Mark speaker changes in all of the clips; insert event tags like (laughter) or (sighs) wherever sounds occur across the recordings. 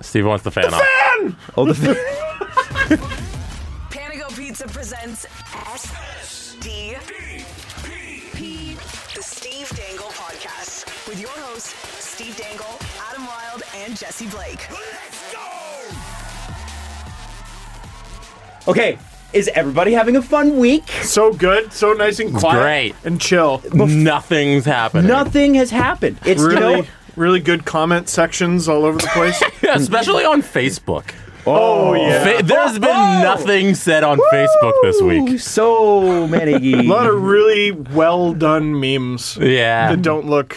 Speaker 1: Steve wants the fan off.
Speaker 2: Oh, the
Speaker 3: Panago Pizza presents S D P the Steve Dangle Podcast with your hosts Steve Dangle, Adam Wilde, and Jesse Blake.
Speaker 2: okay. Is everybody having a fun week?
Speaker 4: So good, so nice and quiet,
Speaker 1: great.
Speaker 4: and chill.
Speaker 1: Nothing's happening.
Speaker 2: Nothing has happened. It's you know-
Speaker 4: Really, really good comment sections all over the place. (laughs)
Speaker 1: Yeah, especially on Facebook.
Speaker 4: oh yeah,
Speaker 1: Fa- there's been
Speaker 2: Oh!
Speaker 1: nothing said on Facebook this
Speaker 2: Ooh,
Speaker 1: week.
Speaker 2: so many.
Speaker 4: a lot of really well done memes
Speaker 1: Yeah.
Speaker 4: that don't look.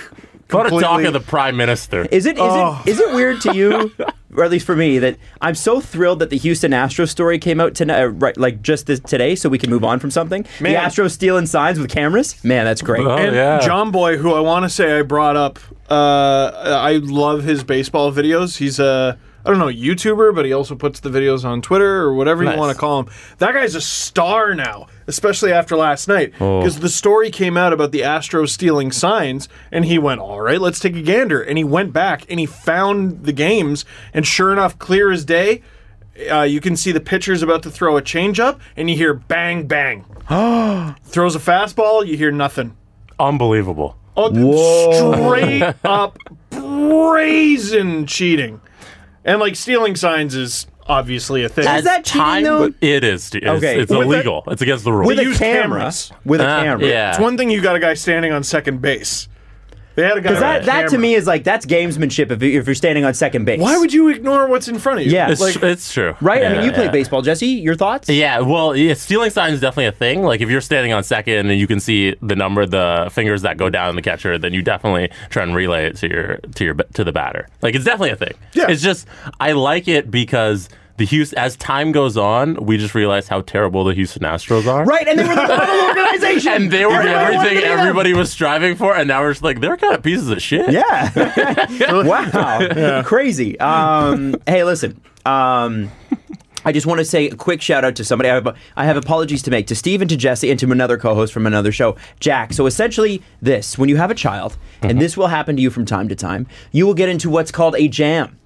Speaker 1: A lot of talk
Speaker 4: completely-
Speaker 1: of the prime minister.
Speaker 2: Is it is
Speaker 4: Oh.
Speaker 2: it is it weird to you, or at least for me, that I'm so thrilled that the Houston Astros story came out tonight, uh, right, like just this, today, so we can move on from something.
Speaker 4: Man.
Speaker 2: The Astros stealing signs with cameras. Man, that's great.
Speaker 1: Oh,
Speaker 4: And
Speaker 1: yeah.
Speaker 4: John Boy, who I want to say I brought up, uh, I love his baseball videos. He's a I don't know YouTuber, but he also puts the videos on Twitter or whatever
Speaker 1: Nice.
Speaker 4: you want to call him. That guy's a star now, especially after last night,
Speaker 1: Oh.
Speaker 4: because the story came out about the Astros stealing signs, and he went, "All right, let's take a gander." And he went back and he found the games, and sure enough, clear as day. Uh, you can see the pitcher's about to throw a changeup, and you hear
Speaker 1: (gasps)
Speaker 4: bang, bang. Throws a fastball, you hear nothing.
Speaker 1: Unbelievable. (laughs)
Speaker 4: Oh, Straight up brazen cheating. And like stealing signs is obviously a thing.
Speaker 2: Is that cheating, though?
Speaker 1: but It is. It's,
Speaker 2: Okay.
Speaker 1: it's
Speaker 2: With a-
Speaker 1: illegal. it's against the rules.
Speaker 2: with a
Speaker 4: use
Speaker 2: camera,
Speaker 4: cameras.
Speaker 2: with a
Speaker 1: Uh,
Speaker 2: camera.
Speaker 1: yeah.
Speaker 4: it's one thing you got a guy standing on second base. They had a guy.
Speaker 2: Because that,
Speaker 4: with a
Speaker 2: that to
Speaker 4: camera.
Speaker 2: me is like that's gamesmanship if, you- if you're standing on second base.
Speaker 4: Why would you ignore what's in front of you?
Speaker 2: Yeah.
Speaker 1: It's,
Speaker 4: Like,
Speaker 1: it's true.
Speaker 2: right? I
Speaker 1: Yeah,
Speaker 2: mean, you play
Speaker 1: yeah.
Speaker 2: baseball, Jesse. Your thoughts?
Speaker 1: Yeah, well, yeah, stealing signs is definitely a thing. Like if you're standing on second and you can see the number, the fingers that go down in the catcher, then you definitely try and relay it to your to your to the batter. Like it's definitely a thing.
Speaker 4: Yeah.
Speaker 1: it's just I like it because the Houston, as time goes on, we just realize how terrible the Houston Astros are.
Speaker 2: Right, and they were the model organization.
Speaker 1: And they were
Speaker 2: Everyone wanted to
Speaker 1: everything
Speaker 2: be them.
Speaker 1: everybody was striving for, and now we're just like they're kind of pieces of shit.
Speaker 2: (laughs) Yeah. (laughs) wow. Crazy. Um, hey, listen. Um, I just want to say a quick shout out to somebody. I have, I have apologies to make to Steve and to Jesse and to another co host from another show, Jack. So essentially, this when you have a child,
Speaker 4: Uh-huh.
Speaker 2: and this will happen to you from time to time, you will get into what's called a jam.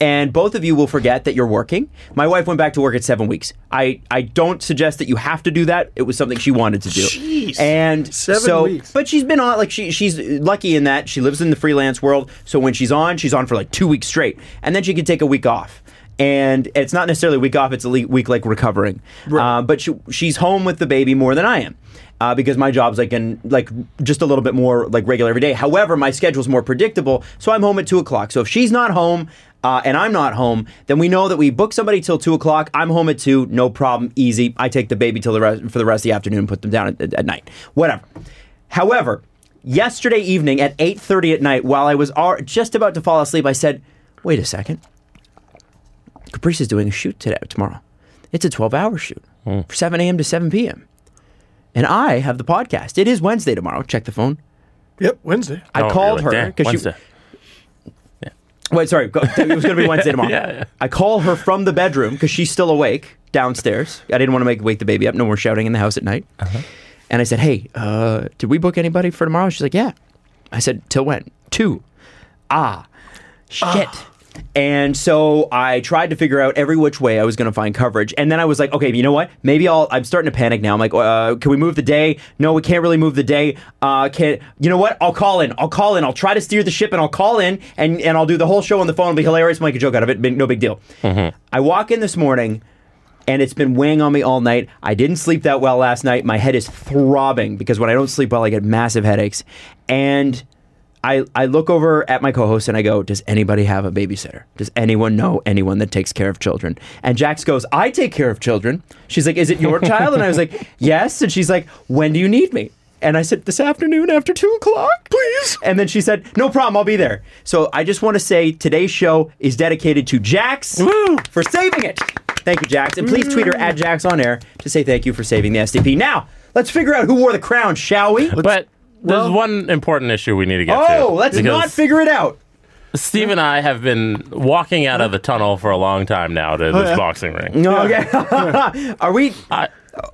Speaker 2: And both of you will forget that you're working. My wife went back to work at seven weeks. I, I don't suggest that you have to do that. It was something she wanted to do.
Speaker 4: Jeez.
Speaker 2: And
Speaker 4: Seven
Speaker 2: so,
Speaker 4: weeks.
Speaker 2: but she's been on like she she's lucky in that she lives in the freelance world. So when she's on, she's on for like two weeks straight, and then she can take a week off. And it's not necessarily a week off; it's a le- week like recovering. Uh, but she, she's home with the baby more than I am. Uh, because my job's like in like just a little bit more like regular every day. However, my schedule's more predictable, so I'm home at two o'clock. So if she's not home uh, and I'm not home, then we know that we book somebody till two o'clock. I'm home at two, no problem, easy. I take the baby till the rest for the rest of the afternoon, put them down at- at, at night, whatever. However, yesterday evening at 8:30 at night, while I was ar- just about to fall asleep, I said, "Wait a second. Caprice is doing a shoot today tomorrow. It's a 12-hour shoot,
Speaker 1: Hmm.
Speaker 2: from 7 a.m. to 7 p.m. And I have the podcast. It is Wednesday tomorrow. Check the phone.
Speaker 4: yep, Wednesday.
Speaker 2: I
Speaker 1: Oh,
Speaker 2: called
Speaker 1: you're like,
Speaker 2: her
Speaker 1: "Damn, Wednesday."
Speaker 2: she. Wait, sorry. Go, it was
Speaker 1: (laughs)
Speaker 2: going to be Wednesday tomorrow.
Speaker 1: Yeah, yeah.
Speaker 2: I call her from the bedroom because she's still awake downstairs. I didn't want to make wake the baby up. No more shouting in the house at night.
Speaker 1: Uh-huh.
Speaker 2: And I said, "Hey, uh, did we book anybody for tomorrow?" She's like, "Yeah." I said, "Till when?" Two. "Ah, shit.
Speaker 1: Ah.
Speaker 2: And so I tried to figure out every which way I was going to find coverage. And then I was like, okay, you know what? Maybe I'll. I'm starting to panic now. I'm like, uh, can we move the day? No, we can't really move the day. Uh, can you know what? I'll call in. I'll call in. I'll try to steer the ship, and I'll call in, and and I'll do the whole show on the phone. It'll be hilarious. Make a joke out of it. Big- No big deal. I walk in this morning and it's been weighing on me all night. I didn't sleep that well last night. My head is throbbing because when I don't sleep well, I get massive headaches. And I, I look over at my co host and I go, Does anybody have a babysitter? Does anyone know anyone that takes care of children? And Jax goes, I take care of children. She's like, Is it your child? And I was like, (laughs) Yes. And she's like, When do you need me? And I said, This afternoon after two o'clock, please. And then she said, No problem, I'll be there. So I just want to say today's show is dedicated to Jax for saving it. Thank you, Jax. And please tweet her at Jax on air to say thank you for saving the SDP. Now, let's figure out who wore the crown, shall we?
Speaker 1: But there's one important issue we need to get to.
Speaker 2: oh, let's
Speaker 1: because
Speaker 2: not figure it out.
Speaker 1: Steve and I have been walking out of the tunnel for a long time now to this
Speaker 4: Oh, yeah.
Speaker 1: boxing ring.
Speaker 2: No, okay. (laughs) Are we
Speaker 1: I-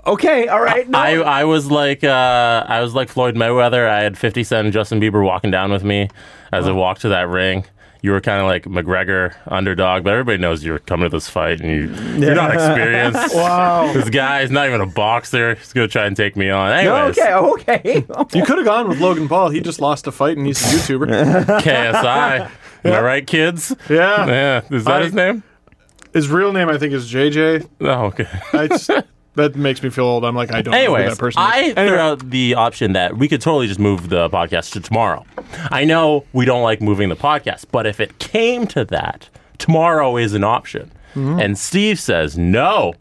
Speaker 2: okay? All right. No.
Speaker 1: I, I was like uh, I was like Floyd Mayweather. I had 50 Cent and Justin Bieber walking down with me as I walked to that ring. you were kind of like McGregor underdog, but everybody knows you're coming to this fight and you, you're not experienced.
Speaker 4: (laughs) Wow.
Speaker 1: This guy is not even a boxer. He's gonna try and take me on. Anyways,
Speaker 2: Okay, okay. (laughs)
Speaker 4: You could have gone with Logan Paul. He just lost a fight and he's a
Speaker 2: (laughs)
Speaker 4: YouTuber. (laughs)
Speaker 1: KSI. Am I right, kids?
Speaker 4: Yeah.
Speaker 1: Yeah. Is that
Speaker 4: I-
Speaker 1: his name?
Speaker 4: His real name, I think, is JJ.
Speaker 1: Oh, okay. (laughs)
Speaker 4: I just- that makes me feel old. I'm like, I don't know who that
Speaker 1: Anyways,
Speaker 4: person is.
Speaker 1: I threw out the option that we could totally just move the podcast to tomorrow. I know we don't like moving the podcast, but if it came to that, tomorrow is an option.
Speaker 4: Mm-hmm.
Speaker 1: And Steve says, No,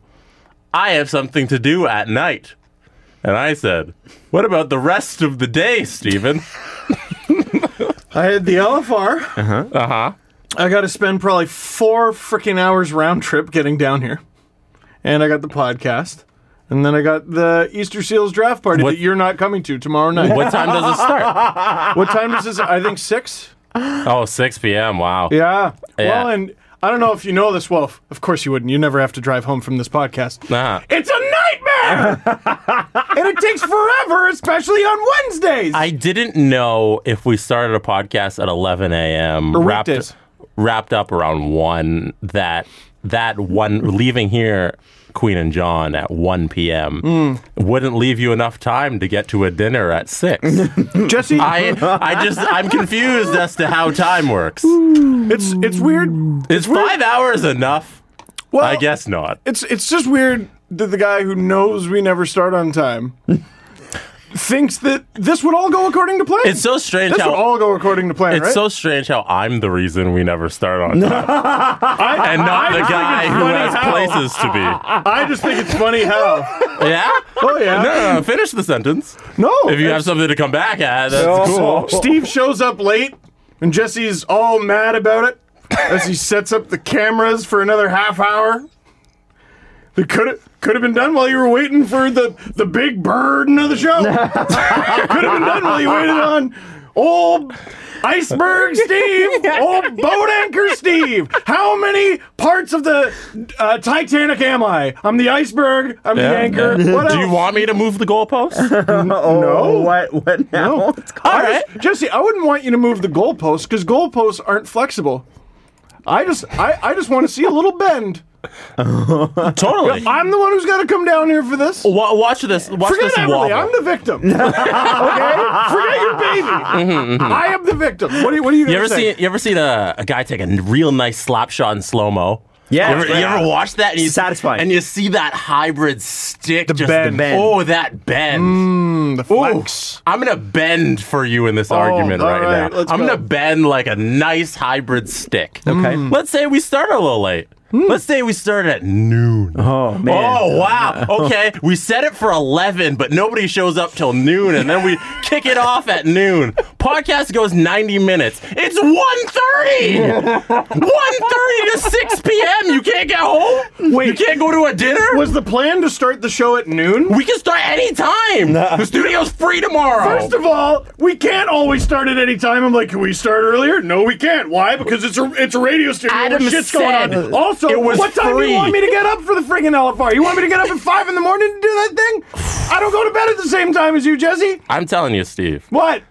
Speaker 1: I have something to do at night. And I said, What about the rest of the day, Steven?
Speaker 4: I had the LFR. Uh huh. Uh huh.
Speaker 1: Uh-huh.
Speaker 4: I got to spend probably four freaking hours round trip getting down here, and I got the podcast, and then I got the Easter Seals draft party
Speaker 1: What-
Speaker 4: that you're not coming to tomorrow night. What,
Speaker 1: what time does it
Speaker 4: (laughs)
Speaker 1: start?
Speaker 4: time is this? I think six.
Speaker 1: Oh, 6 p.m. Wow.
Speaker 4: Yeah.
Speaker 1: Yeah.
Speaker 4: Well, and I don't know if you know this. Well, f- of course you wouldn't. You never have to drive home from this podcast.
Speaker 1: Nah.
Speaker 4: It's a nightmare, and it takes forever, especially on Wednesdays.
Speaker 1: I didn't know if we started a podcast at 11 a.m.
Speaker 4: Or
Speaker 1: wrapped,
Speaker 4: weekdays.
Speaker 1: wrapped up around one. That that one leaving here, Queen and John at 1 p.m.
Speaker 4: Mm.
Speaker 1: wouldn't leave you enough time to get to a dinner at six.
Speaker 4: (laughs) Jesse,
Speaker 1: I I just I'm confused as to how time works.
Speaker 4: it's it's weird
Speaker 1: Is five hours enough?
Speaker 4: Well,
Speaker 1: I guess not.
Speaker 4: It's it's just weird that the guy who knows we never start
Speaker 1: (laughs)
Speaker 4: on time thinks that this would all go according to plan.
Speaker 1: It's so strange
Speaker 4: this would
Speaker 1: how.
Speaker 4: all go according to plan,
Speaker 1: It's
Speaker 4: right?
Speaker 1: so strange how I'm the reason we never start on time,
Speaker 4: I,
Speaker 1: and not the
Speaker 4: I
Speaker 1: guy
Speaker 4: think it's
Speaker 1: who
Speaker 4: funny
Speaker 1: has
Speaker 4: how-
Speaker 1: places to be.
Speaker 4: I just think it's funny how. (laughs)
Speaker 1: Yeah.
Speaker 4: Oh yeah,
Speaker 1: No, no, no, Uh, finish the sentence.
Speaker 4: no.
Speaker 1: If you have
Speaker 4: it's-
Speaker 1: something to come back at, that's
Speaker 2: No.
Speaker 1: cool.
Speaker 4: Steve shows up late, and Jesse's all mad about it as he sets up the cameras for another half hour. That could have could have been done while you were waiting for the the big burden of
Speaker 1: (laughs)
Speaker 4: the show. could have been done while you waited on old iceberg Steve, old boat anchor Steve. How many parts of the uh, Titanic am I? I'm the iceberg. I'm
Speaker 1: Yeah,
Speaker 4: the anchor.
Speaker 1: yeah.
Speaker 4: What
Speaker 1: Do you
Speaker 4: else?
Speaker 1: want me to move the
Speaker 4: (laughs)
Speaker 1: goalpost?
Speaker 2: oh, no. What? What now? It's
Speaker 4: All
Speaker 2: called-
Speaker 4: right, Jesse, I wouldn't want you to move the goalposts because goalposts aren't flexible. I just, I, I just want to see a little bend.
Speaker 1: totally.
Speaker 4: I'm the one who's got to come down here for this.
Speaker 1: Wa- watch this. Watch
Speaker 4: Forget
Speaker 1: this
Speaker 4: Emily,
Speaker 1: wobble.
Speaker 4: I'm the victim. (laughs) okay, forget your baby. I am the victim. What do you, what are you,
Speaker 1: you
Speaker 4: gonna
Speaker 1: ever
Speaker 4: say?
Speaker 1: seen? You ever seen a, a guy take a n- real nice slap shot in slow mo?
Speaker 2: Yeah.
Speaker 1: You ever, you
Speaker 2: Yeah.
Speaker 1: ever watch that? And you,
Speaker 2: Satisfying.
Speaker 1: And you see that hybrid stick. just
Speaker 4: bend. Mm.
Speaker 2: Bend.
Speaker 1: Oh, that bend.
Speaker 4: the flex?
Speaker 1: I'm gonna bend for you in this argument
Speaker 4: all
Speaker 1: right,
Speaker 4: right,
Speaker 1: now.
Speaker 4: Oh, let's
Speaker 1: I'm
Speaker 4: go.
Speaker 1: gonna bend like a nice hybrid stick.
Speaker 2: Okay.
Speaker 1: Let's say we start a little late.
Speaker 4: Mm.
Speaker 1: Let's say we start at noon.
Speaker 4: Uh-huh.
Speaker 2: Oh man.
Speaker 1: Oh wow! Okay, we set it for eleven, but nobody shows up till noon, and then we kick it off at noon. Podcast goes ninety minutes. It's 1.30! 1.30 to six p.m. You can't get home. Wait, you can't go to a dinner.
Speaker 4: Was the plan to start the show at noon?
Speaker 1: we can start any time. The studio's free tomorrow.
Speaker 4: First of all, we can't always start at any time. I'm like, can we start earlier? No, we can't. Why? Because it's a it's a radio studio.
Speaker 1: Adam
Speaker 4: There's shit's
Speaker 1: said
Speaker 4: going on. Also,
Speaker 1: it was
Speaker 4: what time do
Speaker 1: free.
Speaker 4: you want me to get up for the friggin' LFR? You want me to get up at five in the morning to do that thing? I don't go to bed at the same time as you, Jesse.
Speaker 1: I'm telling you, Steve.
Speaker 4: What?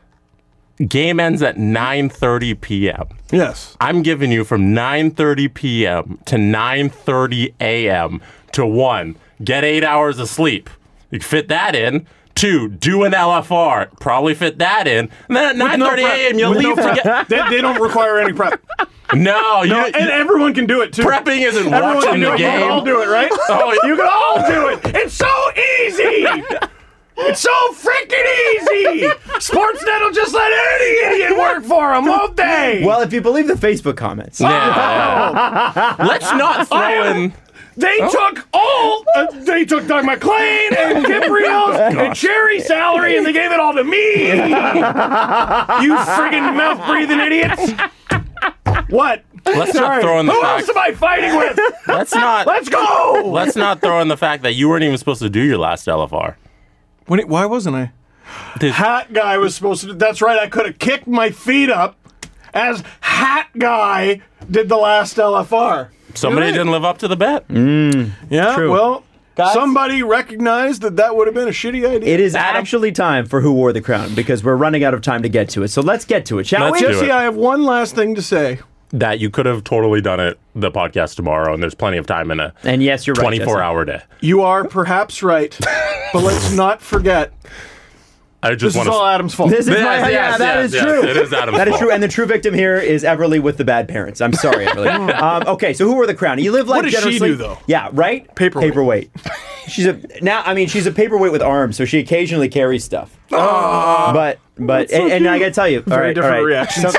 Speaker 1: Game ends at 9:30 p.m.
Speaker 4: Yes.
Speaker 1: I'm giving you from 9:30 p.m. to 9:30 a.m. to 1. Get 8 hours of sleep. You can fit that in. 2. Do an LFR. Probably fit that in. And then at 9:30 a.m. you'll leave to
Speaker 4: (laughs)
Speaker 1: get
Speaker 4: They, they don't require any prep.
Speaker 1: No, you,
Speaker 4: And
Speaker 1: you-
Speaker 4: everyone can do it too.
Speaker 1: prepping isn't
Speaker 4: Everyone
Speaker 1: watching
Speaker 4: can do
Speaker 1: the
Speaker 4: it. You can all
Speaker 1: game.
Speaker 4: do it, right?
Speaker 1: (laughs) Oh,
Speaker 4: You can all do it. It's so easy. It's so freaking easy. Sportsnet will just let any idiot work for them, won't they?
Speaker 2: Well, if you believe the Facebook comments.
Speaker 1: Yeah. Let's not throw in
Speaker 4: they
Speaker 1: oh.
Speaker 4: took all. Uh, they took Doug
Speaker 1: (laughs)
Speaker 4: McClain and Kiprios and Cherry's salary, and they gave it all
Speaker 1: (laughs)
Speaker 4: to me. you friggin' mouth
Speaker 1: (laughs)
Speaker 4: breathing idiots. What?
Speaker 1: Let's not throw in the
Speaker 4: Who
Speaker 1: fact.
Speaker 4: else am I fighting with?
Speaker 1: Let's not
Speaker 4: (laughs) Let's go.
Speaker 1: let's not throw in the fact that you weren't even supposed to do your last LFR.
Speaker 4: When it, why wasn't I? The hat guy was supposed to. That's right. I could have kicked my feet up as hat guy did the last LFR.
Speaker 1: Somebody didn't live up to the bet.
Speaker 4: Yeah.
Speaker 2: True.
Speaker 4: Well,
Speaker 2: Guys-
Speaker 4: somebody recognized that that would have been a shitty idea.
Speaker 2: It is
Speaker 1: Adam-
Speaker 2: actually time for Who Wore the Crown because we're running out of time to get to it. So let's get to it, shall
Speaker 1: Let's
Speaker 2: we?
Speaker 1: do it.
Speaker 4: Jesse, I have one last thing to say.
Speaker 1: that you could have totally done it the podcast tomorrow, and there's plenty of time in a
Speaker 2: And yes, you're right,
Speaker 1: 24
Speaker 2: Jesse.
Speaker 1: hour day.
Speaker 4: You are perhaps right,
Speaker 2: (laughs)
Speaker 4: but let's not forget
Speaker 1: I
Speaker 4: this
Speaker 1: just
Speaker 4: is
Speaker 1: want
Speaker 4: all
Speaker 1: to.
Speaker 4: Adam's fault.
Speaker 2: This is
Speaker 1: Yes,
Speaker 2: my,
Speaker 1: yes,
Speaker 2: yeah, that
Speaker 1: yes,
Speaker 2: is
Speaker 1: yes,
Speaker 2: true.
Speaker 1: it is Adam's
Speaker 2: That is
Speaker 1: fault.
Speaker 2: true. And the true victim here is Everly with the bad parents. I'm sorry, (laughs) Everly. um, okay, so who were the crown? You live like
Speaker 4: What does she
Speaker 2: generously.
Speaker 4: do, though?
Speaker 2: Yeah, right.
Speaker 4: Paperweight.
Speaker 2: Paperweight. she's a now. I mean, she's a paperweight with arms, so she occasionally carries stuff. but but and, and I gotta tell you, all
Speaker 4: Very
Speaker 2: right, all
Speaker 4: different
Speaker 2: right.
Speaker 4: reactions.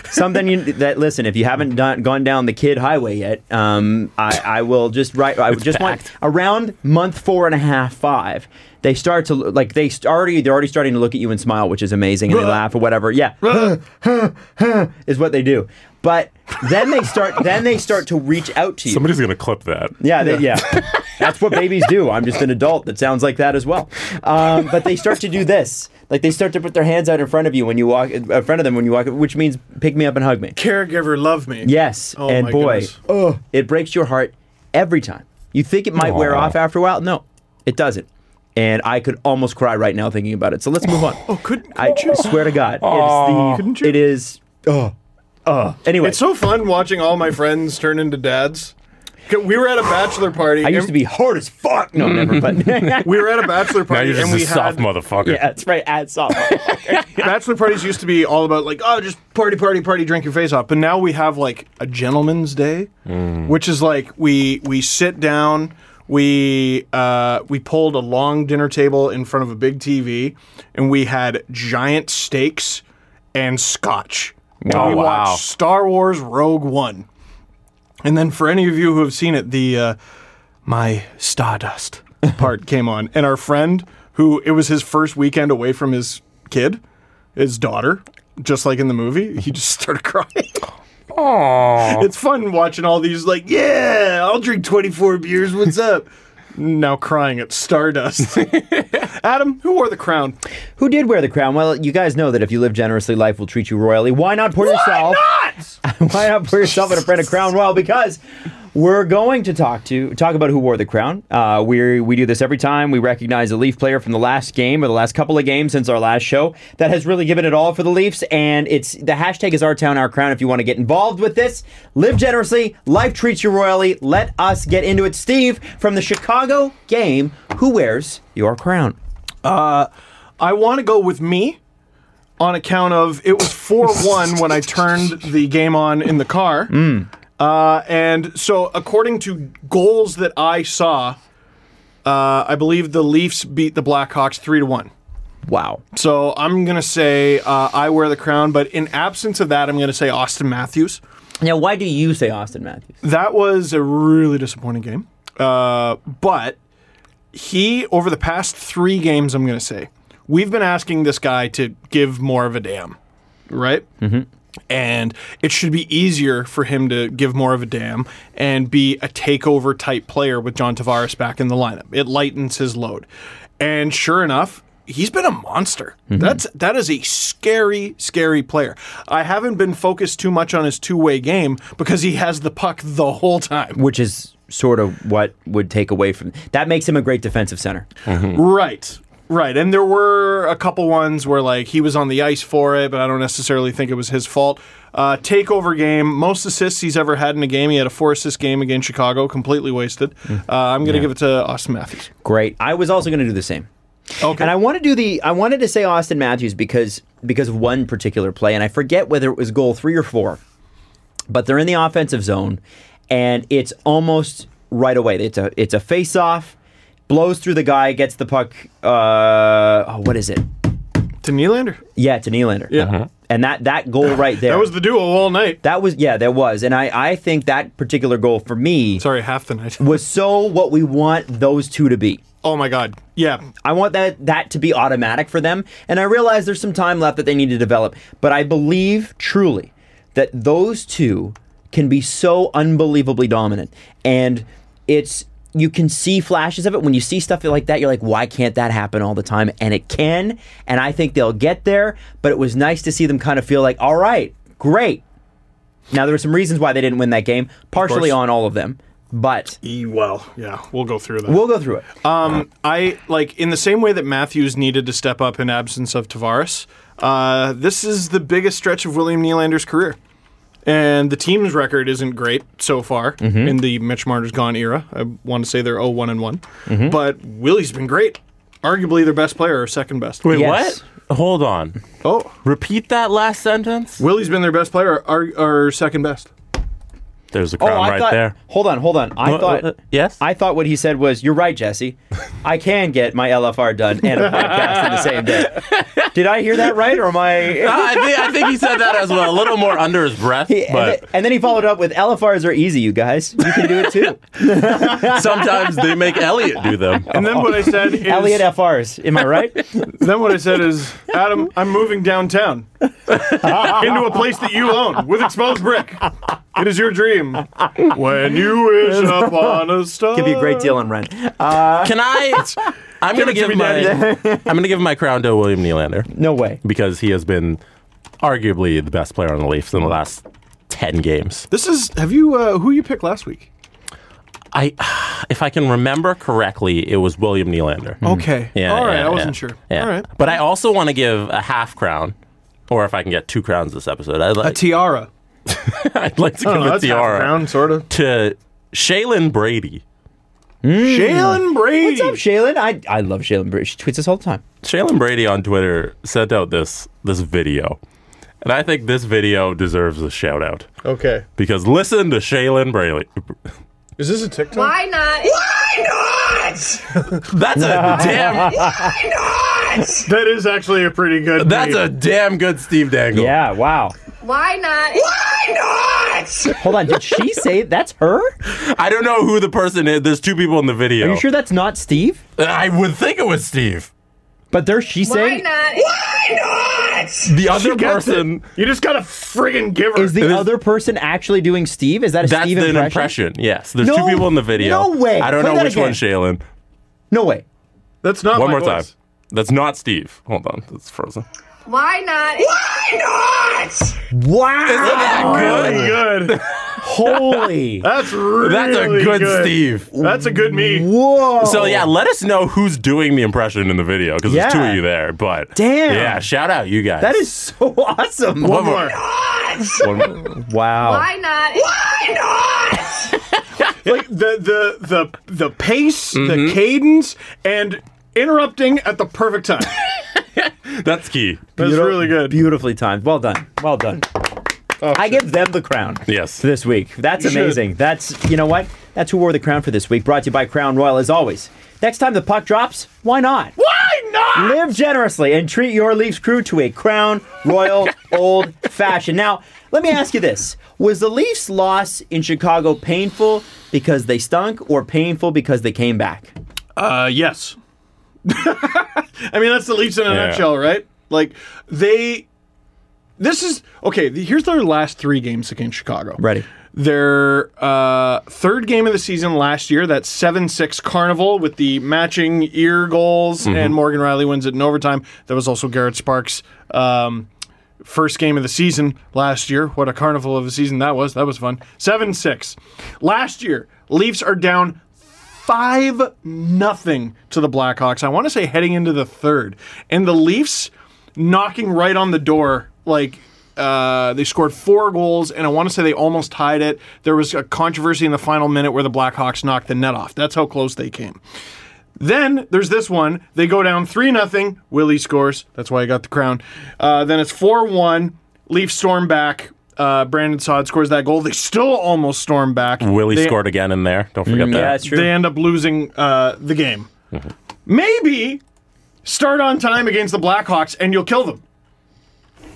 Speaker 2: Some- something you, that listen, if you haven't done, gone down the kid highway yet, um, I, I will just write. I would just
Speaker 1: packed.
Speaker 2: want around month four and a half, five. They start to lo- like they st- already they're already starting to look at you and smile, which is amazing, and they laugh or whatever. Yeah, (laughs) is what they do. But then they start then they start to reach out to you.
Speaker 1: Somebody's going to clip that.
Speaker 2: Yeah, they, yeah. That's what babies do. I'm just an adult that sounds like that as well. Um, but they start to do this. Like they start to put their hands out in front of you when you walk in front of them when you walk, which means pick me up and hug me.
Speaker 4: (laughs) Caregiver, love me.
Speaker 2: Yes,
Speaker 4: Oh
Speaker 2: and
Speaker 4: my
Speaker 2: boy,
Speaker 4: goodness.
Speaker 2: ugh, it breaks your heart every time. You think it might wear
Speaker 1: Aw.
Speaker 2: off after a while? No, it doesn't. And I could almost cry right now thinking about it. So let's move on. Oh,
Speaker 4: Could, could
Speaker 2: I
Speaker 4: you?
Speaker 2: swear to God,
Speaker 1: Aw.
Speaker 2: it is
Speaker 4: Couldn't
Speaker 2: the.
Speaker 4: you?
Speaker 2: It is. Oh, oh. Anyway,
Speaker 4: It's so fun watching all my friends turn into dads. 'Cause We were at a bachelor party.
Speaker 2: I used
Speaker 4: and-
Speaker 2: to be hard as fuck. No, never.
Speaker 4: (laughs)
Speaker 2: But (laughs) yeah,
Speaker 4: We were at
Speaker 2: (laughs)
Speaker 4: a bachelor
Speaker 1: Now
Speaker 4: party,
Speaker 1: you're just
Speaker 4: and
Speaker 1: a
Speaker 4: we
Speaker 1: soft
Speaker 4: had
Speaker 1: motherfucker.
Speaker 2: that's right. Add salt.
Speaker 4: (laughs) bachelor parties used to be all about like oh just party party party drink your face off but now we have like a gentleman's day
Speaker 1: Mm.
Speaker 4: which is like we we sit down we uh, we pulled a long dinner table in front of a big TV and we had giant steaks and scotch
Speaker 1: Oh,
Speaker 4: and we
Speaker 1: wow.
Speaker 4: watched Star Wars Rogue One and then for any of you who have seen it the uh, my
Speaker 1: (laughs)
Speaker 4: Stardust part came on, and our friend who it was his first weekend away from his kid, his daughter, just like in the movie, he just (laughs) started crying. It's fun watching all these like, yeah, I'll drink twenty four beers. What's up? now crying at Stardust. Adam, who wore the crown?
Speaker 2: Who did wear the crown? Well, you guys know that if you live generously, life will treat you royally. Why not pour yourself? (laughs) Why not pour yourself and a friend a crown royal? Because we're going to talk to talk about who wore the crown. Uh, we we do this every time. We recognize a Leaf player from the last game or the last couple of games since our last show that has really given it all for the Leafs. And it's the hashtag is our town our crown. If you want to get involved with this, live generously. Life treats you royally. Let us get into it. Steve from the Chicago game. Who wears your crown?
Speaker 4: I want to go with me on account of it was 4 1 when I turned the game on in the car. Uh, and so, according to goals that I saw, uh, I believe the Leafs beat the Blackhawks 3 to 1.
Speaker 2: Wow.
Speaker 4: So, I'm going to say uh, I wear the crown, but in absence of that, I'm going to say Austin Matthews.
Speaker 2: Now, why do you say Austin Matthews?
Speaker 4: That was a really disappointing game. Uh, but he, over the past three games, I'm going to say, we've been asking this guy to give more of a damn, right? Mm-hmm. And it should be easier for him to give more of a damn and be a takeover type player with John Tavares back in the lineup. It lightens his load. And sure enough, he's been a monster. That's that is a scary, scary player. I haven't been focused too much on his two-way game because he has the puck the whole time.
Speaker 2: Which is sort of what would take away from that makes him a great defensive center.
Speaker 4: Right. Right. And there were a couple ones where like he was on the ice for it, but I don't necessarily think it was his fault. Uh, takeover game, most assists he's ever had in a game. He had a four assist game against Chicago, completely wasted. Uh, I'm going to give it to Austin Matthews.
Speaker 2: Great. I was also going to do the same.
Speaker 4: Okay.
Speaker 2: And I want to do the I wanted to say Austin Matthews because because of one particular play and I forget whether it was goal 3 or 4. But they're in the offensive zone and it's almost right away. It's a it's a face off. Blows through the guy, gets the puck. Uh, oh, what is it?
Speaker 4: to Nylander.
Speaker 2: Yeah, it's an Nylander.
Speaker 4: Yeah. Mhm.
Speaker 2: And that that goal right there.
Speaker 4: (laughs) That was the duo all night.
Speaker 2: That was yeah, there was, and I I think that particular goal for me
Speaker 4: Sorry, half the night.
Speaker 2: was so what we want those two to be.
Speaker 4: Oh my God. Yeah.
Speaker 2: I want that that to be automatic for them, and I realize there's some time left that they need to develop, but I believe truly that those two can be so unbelievably dominant, and it's you can see flashes of it when you see stuff like that you're like why can't that happen all the time and it can and i think they'll get there but it was nice to see them kind of feel like all right great now there were some reasons why they didn't win that game, partially
Speaker 4: course.
Speaker 2: on all of them, but
Speaker 4: E- Well, yeah, we'll go through that.
Speaker 2: we'll go through it.
Speaker 4: Um, I like in the same way that Matthews needed to step up in absence of Tavares. Uh, this is the biggest stretch of William Nylander's career. And the team's record isn't great so far in the Mitch Marner's gone era. I want to say they're 0 1 and 1. But Willie's been great. Arguably their best player or second best.
Speaker 1: Wait,
Speaker 2: Yes.
Speaker 1: what? Hold on.
Speaker 4: Oh,
Speaker 1: Repeat that last sentence.
Speaker 4: Willie's been their best player or, or second best.
Speaker 1: There's a
Speaker 2: Oh,
Speaker 1: crown
Speaker 2: I
Speaker 1: right
Speaker 2: thought.
Speaker 1: there.
Speaker 2: Hold on, hold on. I
Speaker 1: Uh,
Speaker 2: thought.
Speaker 1: uh, yes?
Speaker 2: I thought what he said was, "You're right, Jesse. I can get my LFR done and a podcast in the same day."
Speaker 1: (laughs)
Speaker 2: Did I hear that right, or am I?
Speaker 1: I, think, I think he said that as well, a little more under his breath,
Speaker 2: And,
Speaker 1: (laughs) but
Speaker 2: then, and then he followed up with, "LFRs are easy, you guys. You can do it
Speaker 1: (laughs)
Speaker 2: too." (laughs)
Speaker 1: sometimes they make Elliot do them.
Speaker 4: And then what I said is
Speaker 2: Elliot FRs. Am I
Speaker 1: (laughs)
Speaker 2: right?
Speaker 4: Then what I said is, Adam, I'm moving (laughs) downtown into a place that you own with exposed brick. It is your dream. When you (laughs) wish upon a star.
Speaker 2: Give you a great deal on rent.
Speaker 1: Can I? I'm gonna
Speaker 4: Give it
Speaker 1: give
Speaker 4: to
Speaker 1: my
Speaker 4: me,
Speaker 1: I'm gonna give my crown to William Nylander
Speaker 2: (laughs) No way.
Speaker 1: because he has been arguably the best player on the Leafs in the last ten games.
Speaker 4: This is, have you, uh, who you picked last week?
Speaker 1: I, if I (sighs) can remember correctly, it was William Nylander. Mm.
Speaker 4: Okay.
Speaker 1: Yeah.
Speaker 4: All right.
Speaker 1: yeah,
Speaker 4: I wasn't
Speaker 1: yeah,
Speaker 4: sure.
Speaker 1: yeah.
Speaker 4: All right.
Speaker 1: But I also want to give a half crown, or if I can get two crowns this episode, I'd
Speaker 4: A
Speaker 1: like,
Speaker 4: tiara.
Speaker 1: (laughs) I'd like to give
Speaker 4: Oh,
Speaker 1: a
Speaker 4: that's half a
Speaker 1: tiara
Speaker 4: crown, sort of.
Speaker 1: to Shaylin Brady.
Speaker 4: (laughs)
Speaker 1: Mm.
Speaker 4: Jalen
Speaker 2: What's
Speaker 4: Brady.
Speaker 2: up, Shaylin? I I love Shaylin. Br- She tweets us all the time.
Speaker 1: Shaylin Brady on Twitter sent out this this video, and I think this video deserves a shout out
Speaker 4: Okay.
Speaker 1: because listen to Shaylin Brady.
Speaker 4: Is this a TikTok?
Speaker 5: Why not?
Speaker 3: Why
Speaker 1: That's
Speaker 3: not?
Speaker 2: (laughs)
Speaker 1: a damn.
Speaker 3: Why not?
Speaker 4: That is actually a pretty good.
Speaker 1: That's
Speaker 4: meme.
Speaker 1: a damn good Steve Dangle.
Speaker 2: Yeah. Wow.
Speaker 5: Why not?
Speaker 3: Why not?
Speaker 2: Hold on. Did
Speaker 1: (laughs)
Speaker 2: she say that's her?
Speaker 1: I don't know who the person is. There's two people in the video.
Speaker 2: Are you sure that's not Steve?
Speaker 1: I would think it was Steve.
Speaker 2: But there's she
Speaker 5: Why
Speaker 2: saying.
Speaker 5: not?
Speaker 3: Why not?
Speaker 1: The
Speaker 4: She
Speaker 1: other
Speaker 4: gets it.
Speaker 1: person.
Speaker 4: You just gotta friggin' give her.
Speaker 2: Is the
Speaker 1: It was-
Speaker 2: other person actually doing Steve? Is that a
Speaker 1: That's
Speaker 2: Steve
Speaker 1: the
Speaker 2: impression?
Speaker 1: impression. Yes, there's two
Speaker 2: No-
Speaker 1: people in the video.
Speaker 2: no way.
Speaker 1: I don't
Speaker 2: Play
Speaker 1: know
Speaker 2: that
Speaker 1: which one,
Speaker 2: again.
Speaker 1: Shaylin.
Speaker 2: No way.
Speaker 4: That's not
Speaker 1: One
Speaker 4: my
Speaker 1: more time.
Speaker 4: voice.
Speaker 1: That's not Steve. Hold on, it's frozen.
Speaker 5: Why not?
Speaker 3: Why not?
Speaker 2: Wow.
Speaker 1: (laughs)
Speaker 4: Really good.
Speaker 2: Holy.
Speaker 4: That's really
Speaker 1: That's a good, Steve.
Speaker 4: That's a good me.
Speaker 2: Whoa.
Speaker 1: So yeah, let us know who's doing the impression in the video because there's two
Speaker 2: Yeah.
Speaker 1: of you there. But
Speaker 2: Damn.
Speaker 1: yeah, shout out you guys.
Speaker 2: That is so (laughs) awesome.
Speaker 1: one more. One
Speaker 2: Wow.
Speaker 5: Why not?
Speaker 3: Why not?
Speaker 4: like the the the the pace, the cadence, and interrupting at the perfect time.
Speaker 1: That's key.
Speaker 4: That's
Speaker 2: Beauti-
Speaker 4: really good. Oh,
Speaker 2: Beautifully timed. Well done. Well done. I give them the crown.
Speaker 1: Yes.
Speaker 2: This week. That's
Speaker 4: You should.
Speaker 2: amazing. That's you know what? That's who wore the crown for this week. Brought to you by Crown Royal as always. Next time the puck drops, why not?
Speaker 4: Why not?
Speaker 2: Live generously and treat your Leafs crew to a crown
Speaker 4: (laughs)
Speaker 2: royal old fashioned. Now, let me ask you this. Was the Leafs loss in Chicago painful because they stunk or painful because they came back?
Speaker 4: Uh, yes. (laughs) I mean, that's the Leafs in a
Speaker 1: Yeah.
Speaker 4: nutshell, right? Like they. This is okay. the- Here's their last three games against Chicago.
Speaker 2: Ready.
Speaker 4: Their uh, third game of the season last year, that 7 6 carnival with the matching ear goals, and Morgan Riley wins it in overtime. That was also Garrett Sparks' um, first game of the season last year. What a carnival of a season that was. That was fun. 7 6. Last year, Leafs are down 5 nothing to the Blackhawks. I want to say heading into the third. And the Leafs knocking right on the door. Like, uh, they scored four goals, and I want to say they almost tied it. There was a controversy in the final minute where the Blackhawks knocked the net off. That's how close they came. Then there's this one. They go down 3 0. Willie scores. That's why I got the crown. Uh, then it's 4 1. Leaf storm back. Uh, Brandon Sod scores that goal. They still almost storm back.
Speaker 1: Willie
Speaker 4: They-
Speaker 1: scored again in there. Don't forget
Speaker 2: Yeah,
Speaker 1: that.
Speaker 2: that's true.
Speaker 4: they end up losing uh, the game. Maybe start on time against the Blackhawks and you'll kill them.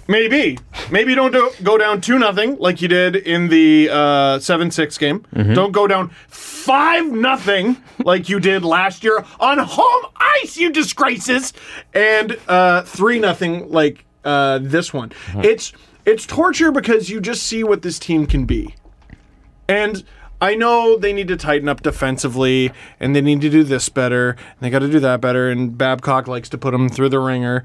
Speaker 4: Maybe. Maybe don't do, go down 2 nothing like you did in the 7 6 game.
Speaker 2: Mm-hmm.
Speaker 4: Don't go down 5 nothing like you did last year on home ice, you disgraces. And 3 nothing like uh, this one.
Speaker 2: Mm-hmm.
Speaker 4: It's, it's torture because you just see what this team can be. And I know they need to tighten up defensively, and they need to do this better, and they got to do that better. And Babcock likes to put them through the ringer.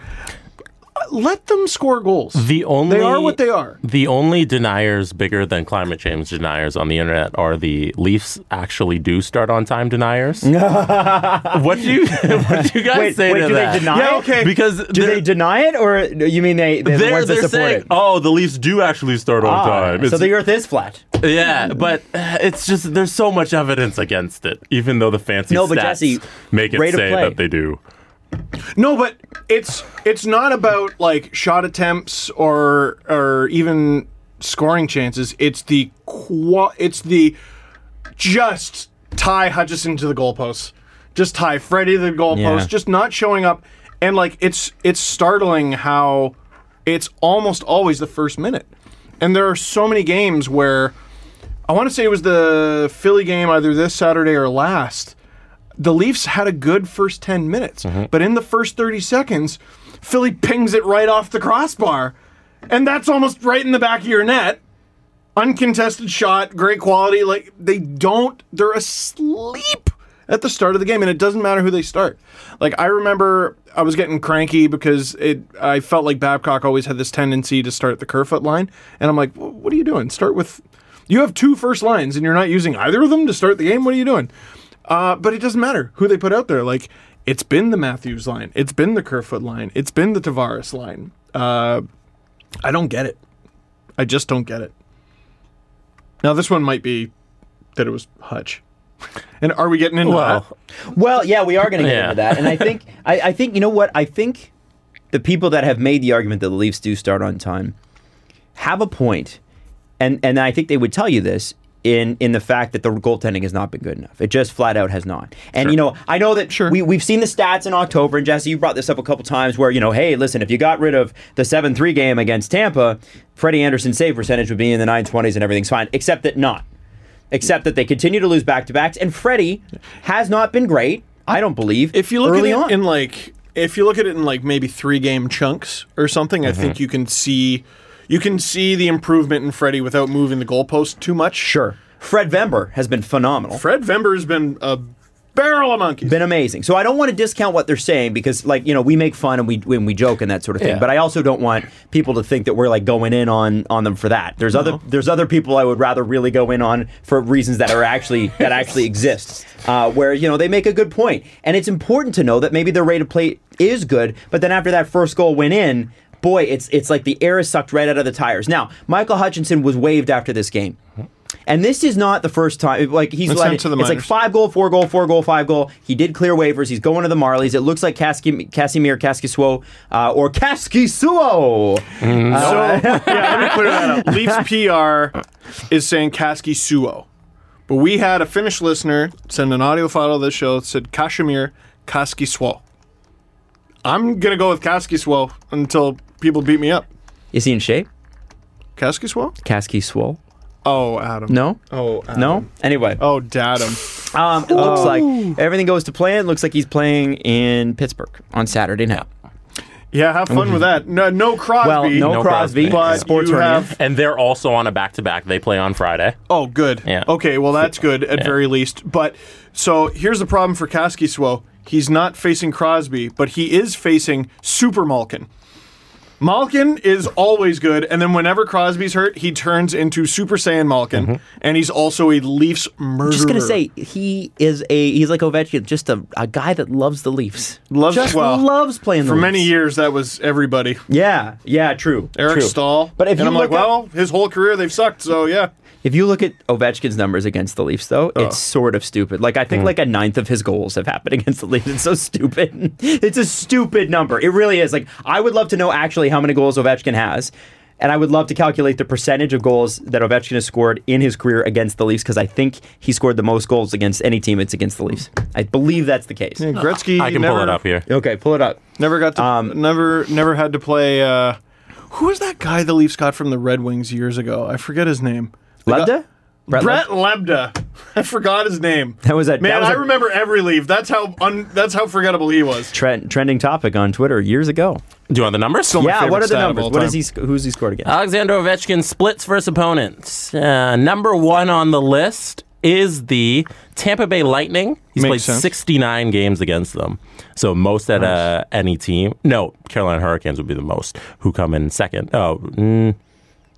Speaker 4: let them score goals.
Speaker 1: The only
Speaker 4: they are what they are.
Speaker 1: The only deniers bigger than climate change deniers on the internet are the Leafs actually do start on time
Speaker 2: (laughs)
Speaker 1: deniers. what do you (laughs) what do you guys
Speaker 2: Wait,
Speaker 1: say
Speaker 2: wait,
Speaker 1: to
Speaker 2: do
Speaker 1: that?
Speaker 2: they deny
Speaker 4: Yeah,
Speaker 2: it?
Speaker 4: okay.
Speaker 1: Because
Speaker 2: Do
Speaker 1: they're-
Speaker 2: they deny it, or you mean they they're, the
Speaker 1: they're,
Speaker 2: ones that
Speaker 1: they're
Speaker 2: support
Speaker 1: saying,
Speaker 2: it?
Speaker 1: "Oh, the Leafs do actually start on
Speaker 2: Ah,
Speaker 1: time."
Speaker 2: so
Speaker 1: It's-
Speaker 2: the Earth is flat.
Speaker 1: yeah, but uh, it's just there's so much evidence against it, even though the fancy
Speaker 2: No,
Speaker 1: stats
Speaker 2: but Jesse,
Speaker 1: make it
Speaker 2: rate of
Speaker 1: say
Speaker 2: play.
Speaker 1: that they do.
Speaker 4: No, but it's it's not about like shot attempts or or even scoring chances. It's the qua- it's the just tie Hutchison to the goalpost. Just tie Freddie to the goalpost.
Speaker 2: Yeah.
Speaker 4: Just not showing up and like it's it's startling how it's almost always the first minute. And there are so many games where I want to say it was the Philly game either this Saturday or last the Leafs had a good first 10 minutes, but in the first 30 seconds, Philly pings it right off the crossbar. And that's almost right in the back of your net. Uncontested shot, great quality. Like, they don't, they're asleep at the start of the game, and it doesn't matter who they start. Like, I remember I was getting cranky because it, I felt like Babcock always had this tendency to start at the Kerfoot line. And I'm like, "Wh- what are you doing? Start with, you have two first lines, and you're not using either of them to start the game? What are you doing? Uh, but it doesn't matter who they put out there. Like, it's been the Matthews line, it's been the Kerfoot line, it's been the Tavares line. Uh, I don't get it. I just don't get it. Now, this one might be that it was Hutch. (laughs) And are we getting into
Speaker 1: Well,
Speaker 4: that?
Speaker 2: Well, yeah, we are going to get
Speaker 1: Yeah.
Speaker 2: into that, and I think I, I think you know what I think. The people that have made the argument that the Leafs do start on time have a point, and and I think they would tell you this in in the fact that the goaltending has not been good enough. It just flat out has not. And you know, I know that
Speaker 4: Sure.
Speaker 2: we we've seen the stats in October, and Jesse, you brought this up a couple times where you know, hey, listen, if you got rid of the seven three game against Tampa, Freddie Anderson's save percentage would be in the nine twenties, and everything's fine, except that not. Except that they continue to lose back to backs, and Freddie has not been great. I don't believe.
Speaker 4: If you look
Speaker 2: early
Speaker 4: at it
Speaker 2: on.
Speaker 4: in like, if you look at it in like maybe three game chunks or something, I think you can see, you can see the improvement in Freddie without moving the goalpost too much.
Speaker 2: Sure. Fred Vember has been phenomenal.
Speaker 4: Fred Vember has been a barrel of monkeys.
Speaker 2: been amazing. So I don't want to discount what they're saying because, like, you know, we make fun and we when we joke and that sort of thing.
Speaker 1: Yeah.
Speaker 2: But I also don't want people to think that we're like going in on on them for that. There's other there's other people I would rather really go in on for reasons that are actually that actually exist. Uh, where you know they make a good point, and it's important to know that maybe their rate of play is good. But then after that first goal went in. Boy, it's it's like the air is sucked right out of the tires. Now, Michael Hutchinson was waived after this game, and this is not the first time. Like he's
Speaker 4: Let's
Speaker 2: let
Speaker 4: send
Speaker 2: it-
Speaker 4: to the
Speaker 2: it's like
Speaker 4: minors.
Speaker 2: five goal, four goal, four goal, five goal. He did clear waivers. He's going to the Marlies. It looks like Casim- Casimir Kaskisuo uh, or Kaskisuo.
Speaker 4: yeah, let me clear that up. Leafs PR is saying Kaski Suo. But we had a Finnish listener send an audio file of this show that said Kashmir Kaski Suo. I'm going to go with Kaski Suo until people beat me up.
Speaker 2: Is he in shape?
Speaker 4: Kaski Suo?
Speaker 2: Kaskisuo?
Speaker 4: Oh, Adam.
Speaker 2: No.
Speaker 4: Oh, Adam.
Speaker 2: No. Anyway,
Speaker 4: Oh, Dadum.
Speaker 2: um, it looks like everything goes to plan. It looks like he's playing in Pittsburgh on Saturday night.
Speaker 4: Yeah,
Speaker 2: (laughs)
Speaker 4: have fun with that. No, no Crosby.
Speaker 2: Well, no,
Speaker 1: No Crosby.
Speaker 2: Crosby.
Speaker 4: But
Speaker 2: Sports
Speaker 4: you
Speaker 2: hernia.
Speaker 4: have
Speaker 1: and they're also on a back to back. They play on Friday.
Speaker 4: Oh, good.
Speaker 1: Yeah.
Speaker 4: Okay, well that's good at very least. But so here's the problem for Kaskiswo. He's not facing Crosby, but he is facing Super Malkin. Malkin is always good, and then whenever Crosby's hurt, he turns into Super Saiyan Malkin,
Speaker 1: Mm-hmm.
Speaker 4: and he's also a Leafs murderer.
Speaker 2: Just gonna say he is a he's like Ovechkin, just a, a guy that loves the Leafs.
Speaker 4: Loves-
Speaker 2: just
Speaker 4: well,
Speaker 2: loves playing the
Speaker 4: for many
Speaker 2: Leafs.
Speaker 4: years that was everybody.
Speaker 2: Yeah, yeah, true.
Speaker 4: Eric
Speaker 2: true.
Speaker 4: Stahl.
Speaker 2: But if
Speaker 4: and
Speaker 2: you
Speaker 4: I'm like,
Speaker 2: look at-
Speaker 4: well, his whole career they've sucked, so yeah.
Speaker 2: If you look at Ovechkin's numbers against the Leafs, though,
Speaker 4: Oh.
Speaker 2: it's sort of stupid. Like I
Speaker 4: Hmm.
Speaker 2: think like a ninth of his goals have happened (laughs) against the Leafs. It's so stupid. (laughs) It's a stupid number. It really is. Like I would love to know actually how many goals Ovechkin has, and I would love to calculate the percentage of goals that Ovechkin has scored in his career against the Leafs because I think he scored the most goals against any team. It's against the Leafs. I believe that's the case.
Speaker 4: Gretzky.
Speaker 1: I can
Speaker 4: never,
Speaker 1: pull it up here.
Speaker 2: Okay, pull it up.
Speaker 4: Never got to
Speaker 2: Um,
Speaker 4: never never had to play. Uh, who was that guy the Leafs got from the Red Wings years ago? I forget his name. They got-
Speaker 2: Lebda. Brett
Speaker 4: Brett Lebda. (laughs) I forgot his name.
Speaker 2: That was a- that
Speaker 4: man.
Speaker 2: was
Speaker 4: I
Speaker 2: a-
Speaker 4: remember every Leaf. That's how un, that's how forgettable he was.
Speaker 2: Trend, trending topic on Twitter years ago.
Speaker 1: Do you want the numbers?
Speaker 2: Yeah, what
Speaker 4: favorite
Speaker 2: are the
Speaker 4: stat of
Speaker 2: numbers?
Speaker 4: all
Speaker 2: What
Speaker 4: time.
Speaker 2: is he? sc- Who's he scored against?
Speaker 1: Alexander Ovechkin splits versus opponents. Uh, number one Uh, on the list is the Tampa Bay Lightning. He's
Speaker 4: Makes
Speaker 1: played
Speaker 4: sense.
Speaker 1: 69 games against them. So most at uh, any team. No, Carolina Hurricanes would be the most, who come in second. Oh, mm,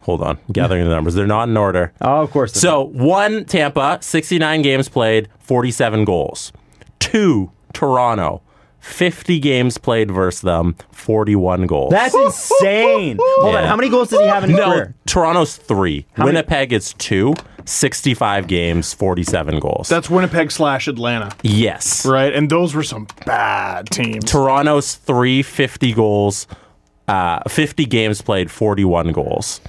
Speaker 1: hold on. Gathering the numbers. They're not in order.
Speaker 2: Oh, of course.
Speaker 1: So one Tampa, 69 games played, 47 goals. Two Toronto, 50 games played versus them, 41 goals.
Speaker 4: (laughs)
Speaker 2: that's insane. Hold on,
Speaker 1: Yeah.
Speaker 2: how many goals does he have in his
Speaker 1: no,
Speaker 2: career?
Speaker 1: Toronto's three.
Speaker 2: many-
Speaker 1: Winnipeg is two. 65 games, 47 goals.
Speaker 4: That's Winnipeg slash Atlanta,
Speaker 1: yes.
Speaker 4: right? And those were some bad teams.
Speaker 1: Toronto's three 50 goals, uh, 50 games played, 41 goals.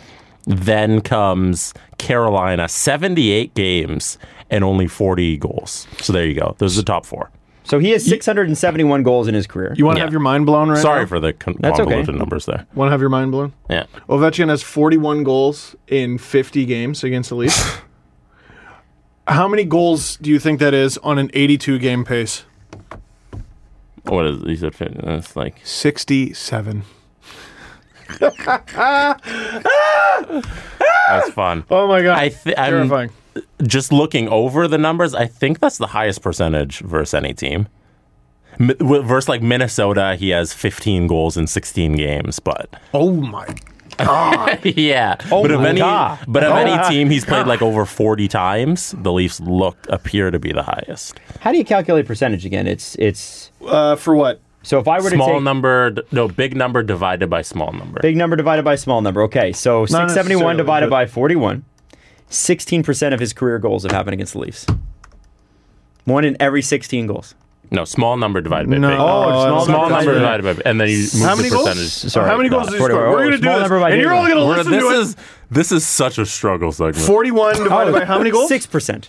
Speaker 1: Then comes Carolina, 78 games and only 40 goals. So there you go. Those are the top four.
Speaker 2: So he has 671 goals in his career.
Speaker 4: you want to
Speaker 1: Yeah.
Speaker 4: have your mind blown right
Speaker 1: Sorry
Speaker 4: now?
Speaker 1: for the con-
Speaker 2: That's okay.
Speaker 1: convoluted numbers there.
Speaker 4: Want to have your mind blown?
Speaker 1: Yeah.
Speaker 4: Ovechkin has 41 goals in 50 games against
Speaker 2: (laughs)
Speaker 4: the Leafs. How many goals do you think that is on an 82 game pace?
Speaker 1: What is he said? fif- It's like
Speaker 4: 67.
Speaker 1: that's fun.
Speaker 4: Oh my god.
Speaker 1: I th- I'm-
Speaker 4: Terrifying.
Speaker 1: Just looking over the numbers, I think that's the highest percentage versus any team. M- w- versus like Minnesota, he has 15 goals in 16 games, but
Speaker 4: Oh my
Speaker 1: (laughs) yeah.
Speaker 2: Oh
Speaker 1: but of
Speaker 2: my
Speaker 1: any,
Speaker 2: God.
Speaker 1: but of
Speaker 2: Oh
Speaker 1: any
Speaker 2: my
Speaker 1: team, he's played like over 40 times. The Leafs look appear to be the highest.
Speaker 2: How do you calculate percentage again? It's it's
Speaker 4: Uh, for what?
Speaker 2: so if I were to
Speaker 1: Small
Speaker 2: take
Speaker 1: number, d- no big number divided by small number.
Speaker 2: big number divided by small number. Okay, so
Speaker 4: Not
Speaker 2: 671
Speaker 4: necessarily,
Speaker 2: divided
Speaker 4: but-
Speaker 2: by 41. 16% of his career goals have happened against the Leafs. One in every 16 goals.
Speaker 1: no, small number divided by
Speaker 4: No.
Speaker 1: big.
Speaker 4: Oh,
Speaker 1: number.
Speaker 4: small
Speaker 1: small
Speaker 4: number
Speaker 1: number
Speaker 4: divided-
Speaker 1: divided by, and then you move
Speaker 4: How
Speaker 1: the
Speaker 4: many
Speaker 1: percentage.
Speaker 4: goals?
Speaker 2: Sorry,
Speaker 4: How many goals
Speaker 2: God.
Speaker 4: did you score?
Speaker 2: 41.
Speaker 4: We're gonna do
Speaker 2: Small
Speaker 4: this,
Speaker 2: number by
Speaker 4: and you're
Speaker 2: Daniel.
Speaker 4: all gonna
Speaker 1: We're-
Speaker 4: listen
Speaker 1: this
Speaker 4: to it.
Speaker 1: is this is such a struggle segment.
Speaker 4: 41 divided Oh, by how many goals?
Speaker 2: 6%.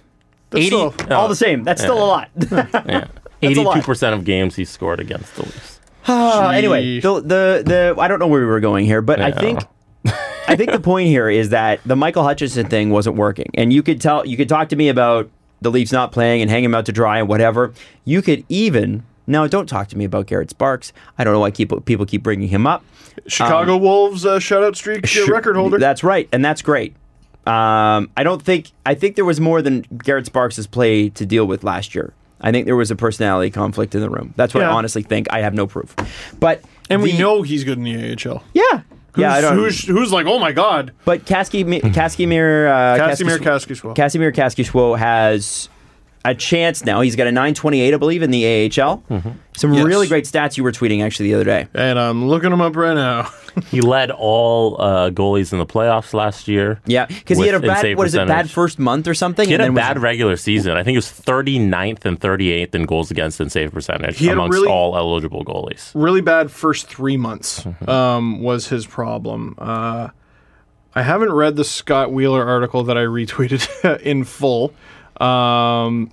Speaker 4: That's
Speaker 1: 80
Speaker 4: still-
Speaker 1: Oh,
Speaker 2: All the same. That's still a lot. (laughs) a lot.
Speaker 1: Eighty-two percent of games he scored against the Leafs.
Speaker 2: Uh, anyway, the, the the I don't know where we were going here, but I
Speaker 1: Yeah.
Speaker 4: (laughs)
Speaker 2: think I think the point here is that the Michael Hutchinson thing wasn't working, and you could tell you could talk to me about the Leafs not playing and hang him out to dry and whatever. You could even now don't talk to me about Garrett Sparks. I don't know why keep, people keep bringing him up.
Speaker 4: Chicago Wolves uh, shutout streak uh,
Speaker 2: Sure,
Speaker 4: record holder.
Speaker 2: That's right, and that's great. Um, I don't think I think there was more than Garrett Sparks' play to deal with last year. I think there was a personality conflict in the room. That's what I
Speaker 4: Yeah.
Speaker 2: honestly think. I have no proof, but
Speaker 4: and we
Speaker 2: the-
Speaker 4: know he's good in the AHL.
Speaker 2: yeah. yeah, I
Speaker 4: Who's-
Speaker 2: don't.
Speaker 4: Who's, who's like, oh my god,
Speaker 2: but Kaski,
Speaker 1: Hmm.
Speaker 2: Kaskimir, uh,
Speaker 4: Casimir
Speaker 2: Kaskis-
Speaker 4: Kaskiswell.
Speaker 2: Casimir Kaskishwo has a chance now. He's got a 928, I believe, in the AHL.
Speaker 1: Mm-hmm.
Speaker 2: Some
Speaker 4: Yes.
Speaker 2: really great stats you were tweeting actually the other day.
Speaker 4: and I'm looking him up right now. (laughs)
Speaker 1: He led all uh, goalies in the playoffs last year.
Speaker 2: Yeah, because he had a
Speaker 1: With
Speaker 2: bad
Speaker 1: insane
Speaker 2: what is it bad
Speaker 1: percentage.
Speaker 2: first month or something?
Speaker 1: He had
Speaker 2: and
Speaker 1: a
Speaker 2: was-
Speaker 1: bad regular season. I think it was 39th and 38th in goals against and save percentage
Speaker 4: He had a
Speaker 1: amongst
Speaker 4: really-
Speaker 1: all eligible goalies.
Speaker 4: really bad first three months um, was his problem. Uh, I haven't read the Scott Wheeler article that I (laughs) retweeted in full. Um,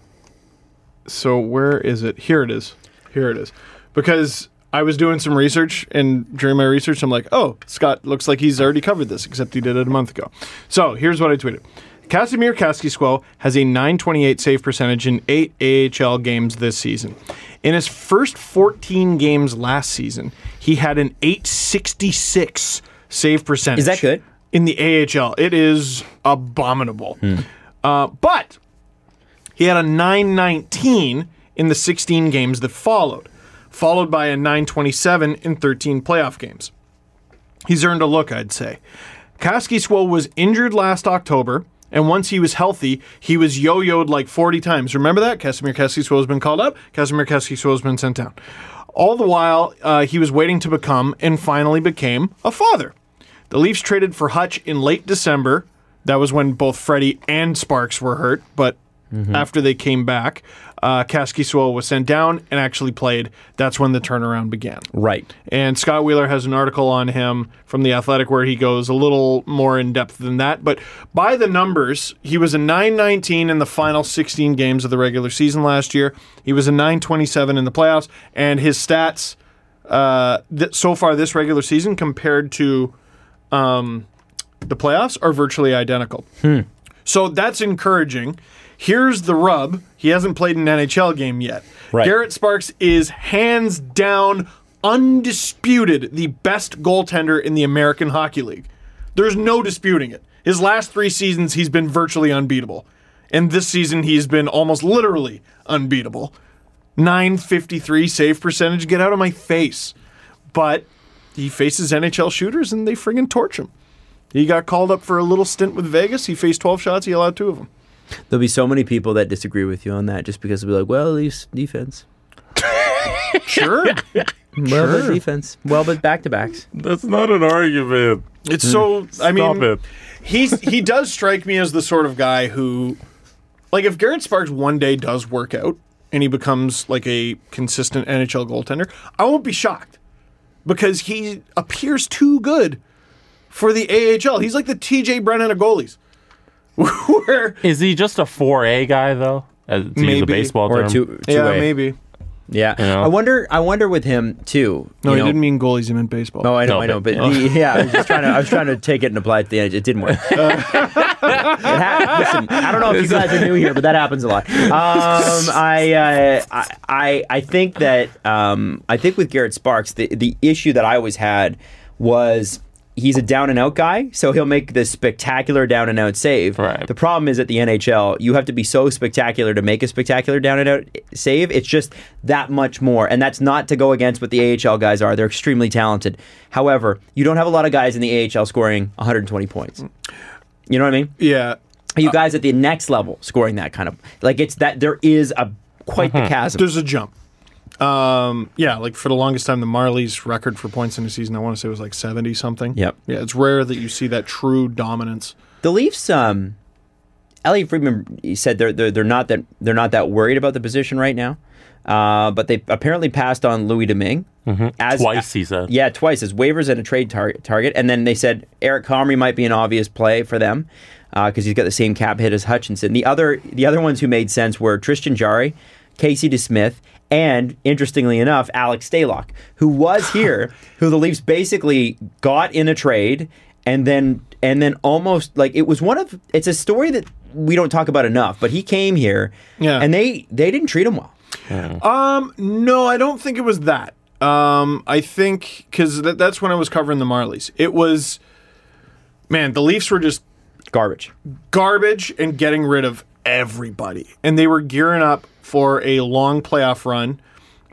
Speaker 4: so where is it? Here it is. Here it is. Because I was doing some research, and during my research, I'm like, oh, Scott looks like he's already covered this, except he did it a month ago. So here's what I tweeted. Casimir Kaskisquel has a 928 save percentage in eight AHL games this season. In his first 14 games last season, he had an 866 save percentage.
Speaker 2: Is that good?
Speaker 4: In the AHL. It is abominable.
Speaker 2: Hmm.
Speaker 4: Uh, but he had a 919 in the 16 games that followed, followed by a 927 in 13 playoff games. He's earned a look, I'd say. Kaskiswell was injured last October, and once he was healthy, he was yo-yoed like 40 times. Remember that? Casimir Kaskiswell has been called up. Casimir Kaskiswell has been sent down. All the while, uh, he was waiting to become, and finally became, a father. The Leafs traded for Hutch in late December. That was when both Freddie and Sparks were hurt, but after they came back, uh, Kaskiswell was sent down and actually played. That's when the turnaround began.
Speaker 2: Right.
Speaker 4: And Scott Wheeler has an article on him from The Athletic where he goes a little more in depth than that. But by the numbers, he was a 919 in the final 16 games of the regular season last year. He was a 927 in the playoffs. And his stats uh, th- so far this regular season compared to um, the playoffs are virtually identical. So that's encouraging. Here's the rub. He hasn't played an NHL game yet.
Speaker 2: Right.
Speaker 4: Garrett Sparks is hands down, undisputed, the best goaltender in the American Hockey League. There's no disputing it. His last three seasons, he's been virtually unbeatable. And this season, he's been almost literally unbeatable. 953 save percentage. Get out of my face. But he faces NHL shooters and they friggin' torch him. He got called up for a little stint with Vegas. He faced 12 shots. He allowed two of them.
Speaker 2: There'll be so many people that disagree with you on that just because they'll be like, well, at least defense.
Speaker 4: Sure.
Speaker 2: Well, but defense. Well, but back to backs.
Speaker 1: That's not an argument.
Speaker 4: It's so. I mean,
Speaker 1: Stop it.
Speaker 4: he's he does strike me as the sort of guy who, like, if Garrett Sparks one day does work out and he becomes like a consistent NHL goaltender, I won't be shocked because he appears too good for the AHL. He's like the TJ Brennan of goalies. (laughs) Where
Speaker 1: Is he just a 4A guy, though? As, to use a
Speaker 4: Maybe.
Speaker 1: baseball
Speaker 2: Or
Speaker 1: term?
Speaker 2: two, two
Speaker 4: yeah,
Speaker 2: way.
Speaker 4: maybe.
Speaker 2: Yeah.
Speaker 1: know?
Speaker 2: I wonder. I wonder with him too.
Speaker 4: No,
Speaker 2: you
Speaker 4: he
Speaker 2: know-
Speaker 4: didn't mean goalies. He meant baseball.
Speaker 2: Oh, I know,
Speaker 1: No,
Speaker 2: I know,
Speaker 1: but-
Speaker 2: but the, yeah, I was just trying to. I
Speaker 1: (laughs)
Speaker 2: was trying to take it and apply it to the edge. It didn't work. It hap- listen, I don't know if you guys are new here, but that happens a lot. Um, I, uh, I, I, I think that um, I think with Garrett Sparks, the the issue that I always had was. He's a down and out guy, so he'll make this spectacular down and out save.
Speaker 1: Right.
Speaker 2: The problem is at the NHL, you have to be so spectacular to make a spectacular down and out save. It's just that much more. And that's not to go against what the AHL guys are. They're extremely talented. However, you don't have a lot of guys in the AHL scoring 120 points. You know what I mean?
Speaker 4: Yeah.
Speaker 2: You guys at the next level scoring that kind of like it's that there is a quite the chasm.
Speaker 4: There's a jump. Um, yeah, like for the longest time, the Marlies' record for points in a season, I want to say was like 70 something.
Speaker 2: Yep.
Speaker 4: Yeah, it's rare that you see that true dominance.
Speaker 2: The Leafs, um, Elliot Friedman he said they're, they're they're not that they're not that worried about the position right now, uh, but they apparently passed on Louis Domingue as
Speaker 1: Twice, he said.
Speaker 2: Yeah, twice as waivers and a trade tar- target, and then they said Eric Comrie might be an obvious play for them because he's got the same cap hit as Hutchinson. The other the other ones who made sense were Tristan Jari, Casey DeSmith, and interestingly enough, Alex Stalock, who was
Speaker 4: (laughs)
Speaker 2: here, who the Leafs basically got in a trade, and then and then almost like it was one of it's a story that we don't talk about enough, but he came here,
Speaker 4: Yeah.
Speaker 2: and they they didn't treat him well.
Speaker 4: Um, no, I don't think it was that. Um, I think because that, that's when I was covering the Marlies. It was, man, the Leafs were just
Speaker 2: Garbage.
Speaker 4: garbage and getting rid of everybody, and they were gearing up for a long playoff run.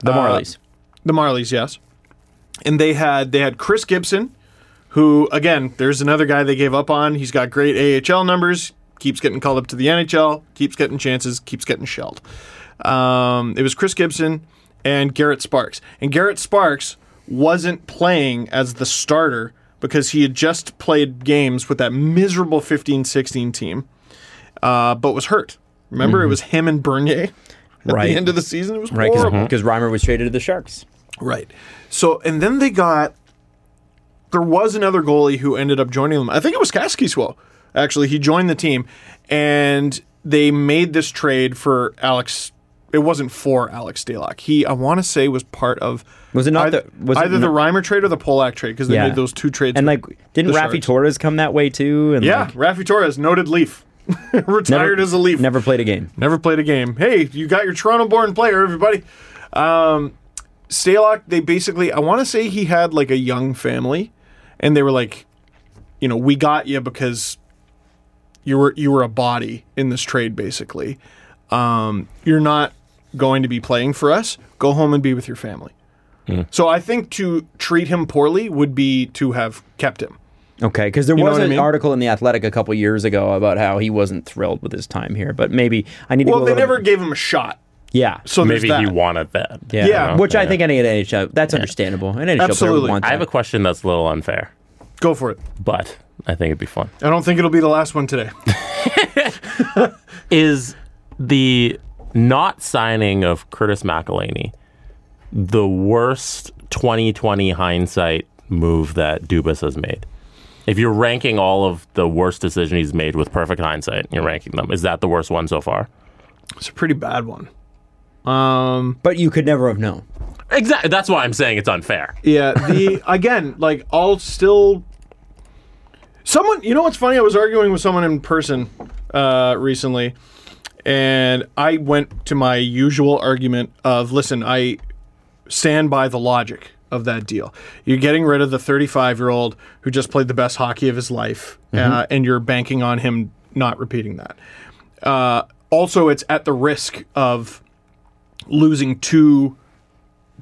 Speaker 2: The
Speaker 4: Uh,
Speaker 2: Marlies.
Speaker 4: The Marlies, yes. And they had they had Chris Gibson, who again, there's another guy they gave up on. He's got great AHL numbers, keeps getting called up to the NHL, keeps getting chances, keeps getting shelled. Um, it was Chris Gibson and Garrett Sparks, and Garrett Sparks wasn't playing as the starter because he had just played games with that miserable 15-16 team, uh, but was hurt. Remember, it was him and Bernier at
Speaker 2: Mm-hmm. Right.
Speaker 4: the end of the season. It was
Speaker 2: right,
Speaker 4: horrible.
Speaker 2: because Reimer was traded to the Sharks.
Speaker 4: Right. So, and then they got. There was another goalie who ended up joining them. I think it was Kaskiswell. Actually, he joined the team, and they made this trade for Alex. It wasn't for Alex Daylock. He, I want to say, was part of.
Speaker 2: Was it not
Speaker 4: either,
Speaker 2: the- was it
Speaker 4: either the
Speaker 2: not-
Speaker 4: Reimer trade or the Polak trade? Because they made those two trades.
Speaker 2: And
Speaker 4: with
Speaker 2: like, didn't
Speaker 4: the
Speaker 2: Rafi
Speaker 4: Sharks.
Speaker 2: Torres come that way too? And
Speaker 4: Yeah,
Speaker 2: like,
Speaker 4: Rafi Torres, noted Leaf, (laughs) retired
Speaker 2: never-
Speaker 4: as a Leaf.
Speaker 2: never played a game.
Speaker 4: Never played a game. Hey, you got your Toronto-born player, everybody. Um, Stalock, they basically, I want to say he had like a young family, and they were like, you know, we got you because you were you were a body in this trade, basically. Um, you're not going to be playing for us. Go home and be with your family.
Speaker 1: Hmm.
Speaker 4: So I think to treat him poorly would be to have kept him.
Speaker 2: Okay, because there
Speaker 4: know
Speaker 2: was
Speaker 4: what I
Speaker 2: an
Speaker 4: mean?
Speaker 2: article in the Athletic a couple years ago about how he wasn't thrilled with his time here. But maybe I need to.
Speaker 4: Well,
Speaker 2: go a
Speaker 4: they
Speaker 2: little
Speaker 4: never
Speaker 2: bit-
Speaker 4: gave him a shot.
Speaker 2: Yeah.
Speaker 4: So there's
Speaker 1: Maybe
Speaker 4: that.
Speaker 1: he wanted that.
Speaker 2: yeah,
Speaker 4: yeah.
Speaker 2: which I
Speaker 1: Yeah.
Speaker 2: think any NHL that's understandable. An NHL player would
Speaker 4: Absolutely.
Speaker 2: want
Speaker 1: I
Speaker 2: that.
Speaker 1: have a question that's a little unfair,
Speaker 4: Go for it.
Speaker 1: but I think it'd be fun.
Speaker 4: I don't think it'll be the last one
Speaker 1: (laughs)
Speaker 4: today.
Speaker 1: Is the not signing of Curtis McElhaney the worst 2020 hindsight move that Dubas has made? If you're ranking all of the worst decisions he's made with perfect hindsight, you're ranking them. Is that the worst one so far?
Speaker 4: It's a pretty bad one. Um,
Speaker 2: but you could never have known.
Speaker 1: Exactly. That's why I'm saying it's unfair.
Speaker 4: yeah, the again, like I'll still someone, you know what's funny? I was arguing with someone in person uh recently and I went to my usual argument of listen, I stand by the logic of that deal. You're getting rid of the 35-year-old who just played the best hockey of his life uh, and you're banking on him not repeating that. Uh, also, it's at the risk of losing two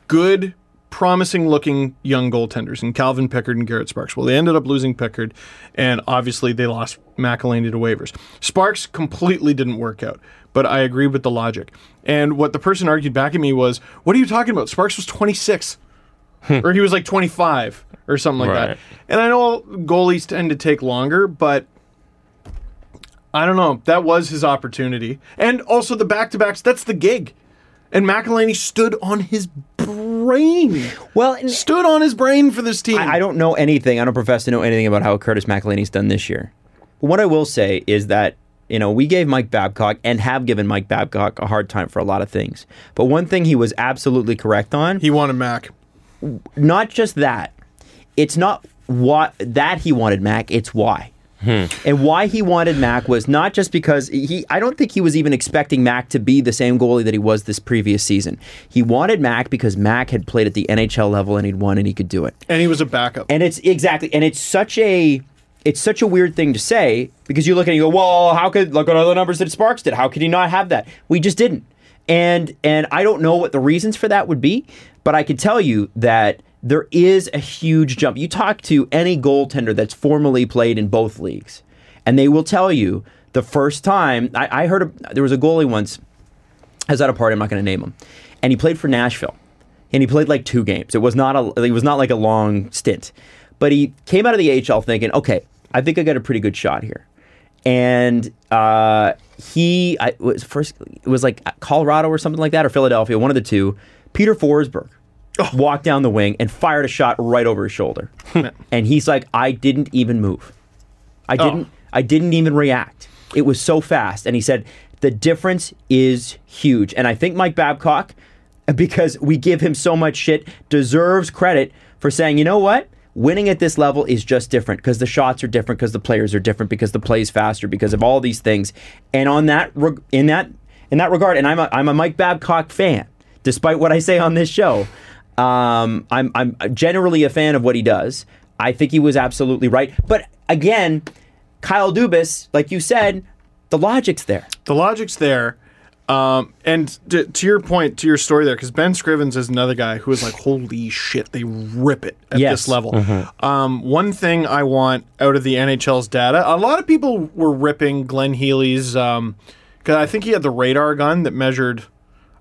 Speaker 4: good, promising looking young goaltenders in Calvin Pickard and Garrett Sparks. Well, they ended up losing Pickard, and obviously they lost McElhaney to waivers. Sparks completely didn't work out, but I agree with the logic. And what the person argued back at me was, What are you talking about? Sparks was 26, or he was like 25, or something like
Speaker 1: Right.
Speaker 4: that. And I know goalies tend to take longer, but. I don't know. That was his opportunity. And also the back to backs, that's the gig. And McElhaney stood on his brain.
Speaker 2: Well, and
Speaker 4: Stood on his brain for this team.
Speaker 2: I, I don't know anything. I don't profess to know anything about how Curtis McElhinney's done this year. But what I will say is that you know we gave Mike Babcock and have given Mike Babcock a hard time for a lot of things. But one thing he was absolutely correct on
Speaker 4: He wanted Mac.
Speaker 2: not just that. It's not what that he wanted Mac. It's why. And why he wanted Mac was not just because he. I don't think he was even expecting Mac to be the same goalie that he was this previous season. He wanted Mac because Mac had played at the NHL level and he'd won and he could do it.
Speaker 4: And he was a backup.
Speaker 2: And it's exactly, and it's such a, it's such a weird thing to say because you look at it and you go, well, how could look at all the numbers that Sparks did? How could he not have that? We just didn't. And and I don't know what the reasons for that would be, but I can tell you that there is a huge jump. You talk to any goaltender that's formerly played in both leagues, and they will tell you the first time I, I heard a, there was a goalie once I was at a party. I'm not going to name him, and he played for Nashville, and he played like two games. It was not a it was not like a long stint, but he came out of the AHL thinking, okay, I think I got a pretty good shot here, and uh, he I it was first it was like Colorado or something like that or Philadelphia, one of the two. Peter Forsberg walked down the wing and fired a shot right over his shoulder, and he's like, I didn't even move. I didn't I didn't even react. It was so fast. And he said, the difference is huge. And I think Mike Babcock, (laughs) because we give him so much shit, deserves credit for saying, you know what? Winning at this level is just different because the shots are different, because the players are different, because the plays faster, because of all these things. And on that reg- in that in that regard, and I'm a, I'm a Mike Babcock fan, despite what I say on this show. Um, I'm I'm generally a fan of what he does. I think he was absolutely right. But again, Kyle Dubas, like you said, the logic's there.
Speaker 4: the logic's there. Um, and to, to your point, to your story there, because Ben Scrivens is another guy who is like, holy shit, they rip it at
Speaker 2: Yes. Mm-hmm.
Speaker 4: this level. Um, one thing I want out of the NHL's data, a lot of people were ripping Glenn Healy's, because I think he had the radar gun that measured,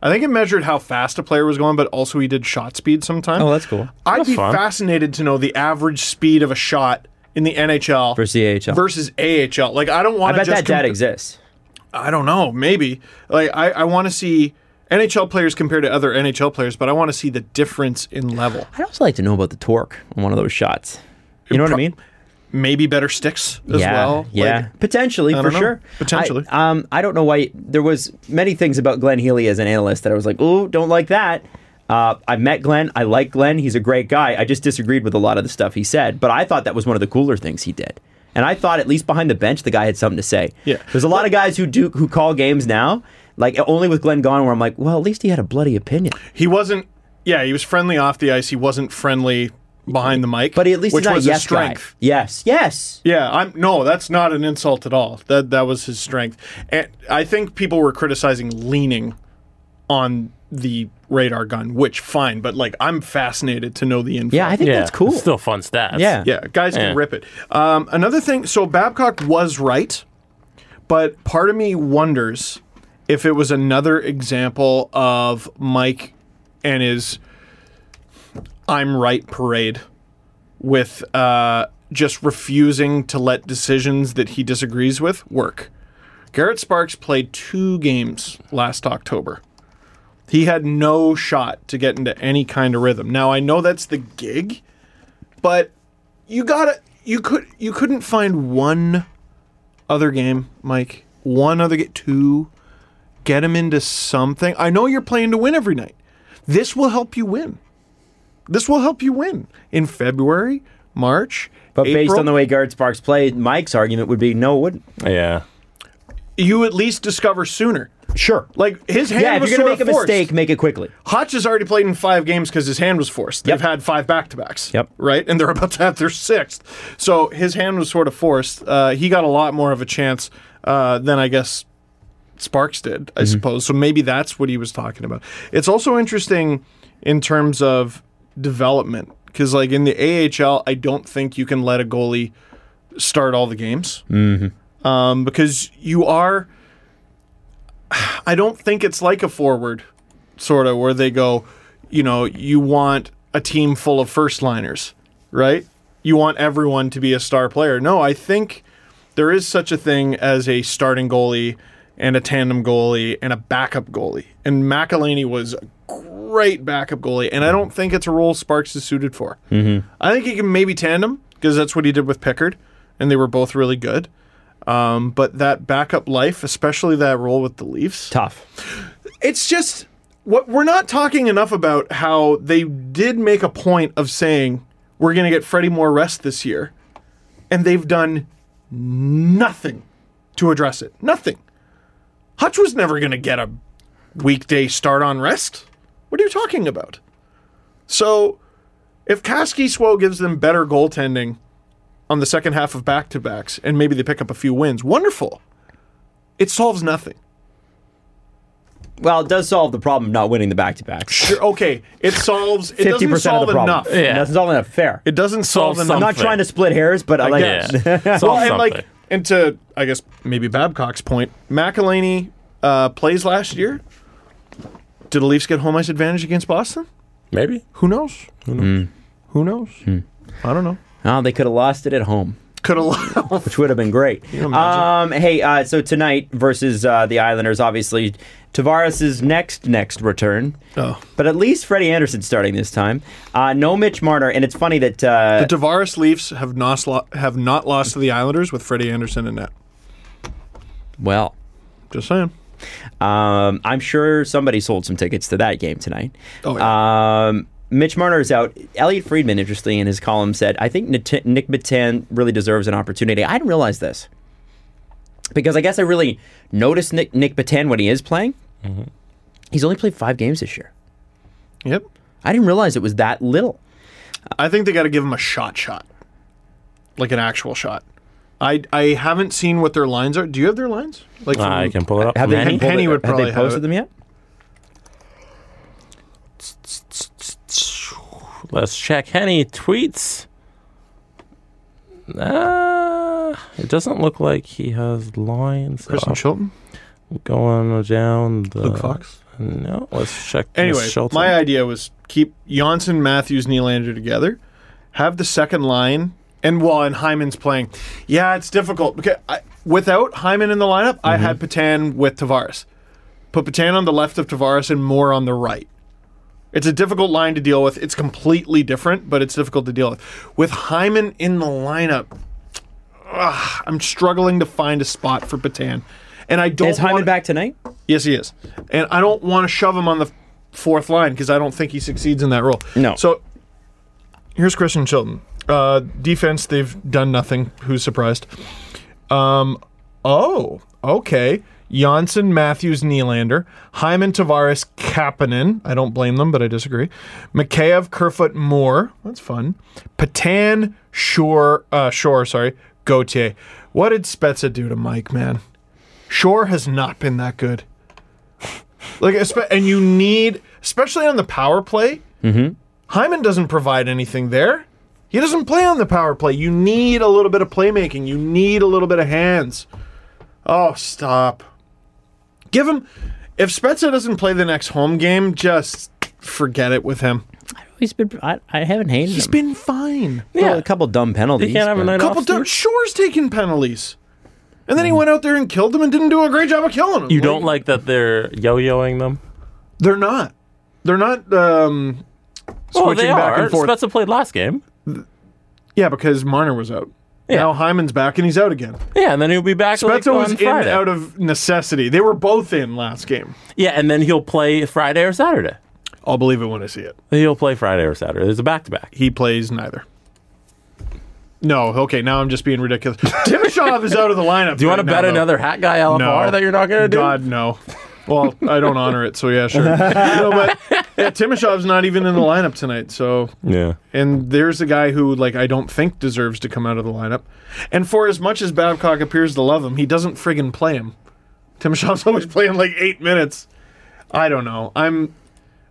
Speaker 4: I think it measured how fast a player was going, but also he did shot speed sometimes.
Speaker 2: Oh, that's cool.
Speaker 4: I'd be
Speaker 1: fun.
Speaker 4: fascinated to know the average speed of a shot in the NHL
Speaker 2: Versus the AHL.
Speaker 4: versus AHL. Like, I don't
Speaker 2: I
Speaker 4: want to
Speaker 2: bet
Speaker 4: just
Speaker 2: that data
Speaker 4: compa-
Speaker 2: exists.
Speaker 4: I don't know. Maybe like I, I want to see NHL players compared to other NHL players, but I want to see the difference in level.
Speaker 2: I'd also like to know about the torque on one of those shots. You know what I
Speaker 4: Pro-
Speaker 2: mean?
Speaker 4: Maybe better sticks as
Speaker 2: yeah,
Speaker 4: well. Like,
Speaker 2: Yeah, potentially
Speaker 4: I
Speaker 2: for
Speaker 4: don't know.
Speaker 2: sure.
Speaker 4: Potentially.
Speaker 2: I, um, I don't know why there was many things about Glenn Healy as an analyst that I was like, oh, don't like that. Uh, I met Glenn. I like Glenn. He's a great guy. I just disagreed with a lot of the stuff he said, but I thought that was one of the cooler things he did. And I thought, at least behind the bench, the guy had something to say.
Speaker 4: Yeah.
Speaker 2: there's a lot of guys who do who call games now, like only with Glenn gone, where I'm like, well, at least he had a bloody opinion.
Speaker 4: he wasn't. Yeah, he was friendly off the ice. He wasn't friendly behind the mic.
Speaker 2: But he at least
Speaker 4: which
Speaker 2: he's not
Speaker 4: was
Speaker 2: a
Speaker 4: his
Speaker 2: yes
Speaker 4: strength.
Speaker 2: guy. Yes, yes.
Speaker 4: Yeah, I'm no, that's not an insult at all. That that was his strength. And I think people were criticizing leaning on the radar gun, which fine, but like I'm fascinated to know the info.
Speaker 2: Yeah, I think
Speaker 1: Yeah,
Speaker 2: that's cool.
Speaker 1: it's still fun stats.
Speaker 2: Yeah.
Speaker 4: Yeah, guys
Speaker 1: Yeah.
Speaker 4: can rip it. Um, another thing, so Babcock was right, but part of me wonders if it was another example of Mike and his I'm right parade with uh, just refusing to let decisions that he disagrees with work. Garrett Sparks played two games last October. He had no shot to get into any kind of rhythm. Now I know that's the gig, but you gotta you could you couldn't find one other game, Mike. One other get two. Get him into something. I know you're playing to win every night. This will help you win. This will help you win in February, March.
Speaker 2: But based
Speaker 4: April.
Speaker 2: on the way Garrett Sparks played, Mike's argument would be no, it wouldn't.
Speaker 1: Yeah.
Speaker 4: you at least discover sooner.
Speaker 2: Sure.
Speaker 4: Like his hand
Speaker 2: yeah, if
Speaker 4: was
Speaker 2: you're gonna
Speaker 4: sort
Speaker 2: make a
Speaker 4: of forced.
Speaker 2: mistake, make it quickly.
Speaker 4: Hotch has already played in five games because his hand was forced. They've
Speaker 2: Yep.
Speaker 4: had five back to backs.
Speaker 2: Yep.
Speaker 4: Right? And they're (laughs) about to have their sixth. So his hand was sort of forced. Uh, he got a lot more of a chance uh, than I guess Sparks did,
Speaker 2: Mm-hmm.
Speaker 4: I suppose. So maybe that's what he was talking about. It's also interesting in terms of development because, like in the AHL, I don't think you can let a goalie start all the games mm-hmm. um, because you are. (sighs) I don't think it's like a forward sort of where they go, you know, you want a team full of first liners, right? You want everyone to be a star player. No, I think there is such a thing as a starting goalie and a tandem goalie and a backup goalie. And McElhaney was a great backup goalie, and I don't think it's a role Sparks is suited for. Mm-hmm. I think he can maybe tandem because that's what he did with Pickard, and they were both really good. Um, but that backup life, especially that role with the Leafs,
Speaker 2: Tough.
Speaker 4: it's just what we're not talking enough about how they did make a point of saying we're going to get Freddie more rest this year and they've done nothing to address it nothing hutch was never going to get a weekday start on rest what are you talking about so if Kasky Swo gives them better goaltending on the second half of back-to-backs and maybe they pick up a few wins wonderful it solves nothing
Speaker 2: Well, it does solve the problem of not winning the back to back. (laughs)
Speaker 4: Sure, okay, it solves. It
Speaker 2: Fifty
Speaker 4: doesn't
Speaker 2: percent
Speaker 4: solve
Speaker 2: of the problem.
Speaker 4: enough.
Speaker 1: Yeah.
Speaker 2: That's all enough. Fair.
Speaker 4: It doesn't solve
Speaker 1: Solve
Speaker 4: enough.
Speaker 2: I'm not
Speaker 1: something.
Speaker 2: trying to split hairs, but I like.
Speaker 1: Yeah. Solve
Speaker 2: (laughs)
Speaker 4: well, and like,
Speaker 1: something.
Speaker 4: and to I guess maybe Babcock's point, McElhaney uh, plays last year. Did the Leafs get home ice advantage against Boston?
Speaker 1: Maybe.
Speaker 4: Who knows? Who knows?
Speaker 1: Hmm.
Speaker 4: Who knows? I don't know.
Speaker 2: Oh, they could have lost it at home.
Speaker 4: Could allow.
Speaker 2: which would have been great. Um, hey, uh, so tonight versus uh, the Islanders, obviously Tavares' next next return.
Speaker 4: Oh.
Speaker 2: But at least Freddie Anderson's starting this time. Uh, no Mitch Marner, and it's funny that
Speaker 4: the
Speaker 2: uh,
Speaker 4: Tavares Leafs have not lo- have not lost to the Islanders with Freddie Anderson in net.
Speaker 2: well,
Speaker 4: Just saying.
Speaker 2: um, I'm sure somebody sold some tickets to that game tonight.
Speaker 4: Oh, yeah.
Speaker 2: Um, Mitch Marner is out. Elliot Friedman, interestingly, in his column said, "I think Nat- Nick Batan really deserves an opportunity." I didn't realize this because I guess I really noticed Nick, Nick Batan when he is playing. He's only played five games this year.
Speaker 4: Yep.
Speaker 2: I didn't realize it was that little.
Speaker 4: I think they got to give him a shot, shot, like an actual shot. I I haven't seen what their lines are. Do you have their lines? Like
Speaker 1: I
Speaker 4: from-
Speaker 1: can pull it up.
Speaker 2: Have they
Speaker 1: Manny?
Speaker 2: pulled
Speaker 4: Penny
Speaker 2: it-
Speaker 4: would
Speaker 2: have
Speaker 4: probably
Speaker 2: they
Speaker 4: have
Speaker 2: posted
Speaker 4: it.
Speaker 2: them yet?
Speaker 1: Let's check Henny tweets. Uh, it doesn't look like he has lines
Speaker 4: Kristen
Speaker 1: up.
Speaker 4: Chilton,
Speaker 1: going down the.
Speaker 4: Luke Fox.
Speaker 1: No, let's check.
Speaker 4: Anyway,
Speaker 1: Miss Shelton.
Speaker 4: my idea was keep Janssen, Matthews, Nylander together, have the second line, and well, and Hyman's playing. Yeah, it's difficult because I, without Hyman in the lineup, I had
Speaker 2: Mm-hmm.
Speaker 4: Patan with Tavares. Put Patan on the left of Tavares and Moore on the right. It's a difficult line to deal with. It's completely different, but it's difficult to deal with. With Hyman in the lineup, ugh, I'm struggling to find a spot for Patan. And I don't
Speaker 2: Is Hyman
Speaker 4: want-
Speaker 2: back tonight?
Speaker 4: Yes, he is. And I don't want to shove him on the fourth line because I don't think he succeeds in that role.
Speaker 2: No.
Speaker 4: So here's Christian Chilton. Uh, defense, they've done nothing. Who's surprised? Um, oh, okay. Janssen, Matthews, Nylander, Hyman, Tavares, Kapanen. I don't blame them, but I disagree. Mikheyev, Kerfoot, Moore. That's fun. Patan, Shore, uh, Shore, sorry, Gautier. What did Spezza do to Mike, man? Shore has not been that good. Like, espe- and you need, especially on the power play. Mm-hmm. Hyman doesn't provide anything there. He doesn't play on the power play. You need a little bit of playmaking. You need a little bit of hands. Oh, stop. Give him. If Spezza doesn't play the next home game, just forget it with him.
Speaker 2: He's been. I, I haven't hated
Speaker 4: He's
Speaker 2: him.
Speaker 4: been fine.
Speaker 2: Well,
Speaker 1: Yeah.
Speaker 2: a couple dumb penalties.
Speaker 1: He can't have a
Speaker 2: but-
Speaker 1: night
Speaker 4: couple
Speaker 1: off. Steve?
Speaker 4: times. Shore's taking penalties. And then he went out there and killed them and didn't do a great job of killing them.
Speaker 1: You don't like that they're yo-yoing them?
Speaker 4: They're not. They're not um, switching
Speaker 1: Well, they
Speaker 4: back
Speaker 1: are.
Speaker 4: and forth.
Speaker 1: Spezza played last game.
Speaker 4: yeah, because Marner was out.
Speaker 1: Yeah.
Speaker 4: Now Hyman's back and he's out again.
Speaker 1: Yeah, and then he'll be back like,
Speaker 4: Spezza
Speaker 1: on
Speaker 4: was in
Speaker 1: Friday.
Speaker 4: out of necessity. They were both in last game.
Speaker 1: yeah, and then he'll play Friday or Saturday.
Speaker 4: I'll believe it when I see it.
Speaker 1: He'll play Friday or Saturday. There's a back-to-back.
Speaker 4: He plays neither. No, okay, now I'm just being
Speaker 1: (laughs)
Speaker 4: ridiculous. Timoshov is out of the lineup.
Speaker 1: Do you want to bet another hat guy LFR
Speaker 4: No.
Speaker 1: that you're not going to do?
Speaker 4: God, no. Well, I don't honor it, so yeah, sure. no,
Speaker 1: (laughs)
Speaker 4: but yeah, Timoshov's not even in the lineup tonight, so
Speaker 1: Yeah.
Speaker 4: And there's a guy who, like, I don't think deserves to come out of the lineup. And for as much as Babcock appears to love him, he doesn't friggin' play him. Tim Shaw's always playing like eight minutes. I don't know. I'm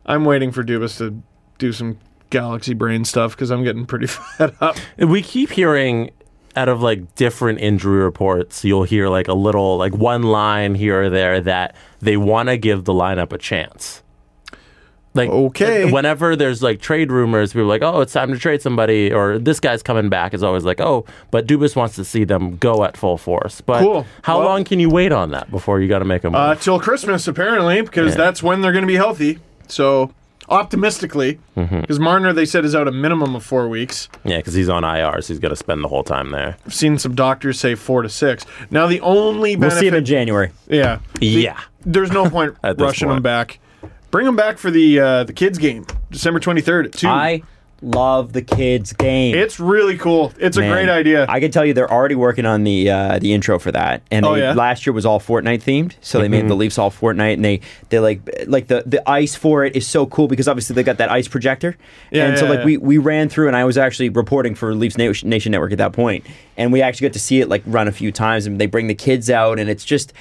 Speaker 4: I'm waiting for Dubas to do some galaxy brain stuff because I'm getting pretty (laughs) fed up.
Speaker 1: We keep hearing out of like different injury reports, you'll hear like a little, like one line here or there that they want to give the lineup a chance. Like,
Speaker 4: Okay.
Speaker 1: uh, whenever there's like trade rumors, people are like, oh, it's time to trade somebody, or this guy's coming back is always like, oh, but Dubas wants to see them go at full force. But
Speaker 4: Cool.
Speaker 1: how
Speaker 4: Well-
Speaker 1: long can you wait on that before you got to make a move?
Speaker 4: Uh, till Christmas, apparently, because that's when they're going to be healthy. So, optimistically, because
Speaker 2: Mm-hmm.
Speaker 4: Marner, they said, is out a minimum of four weeks.
Speaker 1: yeah, because he's on IR, so he's got to spend the whole time there.
Speaker 4: I've seen some doctors say four to six. Now, the only
Speaker 2: We'll
Speaker 4: benefit.
Speaker 2: see him in January.
Speaker 4: yeah. The-
Speaker 1: Yeah.
Speaker 4: There's
Speaker 2: (laughs)
Speaker 4: no point
Speaker 1: At this
Speaker 4: rushing
Speaker 1: point.
Speaker 4: them back. Bring them back for the uh, the kids game, December 23rd at 2.
Speaker 2: I love the kids' game.
Speaker 4: it's really cool. It's a
Speaker 2: Man,
Speaker 4: great idea.
Speaker 2: I can tell you, they're already working on the uh, the intro for that. And
Speaker 4: Oh,
Speaker 2: they-
Speaker 4: yeah?
Speaker 2: last year was all Fortnite themed, so they made the Leafs all Fortnite, and they they like like the the ice for it is so cool because obviously they got that ice projector.
Speaker 4: Yeah,
Speaker 2: and so
Speaker 4: yeah,
Speaker 2: like
Speaker 4: yeah.
Speaker 2: we we ran through, and I was actually reporting for Leafs Na- Nation Network at that point, and we actually got to see it like run a few times, and they bring the kids out, and it's just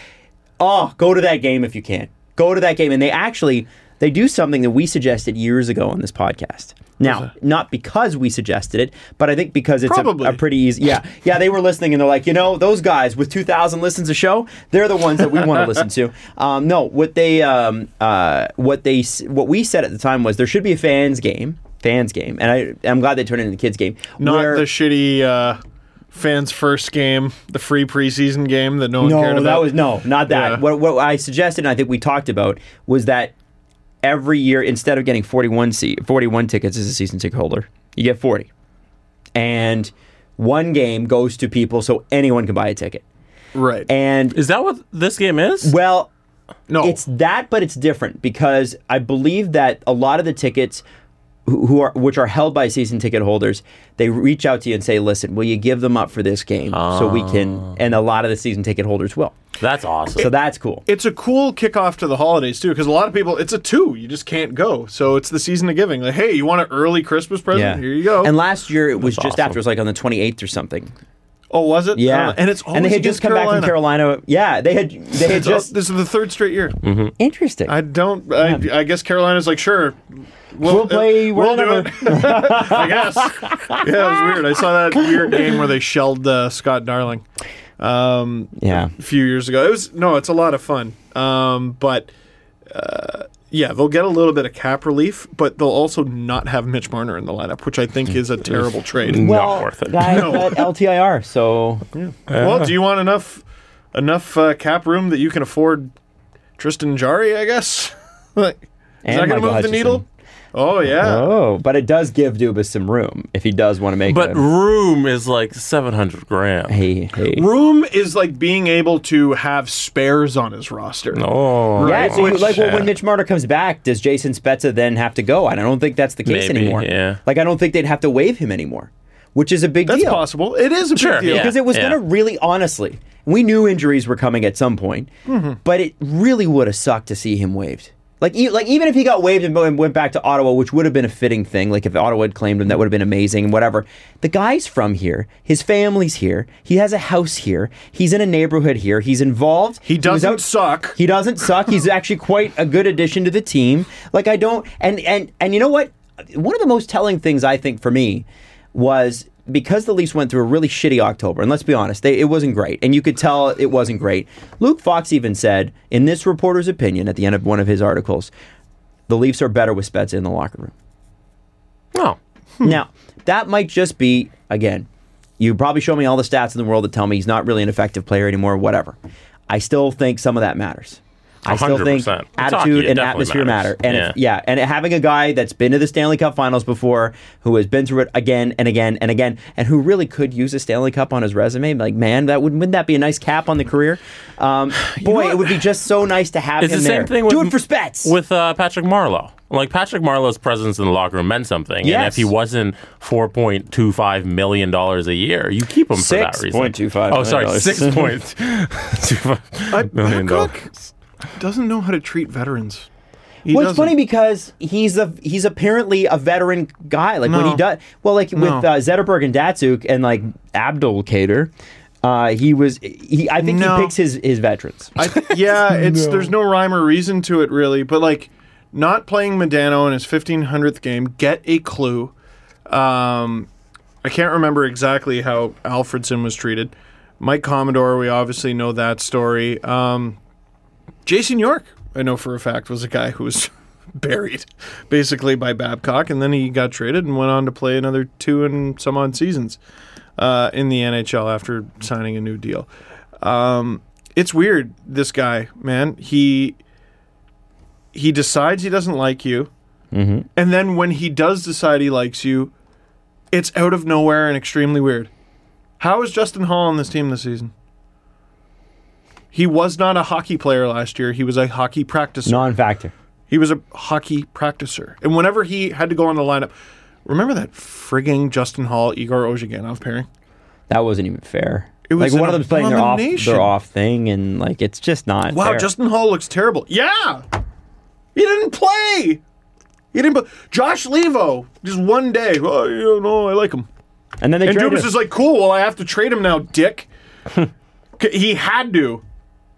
Speaker 2: oh, go to that game if you can. Go to that game, and they actually. They do something that we suggested years ago on this podcast. Now, not because we suggested it, but I think because it's a-
Speaker 4: Probably.
Speaker 2: a, pretty easy. Yeah, yeah. They were listening, and they're like, you know, those guys with two thousand listens a show, they're the ones that we want to listen to.
Speaker 4: (laughs)
Speaker 2: Um, no, what they, um, uh, what they, s- what we said at the time was there should be a fans game, fans game, and I, I'm glad they turned it into the kids game.
Speaker 4: Not
Speaker 2: where-
Speaker 4: the shitty uh, fans first game, the free preseason game that no one cared
Speaker 2: No,
Speaker 4: about.
Speaker 2: that was no, not that.
Speaker 4: Yeah.
Speaker 2: What what I suggested, and I think we talked about, was that every year instead of getting 41 seat, 41 tickets as a season ticket holder, you get 40, and one game goes to people so anyone can buy a ticket.
Speaker 4: right.
Speaker 2: And
Speaker 1: Is that what this game is?
Speaker 2: well,
Speaker 4: no,
Speaker 2: it's that, but it's different because I believe that a lot of the tickets who who are which are held by season ticket holders, they reach out to you and say, "Listen, will you give them up for this game so we
Speaker 4: Ah.
Speaker 2: can?" And a lot of the season ticket holders will.
Speaker 1: That's awesome.
Speaker 2: So that's cool.
Speaker 4: it's a cool kickoff to the holidays too, because a lot of people, it's a two. You just can't go, so it's the season of giving. Like, hey, you want an early Christmas present? Here you go.
Speaker 2: And last year it was just
Speaker 1: awesome.
Speaker 2: after it was like on the 28th or something.
Speaker 4: oh, was it? I don't know. and it's always
Speaker 2: and they had
Speaker 4: against
Speaker 2: just come back from Carolina. Yeah, they had they had
Speaker 4: (laughs) It's al-
Speaker 2: just
Speaker 4: this is the third straight year.
Speaker 2: interesting.
Speaker 4: I don't. I, I guess Carolina's like, sure, we'll, uh,
Speaker 2: play
Speaker 4: we'll do
Speaker 2: whenever.
Speaker 4: it. (laughs) I guess. Yeah, it was weird. I saw that weird game where they shelled uh, Scott Darling. Um,
Speaker 2: yeah.
Speaker 4: a few years ago. It was no, it's a lot of fun. Um, but uh, yeah, they'll get a little bit of cap relief, but they'll also not have Mitch Marner in the lineup, which I think is a terrible trade.
Speaker 1: Well, Not worth it.
Speaker 2: guys
Speaker 4: No.
Speaker 2: at LTIR. So
Speaker 4: well, do you want enough enough uh, cap room that you can afford Tristan Jari? I guess. (laughs) like, is
Speaker 2: And
Speaker 4: that going to
Speaker 2: Michael
Speaker 4: move
Speaker 2: Hutchison.
Speaker 4: the needle? Oh yeah.
Speaker 2: oh, but it does give Dubas some room if he does want to make.
Speaker 1: but
Speaker 2: a,
Speaker 1: room is like 700 grand.
Speaker 2: hey, hey.
Speaker 4: Room is like being able to have spares on his roster.
Speaker 1: Oh,
Speaker 2: Yeah, so you-
Speaker 4: Which-
Speaker 2: like well, when Mitch Marner comes back, does Jason Spezza then have to go? And I don't think that's the case
Speaker 1: Maybe,
Speaker 2: anymore.
Speaker 1: yeah.
Speaker 2: Like I don't think they'd have to waive him anymore, which is a big
Speaker 4: That's
Speaker 2: deal.
Speaker 4: possible. It is a
Speaker 1: Sure,
Speaker 4: big deal.
Speaker 1: yeah.
Speaker 2: because it was going to really honestly we knew injuries were coming at some point
Speaker 4: Mm-hmm.
Speaker 2: but it really would have sucked to see him waived like, e- like even if he got waived and, and went back to Ottawa, which would have been a fitting thing. Like if Ottawa had claimed him, that would have been amazing and whatever. The guy's from here. His family's here. He has a house here. He's in a neighborhood here. He's involved.
Speaker 4: He
Speaker 2: was
Speaker 4: doesn't
Speaker 2: out-
Speaker 4: suck.
Speaker 2: He doesn't suck. He's actually quite a good addition to the team. Like I don't and and and you know what? One of the most telling things I think for me was because the Leafs went through a really shitty October, and let's be honest, they, it wasn't great, and you could tell it wasn't great. Luke Fox even said, in this reporter's opinion, at the end of one of his articles, the Leafs are better with Spezza in the locker room.
Speaker 1: Oh.
Speaker 2: Now, that might just be, again, you probably show me all the stats in the world that tell me he's not really an effective player anymore, whatever. I still think some of that matters. I still
Speaker 1: 100%.
Speaker 2: think
Speaker 1: It's hockey,
Speaker 2: attitude
Speaker 1: it
Speaker 2: and
Speaker 1: definitely
Speaker 2: atmosphere
Speaker 1: matters.
Speaker 2: matter. And if- yeah. and having a guy that's been to the Stanley Cup finals before, who has been through it again and again and again, and who really could use a Stanley Cup on his resume, like, man, that would, wouldn't that be a nice cap on the career?
Speaker 1: (sighs)
Speaker 2: Um, boy, it would be just so nice to have
Speaker 1: It's
Speaker 2: him
Speaker 1: the same
Speaker 2: there.
Speaker 1: thing with
Speaker 2: Do it for Spets.
Speaker 1: with uh, Patrick Marlowe. Like Patrick Marlowe's presence in the locker room meant something, and
Speaker 2: Yes.
Speaker 1: if he wasn't four point two five million dollars a year, you keep him for that reason.
Speaker 2: $6.25
Speaker 1: Oh, sorry, (laughs)
Speaker 2: million.
Speaker 1: six point two
Speaker 4: I, (laughs)
Speaker 1: five million dollars.
Speaker 4: Babcock doesn't know how to treat veterans. He
Speaker 2: Well, it's
Speaker 4: doesn't.
Speaker 2: funny because he's a he's apparently a veteran guy. Like when he
Speaker 4: No.
Speaker 2: does well, like with
Speaker 4: No.
Speaker 2: uh, Zetterberg and Datsuk and like Abdul Kader, Uh, he was. He, I think
Speaker 4: No.
Speaker 2: he picks his his veterans.
Speaker 4: I th- yeah, it's there's no rhyme or reason to it really, but like not playing Medano in his 1500th game, get a clue. Um, I can't remember exactly how Alfredson was treated. Mike Commodore, we obviously know that story. Um, Jason York, I know for a fact, was a guy who was buried basically by Babcock, and then he got traded and went on to play another two and some odd seasons uh, in the NHL after signing a new deal. Um, it's weird, this guy, man. He he decides he doesn't like you, and then when he does decide he likes you, it's out of nowhere and extremely weird. How is Justin Hall on this team this season? He was not a hockey player last year. He was a hockey practicer.
Speaker 2: Non-factor.
Speaker 4: He was a hockey practicer. And whenever he had to go on the lineup, remember that frigging Justin Hall, Igor Ozhiganov pairing?
Speaker 2: That wasn't even fair.
Speaker 4: It was
Speaker 2: like one
Speaker 4: an
Speaker 2: of them's playing their off
Speaker 4: abomination.
Speaker 2: their off thing, and like it's just not.
Speaker 4: Wow,
Speaker 2: fair.
Speaker 4: Justin Hall looks terrible. Yeah. He didn't play. He didn't play. Josh Levo, just one day. Oh, you don't know, I like him.
Speaker 2: and then they
Speaker 4: And
Speaker 2: traded
Speaker 4: Dubas
Speaker 2: him.
Speaker 4: is like, cool, well, I have to trade him
Speaker 2: (laughs)
Speaker 4: now, dick. 'Kay, he had to.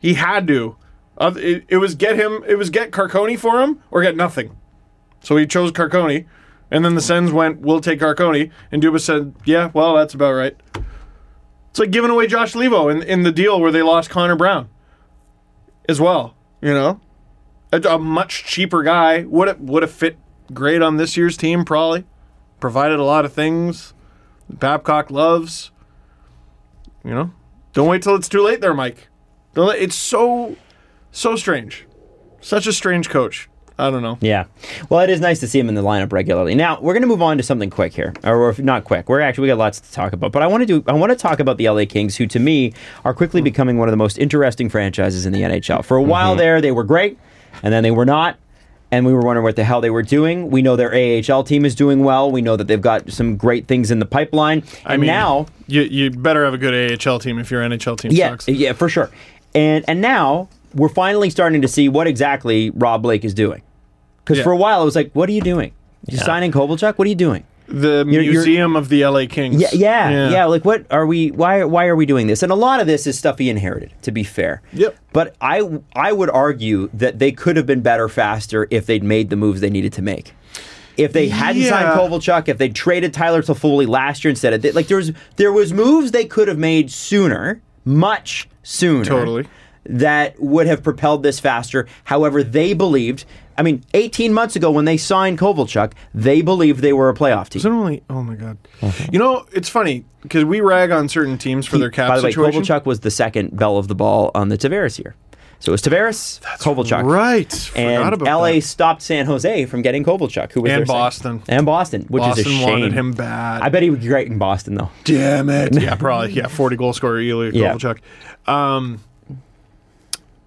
Speaker 4: He had to. Uh, it, it was get him, it was get Carcone for him or get nothing. So he chose Carcone. And then the Sens went, we'll take Carcone. And Dubas said, yeah, well, that's about right. It's like giving away Josh Levo in, in the deal where they lost Connor Brown as well, you know? A, a much cheaper guy. Would it, would have fit great on this year's team, probably. Provided a lot of things. Babcock loves. You know, don't wait till it's too late, there, Mike. Don't let, it's so, so strange. Such a strange coach. I don't know.
Speaker 2: Yeah. Well, it is nice to see him in the lineup regularly. Now we're going to move on to something quick here, or if- not quick. We're actually we got lots to talk about, but I want to do I want to talk about the LA Kings, who to me are quickly
Speaker 4: Hmm.
Speaker 2: becoming one of the most interesting franchises in the NHL.
Speaker 4: Mm-hmm.
Speaker 2: For a while there, they were great, and then they were not. And we were wondering what the hell they were doing. We know their AHL team is doing well. We know that they've got some great things in the pipeline. And
Speaker 4: I mean,
Speaker 2: now
Speaker 4: you you better have a good AHL team if your NHL team
Speaker 2: yeah,
Speaker 4: sucks.
Speaker 2: yeah, for sure. And and now we're finally starting to see what exactly Rob Blake is doing. Because
Speaker 4: Yeah.
Speaker 2: for a while I was like, what are you doing? You
Speaker 1: Yeah.
Speaker 2: signing Kovalchuk? What are you doing?
Speaker 4: The
Speaker 2: you're-
Speaker 4: museum of the LA Kings.
Speaker 2: Yeah, yeah, yeah, Like, what are we? Why? Why are we doing this? And a lot of this is stuff he inherited. To be fair.
Speaker 4: Yep.
Speaker 2: But I, I would argue that they could have been better faster if they'd made the moves they needed to make. If they hadn't signed
Speaker 4: Yeah.
Speaker 2: Kovalchuk, if they traded Tyler Toffoli last year instead of th- like there was there was moves they could have made sooner, much sooner.
Speaker 4: Totally.
Speaker 2: That would have propelled this faster. However, they believed. I mean, 18 months ago when they signed Kovalchuk, they believed they were a playoff team.
Speaker 4: Is it only? Oh my god.
Speaker 2: Uh-huh.
Speaker 4: You know, it's funny because we rag on certain teams for their cap
Speaker 2: By the
Speaker 4: situation.
Speaker 2: way, Kovalchuk was the second bell of the ball on the Tavares year. So it was Tavares, Kovalchuk.
Speaker 4: right. Forgot
Speaker 2: And
Speaker 4: about
Speaker 2: LA
Speaker 4: that.
Speaker 2: stopped San Jose from getting Kovalchuk, who was
Speaker 4: And
Speaker 2: their second-
Speaker 4: Boston.
Speaker 2: and Boston, which is a
Speaker 4: Boston
Speaker 2: shame.
Speaker 4: wanted him bad.
Speaker 2: I bet he would be great in Boston, though.
Speaker 4: Damn
Speaker 2: (laughs)
Speaker 4: it. Yeah, probably. Yeah, 40 goal scorer Ilya
Speaker 2: Yeah.
Speaker 4: Kovalchuk. Um,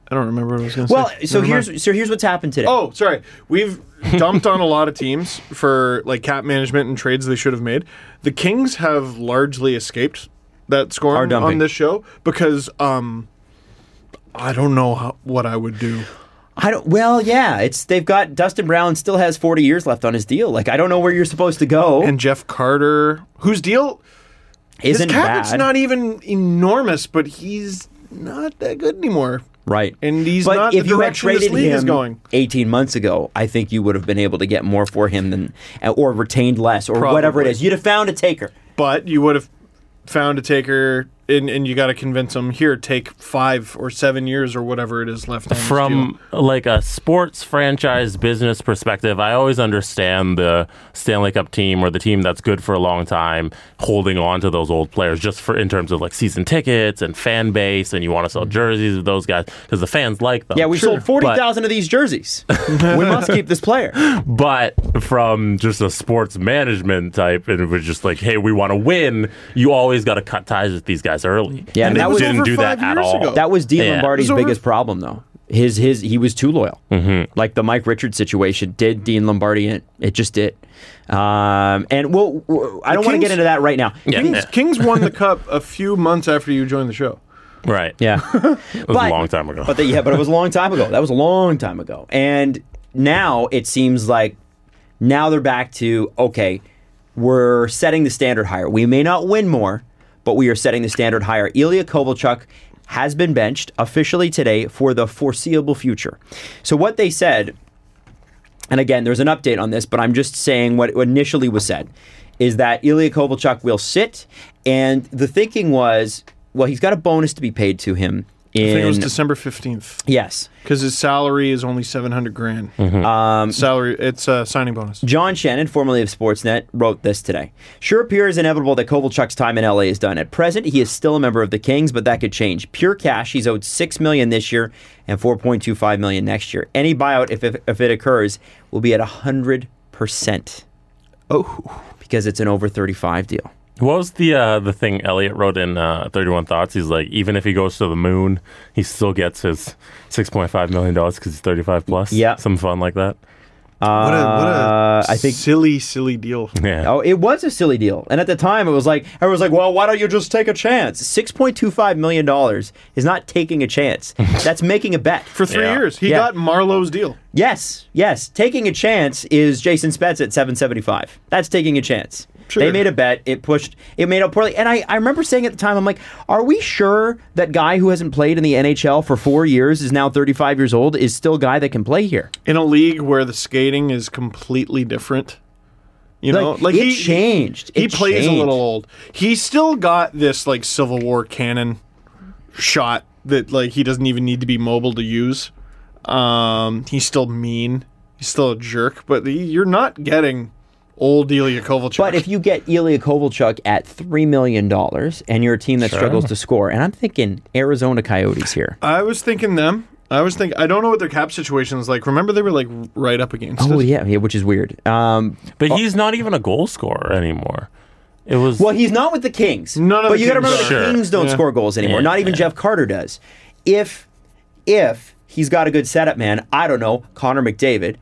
Speaker 4: I don't remember what I was going to
Speaker 2: Well,
Speaker 4: say.
Speaker 2: so
Speaker 4: Never mind.
Speaker 2: here's so here's what's happened today.
Speaker 4: Oh, sorry. We've dumped on a lot of teams for like cap management and trades they should have made. The Kings have largely escaped that
Speaker 2: Our
Speaker 4: scoring
Speaker 2: dumping.
Speaker 4: on this show because um, I don't know how, what I would do.
Speaker 2: I don't. Well, yeah, it's they've got Dustin Brown still has 40 years left on his deal. Like I don't know where you're supposed to go.
Speaker 4: And Jeff Carter, whose deal
Speaker 2: Isn't
Speaker 4: his cap is
Speaker 2: bad,
Speaker 4: not even enormous, but he's not that good anymore.
Speaker 2: right?
Speaker 4: and he's
Speaker 2: but
Speaker 4: not
Speaker 2: if
Speaker 4: the
Speaker 2: you had
Speaker 4: direction this
Speaker 2: traded
Speaker 4: league
Speaker 2: him
Speaker 4: is going.
Speaker 2: 18 months ago, I think you would have been able to get more for him than, or retained less, or whatever it
Speaker 4: Probably.
Speaker 2: is. You'd have found a taker.
Speaker 4: but you would have found a taker and, and you got to convince them here take five or seven years or whatever it is left on this
Speaker 1: From
Speaker 4: deal."
Speaker 1: like a sports franchise business perspective, I always understand the Stanley Cup team or the team that's good for a long time holding on to those old players just for in terms of like season tickets and fan base, and you want to sell jerseys of those guys because the fans like them.
Speaker 2: Mm-hmm. Yeah, we sold
Speaker 1: But-
Speaker 2: 40,000 of these (laughs) jerseys. we must keep this player.
Speaker 1: But from just a sports management type, and it was just like, hey, we want to win. You always got to cut ties with these guys early.
Speaker 2: Yeah,
Speaker 1: and
Speaker 2: that
Speaker 1: they
Speaker 2: was
Speaker 1: didn't
Speaker 4: over
Speaker 1: do that at
Speaker 4: five years
Speaker 1: all.
Speaker 4: ago.
Speaker 2: That was Dean
Speaker 1: Yeah.
Speaker 2: Lombardi's
Speaker 4: So we're-
Speaker 2: biggest problem though. His his he was too loyal. Like the Mike Richards situation did Dean Lombardi in. It just did. Um, and we'll, we'll- I don't want to get
Speaker 4: Kings-
Speaker 2: into that right now.
Speaker 1: Yeah,
Speaker 4: Kings,
Speaker 2: (laughs)
Speaker 4: Kings won the cup a few months after you joined the show.
Speaker 1: right.
Speaker 2: (laughs) Yeah.
Speaker 1: it was a long time ago.
Speaker 2: But the, yeah, but it was a long time ago. That was a long time ago. And now it seems like now they're back to okay, we're setting the standard higher. We may not win more, but we are setting the standard higher. Ilya Kovalchuk has been benched officially today for the foreseeable future. So what they said and again, there's an update on this, but I'm just saying what initially was said is that Ilya Kovalchuk will sit, and the thinking was, well, he's got a bonus to be paid to him in
Speaker 4: I think it was December 15th.
Speaker 2: yes.
Speaker 4: Because his salary is only 700 grand.
Speaker 2: Mm-hmm.
Speaker 4: Um, salary, it's a signing bonus.
Speaker 2: John Shannon, formerly of Sportsnet, wrote this today. Sure appears inevitable that Kovalchuk's time in LA is done. At present, he is still a member of the Kings, but that could change. Pure cash, he's owed six million this year and four point two five million next year. Any buyout, if, if, if it occurs, will be at hundred percent. Oh, because it's an over thirty five deal.
Speaker 1: What was the uh, the thing Elliot wrote in uh, Thirty One Thoughts? He's like, even if he goes to the moon, he still gets his six point five million dollars because he's thirty five plus.
Speaker 2: Yeah.
Speaker 1: some fun like that.
Speaker 4: what a, what
Speaker 2: Uh, I think-
Speaker 4: silly,
Speaker 2: (laughs)
Speaker 4: silly deal.
Speaker 1: Yeah.
Speaker 2: Oh, it was a silly deal. And at the time, it was like, everyone was like, well, why don't you just take a chance? $6.25 million is not taking a chance. That's making a bet.
Speaker 4: For three
Speaker 1: Yeah.
Speaker 4: years, he
Speaker 2: Yeah.
Speaker 4: got Marlowe's deal.
Speaker 2: Yes, yes. Taking a chance is Jason Spetz at 775. That's taking a chance.
Speaker 4: Sure.
Speaker 2: They made a bet. It pushed, it made up poorly. And I, I remember saying at the time, I'm like, are we sure that guy who hasn't played in the NHL for four years is now 35 years old is still a guy that can play here?
Speaker 4: In a league where the skating is completely different. You know,
Speaker 2: Like, it changed.
Speaker 4: He
Speaker 2: It
Speaker 4: plays a
Speaker 2: changed.
Speaker 4: little old. He still got this like Civil War cannon shot that like he doesn't even need to be mobile to use. Um, he's still mean. He's still a jerk. But he, you're not getting old Ilya Kovalchuk.
Speaker 2: But if you get Ilya Kovalchuk at three million dollars, and you're a team that struggles to score, and I'm thinking Arizona Coyotes here.
Speaker 4: I was thinking them. I was thinking. I don't know what their cap situation is like. Remember, they were like right up against.
Speaker 2: Oh
Speaker 4: us?
Speaker 2: yeah, yeah, which is weird. Um,
Speaker 1: But he's not even a goal scorer anymore. It was
Speaker 2: well, he's not with the Kings.
Speaker 4: None of
Speaker 2: but
Speaker 4: the
Speaker 2: you got to
Speaker 4: Kings
Speaker 2: remember
Speaker 1: are.
Speaker 2: the
Speaker 1: Sure.
Speaker 2: Kings don't
Speaker 4: Yeah.
Speaker 2: score goals anymore.
Speaker 1: Yeah,
Speaker 2: Not even
Speaker 1: yeah.
Speaker 2: Jeff Carter does. If if he's got a good setup man, I don't know Connor
Speaker 4: (laughs)
Speaker 2: McDavid.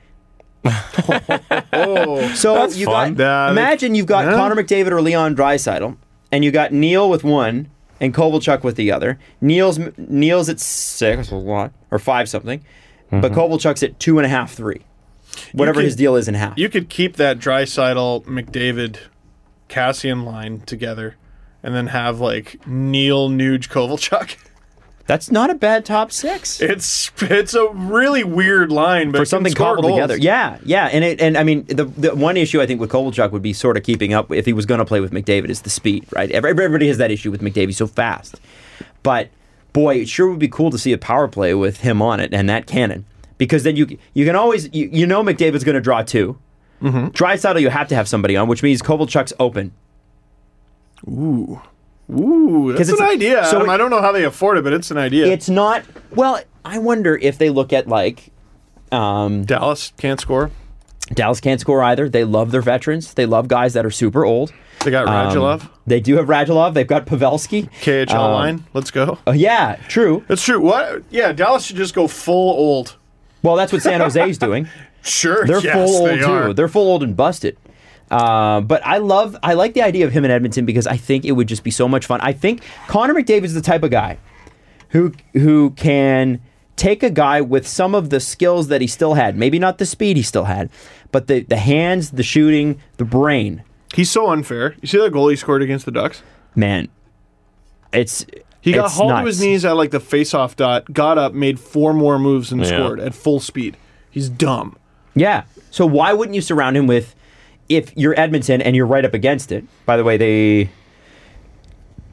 Speaker 4: Oh,
Speaker 2: So
Speaker 1: That's
Speaker 2: you
Speaker 1: fun.
Speaker 2: got
Speaker 4: Nah,
Speaker 2: imagine you've got
Speaker 4: yeah.
Speaker 2: Connor McDavid or Leon Dreisidel, and you got Neil with one and Kovalchuk with the other. Neil's Neil's at six or five something, but
Speaker 1: Mm-hmm.
Speaker 2: Kovalchuk's at two and a half, three, whatever
Speaker 4: could-
Speaker 2: his deal is in half.
Speaker 4: you could keep that Drysidle McDavid Cassian line together, and then have like Neil Nuge Kovalchuk. (laughs)
Speaker 2: That's not a bad top six.
Speaker 4: It's it's a really weird line, but
Speaker 2: for something cobbled together. Yeah, yeah, and it and I mean the the one issue I think with Kovalchuk would be sort of keeping up if he was going to play with McDavid is the speed, right? Every- Everybody has that issue with McDavid he's so fast, but boy, it sure would be cool to see a power play with him on it and that cannon because then you you can always you, you know McDavid's going to draw 2 Mm-hmm. you have to have somebody on, which means Kovalchuk's open.
Speaker 4: Ooh,
Speaker 2: 'Cause
Speaker 4: that's an
Speaker 2: it's-
Speaker 4: idea.
Speaker 2: so
Speaker 4: Adam.
Speaker 2: it-
Speaker 4: I don't know how they afford it, but it's an idea.
Speaker 2: It's not well. I wonder if they look at like um,
Speaker 4: Dallas can't score.
Speaker 2: Dallas can't score either. They love their veterans. They love guys that are super old.
Speaker 4: They got
Speaker 2: Um,
Speaker 4: Radulov,
Speaker 2: They do have Radulov. They've got Pavelski.
Speaker 4: KHL
Speaker 2: Um,
Speaker 4: line. Let's go.
Speaker 2: uh, yeah, true.
Speaker 4: That's true. What? Yeah, Dallas should just go full old.
Speaker 2: Well, that's what
Speaker 4: (laughs)
Speaker 2: San Jose's doing.
Speaker 4: Sure,
Speaker 2: They're
Speaker 4: yes,
Speaker 2: full old
Speaker 4: they are.
Speaker 2: too. They're full old and busted. Uh, but I love, I like the idea of him in Edmonton because I think it would just be so much fun. I think Connor McDavid's the type of guy who who can take a guy with some of the skills that he still had, maybe not the speed he still had, but the the hands, the shooting, the brain.
Speaker 4: He's so unfair. You see that goal he scored against the Ducks?
Speaker 2: Man, it's
Speaker 4: He got
Speaker 2: it's
Speaker 4: hauled to
Speaker 2: nuts.
Speaker 4: his knees at like the face-off dot, got up, made four more moves, and
Speaker 1: Yeah.
Speaker 4: scored at full speed. He's dumb.
Speaker 2: Yeah. So why wouldn't you surround him with if you're Edmonton and you're right up against it? By the way, they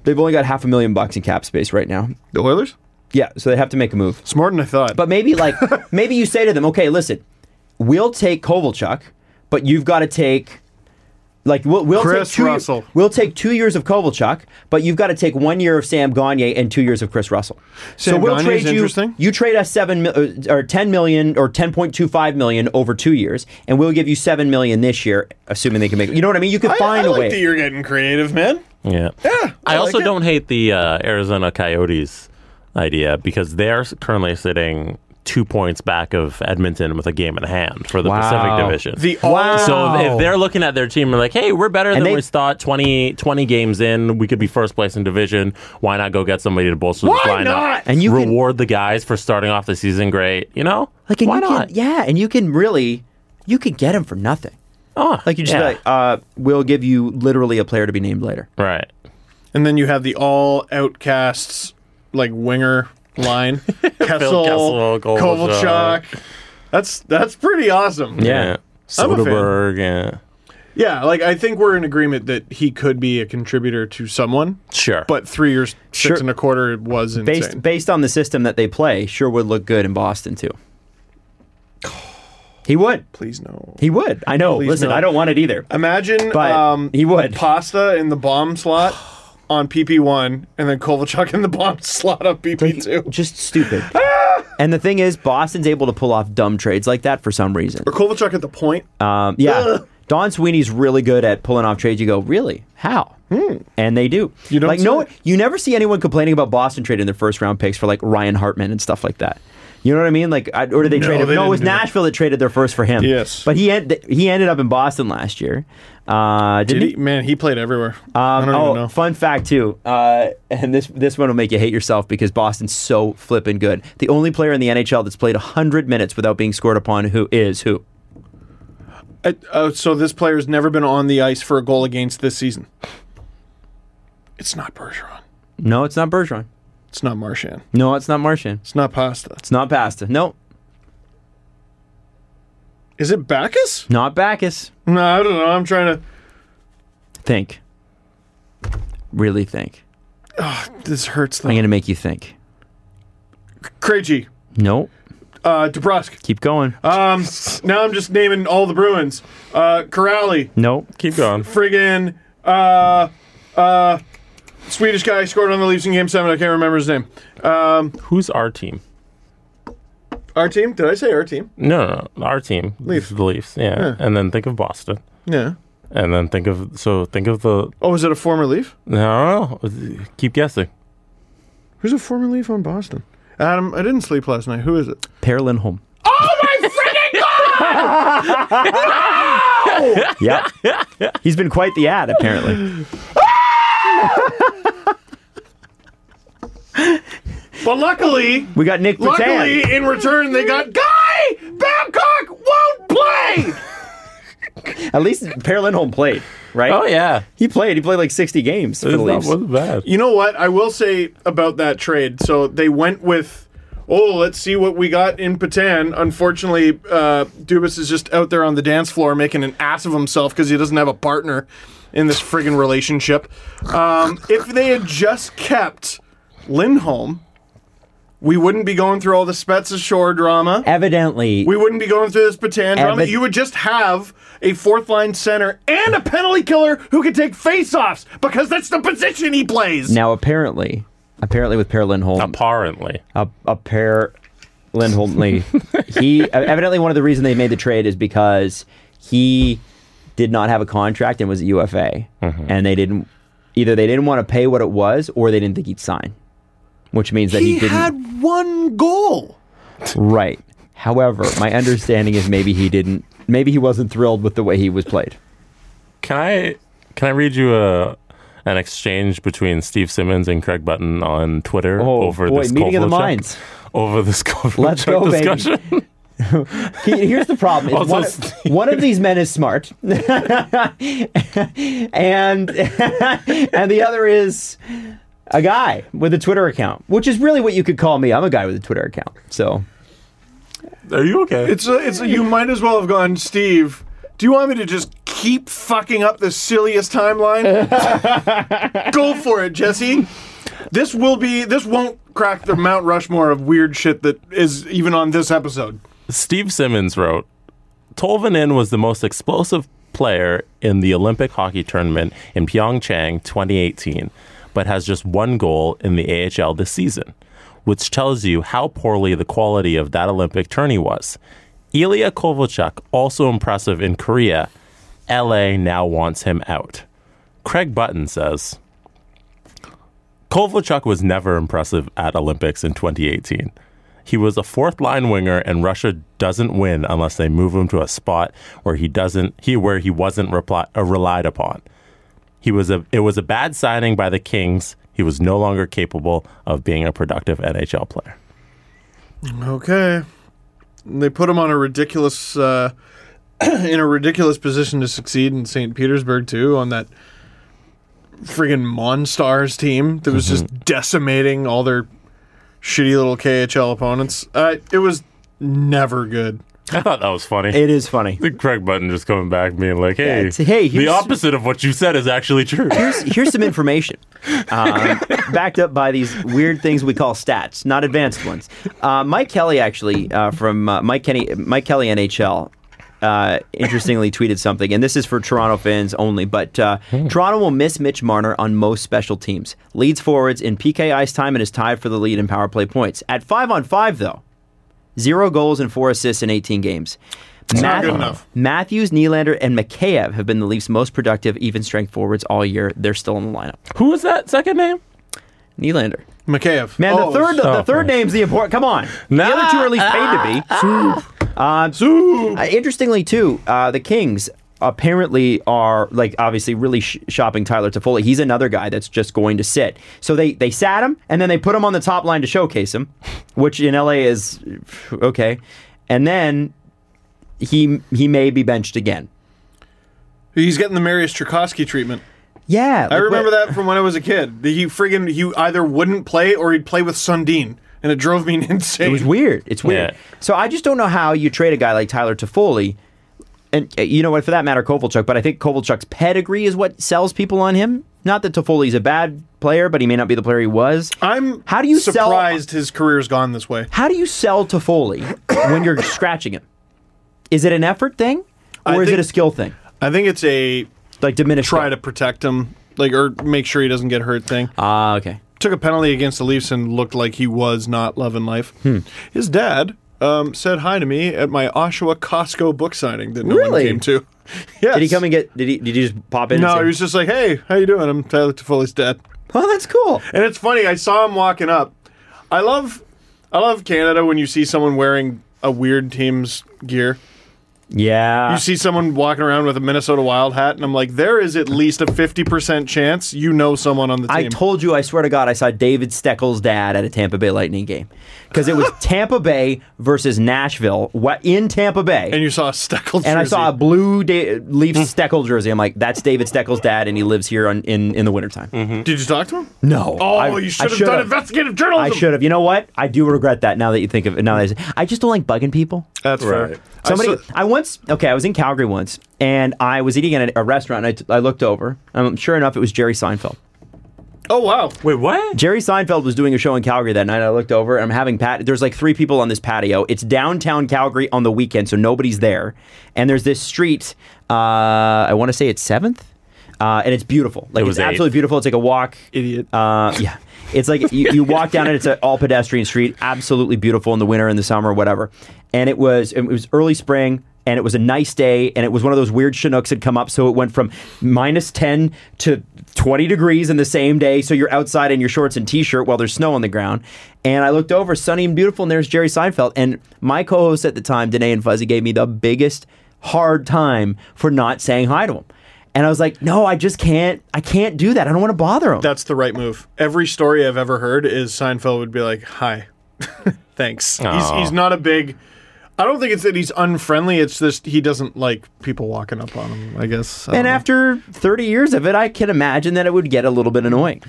Speaker 2: they've only got half a million bucks in cap space right now.
Speaker 4: The Oilers?
Speaker 2: Yeah, so they have to make a move.
Speaker 4: It's more than I thought.
Speaker 2: But maybe
Speaker 4: (laughs)
Speaker 2: like maybe you say to them, "Okay, listen. We'll take Kovalchuk, but you've got to take like we'll, we'll
Speaker 4: Chris
Speaker 2: take two,
Speaker 4: Russell.
Speaker 2: We'll take 2 years of Kovalchuk, but you've got to take 1 year of Sam Gagne and 2 years of Chris Russell. so
Speaker 4: Sam
Speaker 2: we'll
Speaker 4: Gagne's
Speaker 2: trade you
Speaker 4: interesting.
Speaker 2: you trade us 7 mil, uh, or 10 million or 10.25 million over 2 years and we'll give you 7 million this year assuming they can make it. You know what I mean? You could
Speaker 4: I,
Speaker 2: find
Speaker 4: I
Speaker 2: a
Speaker 4: like
Speaker 2: way.
Speaker 4: that you're getting creative, man.
Speaker 1: yeah.
Speaker 4: Yeah,
Speaker 1: I,
Speaker 4: I
Speaker 1: also
Speaker 4: like it.
Speaker 1: don't hate the uh, Arizona Coyotes idea because they're currently sitting two points back of Edmonton with a game in hand for the
Speaker 2: Wow.
Speaker 1: Pacific Division.
Speaker 4: The
Speaker 2: Wow.
Speaker 1: So if, if they're looking at their team and like, hey, we're better than
Speaker 2: Oh. they-
Speaker 1: we thought 20, 20 games in, we could be first place in division. Why not go get somebody to bolster
Speaker 4: Why
Speaker 1: the lineup?
Speaker 4: not?
Speaker 2: And you can-
Speaker 1: reward the guys for starting off the season great. You know,
Speaker 2: Like and
Speaker 1: why
Speaker 2: you
Speaker 1: not?
Speaker 2: Can, yeah, and you can really you could get him for nothing.
Speaker 1: Oh,
Speaker 2: Like you just
Speaker 1: yeah.
Speaker 2: like uh, we'll give you literally a player to be named later.
Speaker 1: right.
Speaker 4: And then you have the all outcasts like winger
Speaker 2: (laughs)
Speaker 4: line. Kessel,
Speaker 1: Kessel, Kovalchuk.
Speaker 4: Kovalchuk. That's that's pretty awesome.
Speaker 2: Yeah.
Speaker 4: I'm a fan.
Speaker 1: Soderbergh. Yeah.
Speaker 4: Yeah, like I think we're in agreement that he could be a contributor to someone.
Speaker 1: Sure.
Speaker 4: But three years, six
Speaker 2: Sure.
Speaker 4: and a quarter was insane.
Speaker 2: Based based on the system that they play, sure would look good in Boston too. He would.
Speaker 4: Please no.
Speaker 2: He would. I know.
Speaker 4: Please
Speaker 2: Listen,
Speaker 4: no.
Speaker 2: I don't want it either.
Speaker 4: Imagine
Speaker 2: But
Speaker 4: um,
Speaker 2: he would.
Speaker 4: pasta in the bomb
Speaker 2: (sighs)
Speaker 4: slot on PP one, and then Kovalchuk in the bomb (laughs) slot on PP two.
Speaker 2: Just stupid. (laughs) and the thing is, Boston's able to pull off dumb trades like that for some reason.
Speaker 4: Or Kovalchuk at the point.
Speaker 2: Um, yeah. Don Sweeney's really good at pulling off trades. You go, really? How? And they do.
Speaker 4: Hmm. You don't
Speaker 2: like no,
Speaker 4: say.
Speaker 2: you never see anyone complaining about Boston trading their first round picks for like Ryan Hartman and stuff like that. You know what I mean? Like, I- or did they
Speaker 4: No,
Speaker 2: trade him?
Speaker 4: they
Speaker 2: No, it
Speaker 4: didn't
Speaker 2: was
Speaker 4: do that.
Speaker 2: Nashville that traded their first for him.
Speaker 4: Yes.
Speaker 2: but he end, he ended up in Boston last year. Uh, didn't
Speaker 4: Did he? Man, he played everywhere. I don't
Speaker 2: oh,
Speaker 4: even know.
Speaker 2: fun fact too, uh, and this this one will make you hate yourself because Boston's so flippin' good. The only player in the NHL that's played hundred minutes without being scored upon who is who?
Speaker 4: Uh, uh, so this player's never been on the ice for a goal against this season. It's not Bergeron.
Speaker 2: No, it's not Bergeron.
Speaker 4: It's not Marchand.
Speaker 2: No, it's not Martian.
Speaker 4: It's not Pasta.
Speaker 2: It's not Pasta. No,
Speaker 4: Is it Bacchus?
Speaker 2: not Bacchus.
Speaker 4: No, I don't know. I'm trying to.
Speaker 2: Think. Really think.
Speaker 4: This hurts.
Speaker 2: I'm
Speaker 4: Though.
Speaker 2: gonna make you think.
Speaker 4: Krejci,
Speaker 2: No,
Speaker 4: uh, DeBrusque.
Speaker 2: keep going.
Speaker 4: Um, now I'm just naming all the Bruins. Uh, Corrali,
Speaker 2: no,
Speaker 1: Keep going.
Speaker 4: friggin' uh, uh, Swedish guy scored on the Leafs in Game Seven. I can't remember his name. Um,
Speaker 1: Who's our team?
Speaker 4: our team? Did I say our team?
Speaker 1: No, no, no. Our team.
Speaker 4: Leafs.
Speaker 1: The Leafs. Yeah. And then think of Boston.
Speaker 4: Yeah.
Speaker 1: And then think of so think of the
Speaker 4: Oh, is it a former Leaf?
Speaker 1: no. Keep guessing.
Speaker 4: Who's a former Leaf on Boston? Adam, I didn't sleep last night. Who is it?
Speaker 2: Per Lindholm. Oh my freaking god! (laughs) yep. He's been quite the ad, apparently.
Speaker 4: But luckily,
Speaker 2: We got Nick Petan.
Speaker 4: luckily in return they got Guy Babcock won't play.
Speaker 2: At least Per Lindholm played, right?
Speaker 1: Oh yeah.
Speaker 2: He played. He played like 60 games for
Speaker 1: It's
Speaker 2: the
Speaker 1: not-
Speaker 2: Leafs.
Speaker 1: wasn't bad.
Speaker 4: You know what? I will say about that trade. So they went with, oh, let's see what we got in Patan. Unfortunately, uh, Dubas is just out there on the dance floor making an ass of himself because he doesn't have a partner in this friggin' relationship. Um, if they had just kept Lindholm, we wouldn't be going through all the Spezza Shore drama.
Speaker 2: Evidently,
Speaker 4: We wouldn't be going through this Patan drama.
Speaker 2: Evid-
Speaker 4: you would just have a fourth line center and a penalty killer who can take face offs because that's the position he plays.
Speaker 2: now apparently, apparently with Per Lindholm,
Speaker 1: Apparently.
Speaker 2: a, a pair Lindholm
Speaker 1: (laughs)
Speaker 2: Lee. he evidently one of the reason they made the trade is because he did not have a contract and was a UFA,
Speaker 1: Mm-hmm.
Speaker 2: and they didn't either they didn't want to pay what it was or they didn't think he'd sign, which means that he, didn't
Speaker 4: one goal.
Speaker 2: right. However, my understanding is maybe he didn't. Maybe he wasn't thrilled with the way he was played.
Speaker 1: Can I can I read you a an exchange between Steve Simmons and Craig Button on Twitter
Speaker 2: Oh,
Speaker 1: over
Speaker 2: boy,
Speaker 1: this
Speaker 2: meeting of the
Speaker 1: Kovalchuk-
Speaker 2: minds.
Speaker 1: over this Kovalchuk
Speaker 2: Let's go, baby.
Speaker 1: discussion? (laughs)
Speaker 2: He- here's the problem. It's
Speaker 1: Also,
Speaker 2: one, of,
Speaker 1: Steve-
Speaker 2: one of these men is smart, and and the other is a guy with a Twitter account, which is really what you could call me. I'm a guy with a Twitter account. So
Speaker 1: Are you okay?
Speaker 4: It's a, it's a, you might as well have gone, Steve. Do you want me to just keep fucking up the silliest (laughs) timeline? Go for it, Jesse. This will be this won't crack the Mount Rushmore of weird shit that is even on this episode.
Speaker 1: Steve Simmons wrote, Tolvanen was the most explosive player in the Olympic hockey tournament in Pyeongchang 2018, but has just one goal in the AHL this season, which tells you how poorly the quality of that Olympic tourney was. Ilya Kovalchuk, also impressive in Korea, LA now wants him out. Craig Button says, Kovalchuk was never impressive at Olympics in 2018. He was a fourth line winger, and Russia doesn't win unless they move him to a spot where he doesn't he where he wasn't repli- uh, relied upon. He was a it was a bad signing by the Kings. He was no longer capable of being a productive NHL player.
Speaker 4: Okay. They put him on a ridiculous uh, (clears throat) in a ridiculous position to succeed in St. Petersburg too on that friggin' Monstars team that was
Speaker 2: Mm-hmm.
Speaker 4: just decimating all their shitty little KHL opponents. Uh, it was never good.
Speaker 1: I thought that was funny.
Speaker 2: It is funny.
Speaker 1: the Craig Button just coming back being like, hey,
Speaker 2: it's- hey,
Speaker 1: the
Speaker 2: here's-
Speaker 1: opposite of what you said is actually true.
Speaker 2: Here's, here's some information um, backed up by these weird things we call stats, not advanced ones. Uh, Mike Kelly, actually, uh, from uh, Mike, Kenny, Mike Kelly NHL, uh, interestingly tweeted something, and this is for Toronto fans only, but uh, Toronto will miss Mitch Marner on most special teams. Leads forwards in PK ice time and is tied for the lead in power play points. At five on five, though, zero goals and four assists in 18 games.
Speaker 4: not good enough.
Speaker 2: Matthews, Nylander, and Mikheyev have been the Leafs' most productive even strength forwards all year. They're still in the lineup.
Speaker 1: Who was that second name?
Speaker 2: Nylander.
Speaker 4: Mikheyev.
Speaker 2: Man,
Speaker 4: Oh,
Speaker 2: the third the,
Speaker 1: oh,
Speaker 2: third name's the important. Come on.
Speaker 1: Nah,
Speaker 2: the other two are at least paid
Speaker 4: (laughs)
Speaker 2: to be. Uh, interestingly, too, uh, the Kings apparently are like obviously really sh- shopping Tyler Toffoli. He's another guy that's just going to sit. So they they sat him and then they put him on the top line to showcase him, which in LA is okay. And then he he may be benched again.
Speaker 4: He's getting the Marius Tchaikovsky treatment.
Speaker 2: Yeah,
Speaker 4: I remember that from when I was a kid. He friggin' he either wouldn't play or he'd play with Sundin, and it drove me (laughs) insane.
Speaker 2: It was weird. It's weird.
Speaker 1: Yeah.
Speaker 2: So I just don't know how you trade a guy like Tyler Toffoli, and uh, you know what, for that matter, Kovalchuk. But I think Kovalchuk's pedigree is what sells people on him. Not that Toffoli's a bad player, but he may not be the player he was.
Speaker 4: I'm
Speaker 2: How do you sell-
Speaker 4: surprised his career's gone this way.
Speaker 2: How do you sell Toffoli when
Speaker 4: (coughs)
Speaker 2: you're scratching him? Is it an effort thing,
Speaker 4: I
Speaker 2: or is it
Speaker 4: think-
Speaker 2: a skill thing?
Speaker 4: I think it's a
Speaker 2: Like diminish.
Speaker 4: try to protect him, like or make sure he doesn't get hurt thing.
Speaker 2: Ah, okay.
Speaker 4: Took a penalty against the Leafs and looked like he was not loving life.
Speaker 2: Hmm.
Speaker 4: His dad um, said hi to me at my Oshawa Costco book signing that no one
Speaker 2: Really?
Speaker 4: came to. (laughs) yes.
Speaker 2: Did he come and get? Did he? Did he just pop in? and
Speaker 4: No,
Speaker 2: say-
Speaker 4: he was just like, "Hey, how you doing? I'm Tyler Toffoli's dad."
Speaker 2: Oh, that's
Speaker 4: (laughs)
Speaker 2: cool.
Speaker 4: And it's funny, I saw him walking up. I love I love Canada when you see someone wearing a weird team's gear.
Speaker 2: Yeah.
Speaker 4: You see someone walking around with a Minnesota Wild hat, and I'm like, there is at least a 50% chance you know someone on the team.
Speaker 2: I told you, I swear to God, I saw David Steckel's dad at a Tampa Bay Lightning game because
Speaker 4: (laughs)
Speaker 2: it was Tampa Bay versus Nashville wha- in Tampa Bay.
Speaker 4: and
Speaker 2: And,
Speaker 4: you saw a Steckled
Speaker 2: I
Speaker 4: jersey. Mm.
Speaker 2: saw a blue da- Leafs Steckel jersey. I'm like, that's David Steckel's dad, and he lives here on, in, in the wintertime.
Speaker 4: Did you talk to him?
Speaker 2: No.
Speaker 4: Mm-hmm. Oh,
Speaker 2: I- I
Speaker 4: you should have
Speaker 2: should've.
Speaker 4: done investigative journalism.
Speaker 2: I should have. You know what? I do regret that now that you think of it. Now that I, I just don't like bugging people.
Speaker 4: That's
Speaker 1: Right.
Speaker 4: right.
Speaker 2: Somebody, I once, okay, I was in Calgary once, and I was eating at a, a restaurant, and I, t- I looked over, and sure enough, it was Jerry Seinfeld.
Speaker 4: oh, wow.
Speaker 1: Wait, what?
Speaker 2: Jerry Seinfeld was doing a show in Calgary that night. I looked over and I'm having pat. There's like three people on this patio. It's downtown Calgary on the weekend, so nobody's there. And there's this street. Uh, I want to say it's Seventh, uh, and it's beautiful. Like
Speaker 1: was
Speaker 2: it's absolutely
Speaker 1: Eighth.
Speaker 2: beautiful. It's like a walk.
Speaker 4: Idiot.
Speaker 2: Uh, yeah. It's like you, you walk down it. It's an all pedestrian street, absolutely beautiful in the winter, in the summer, whatever. And it was it was early spring, and it was a nice day, and it was one of those weird Chinooks had come up, so it went from minus ten to twenty degrees in the same day. So you're outside in your shorts and t-shirt while there's snow on the ground. And I looked over, sunny and beautiful, and there's Jerry Seinfeld. And my co-host at the time, Danae and Fuzzy, gave me the biggest hard time for not saying hi to him. And I was like, no, I just can't. I can't do that. I don't want to bother him.
Speaker 4: That's the right move. Every story I've ever heard is Seinfeld would be like, hi. (laughs) Thanks. He's,
Speaker 1: Aw.
Speaker 4: he's not a big. I don't think it's that he's unfriendly. It's just he doesn't like people walking up on him, I guess. I
Speaker 2: And
Speaker 4: don't know.
Speaker 2: after 30 years of it, I can imagine that it would get a little bit annoying.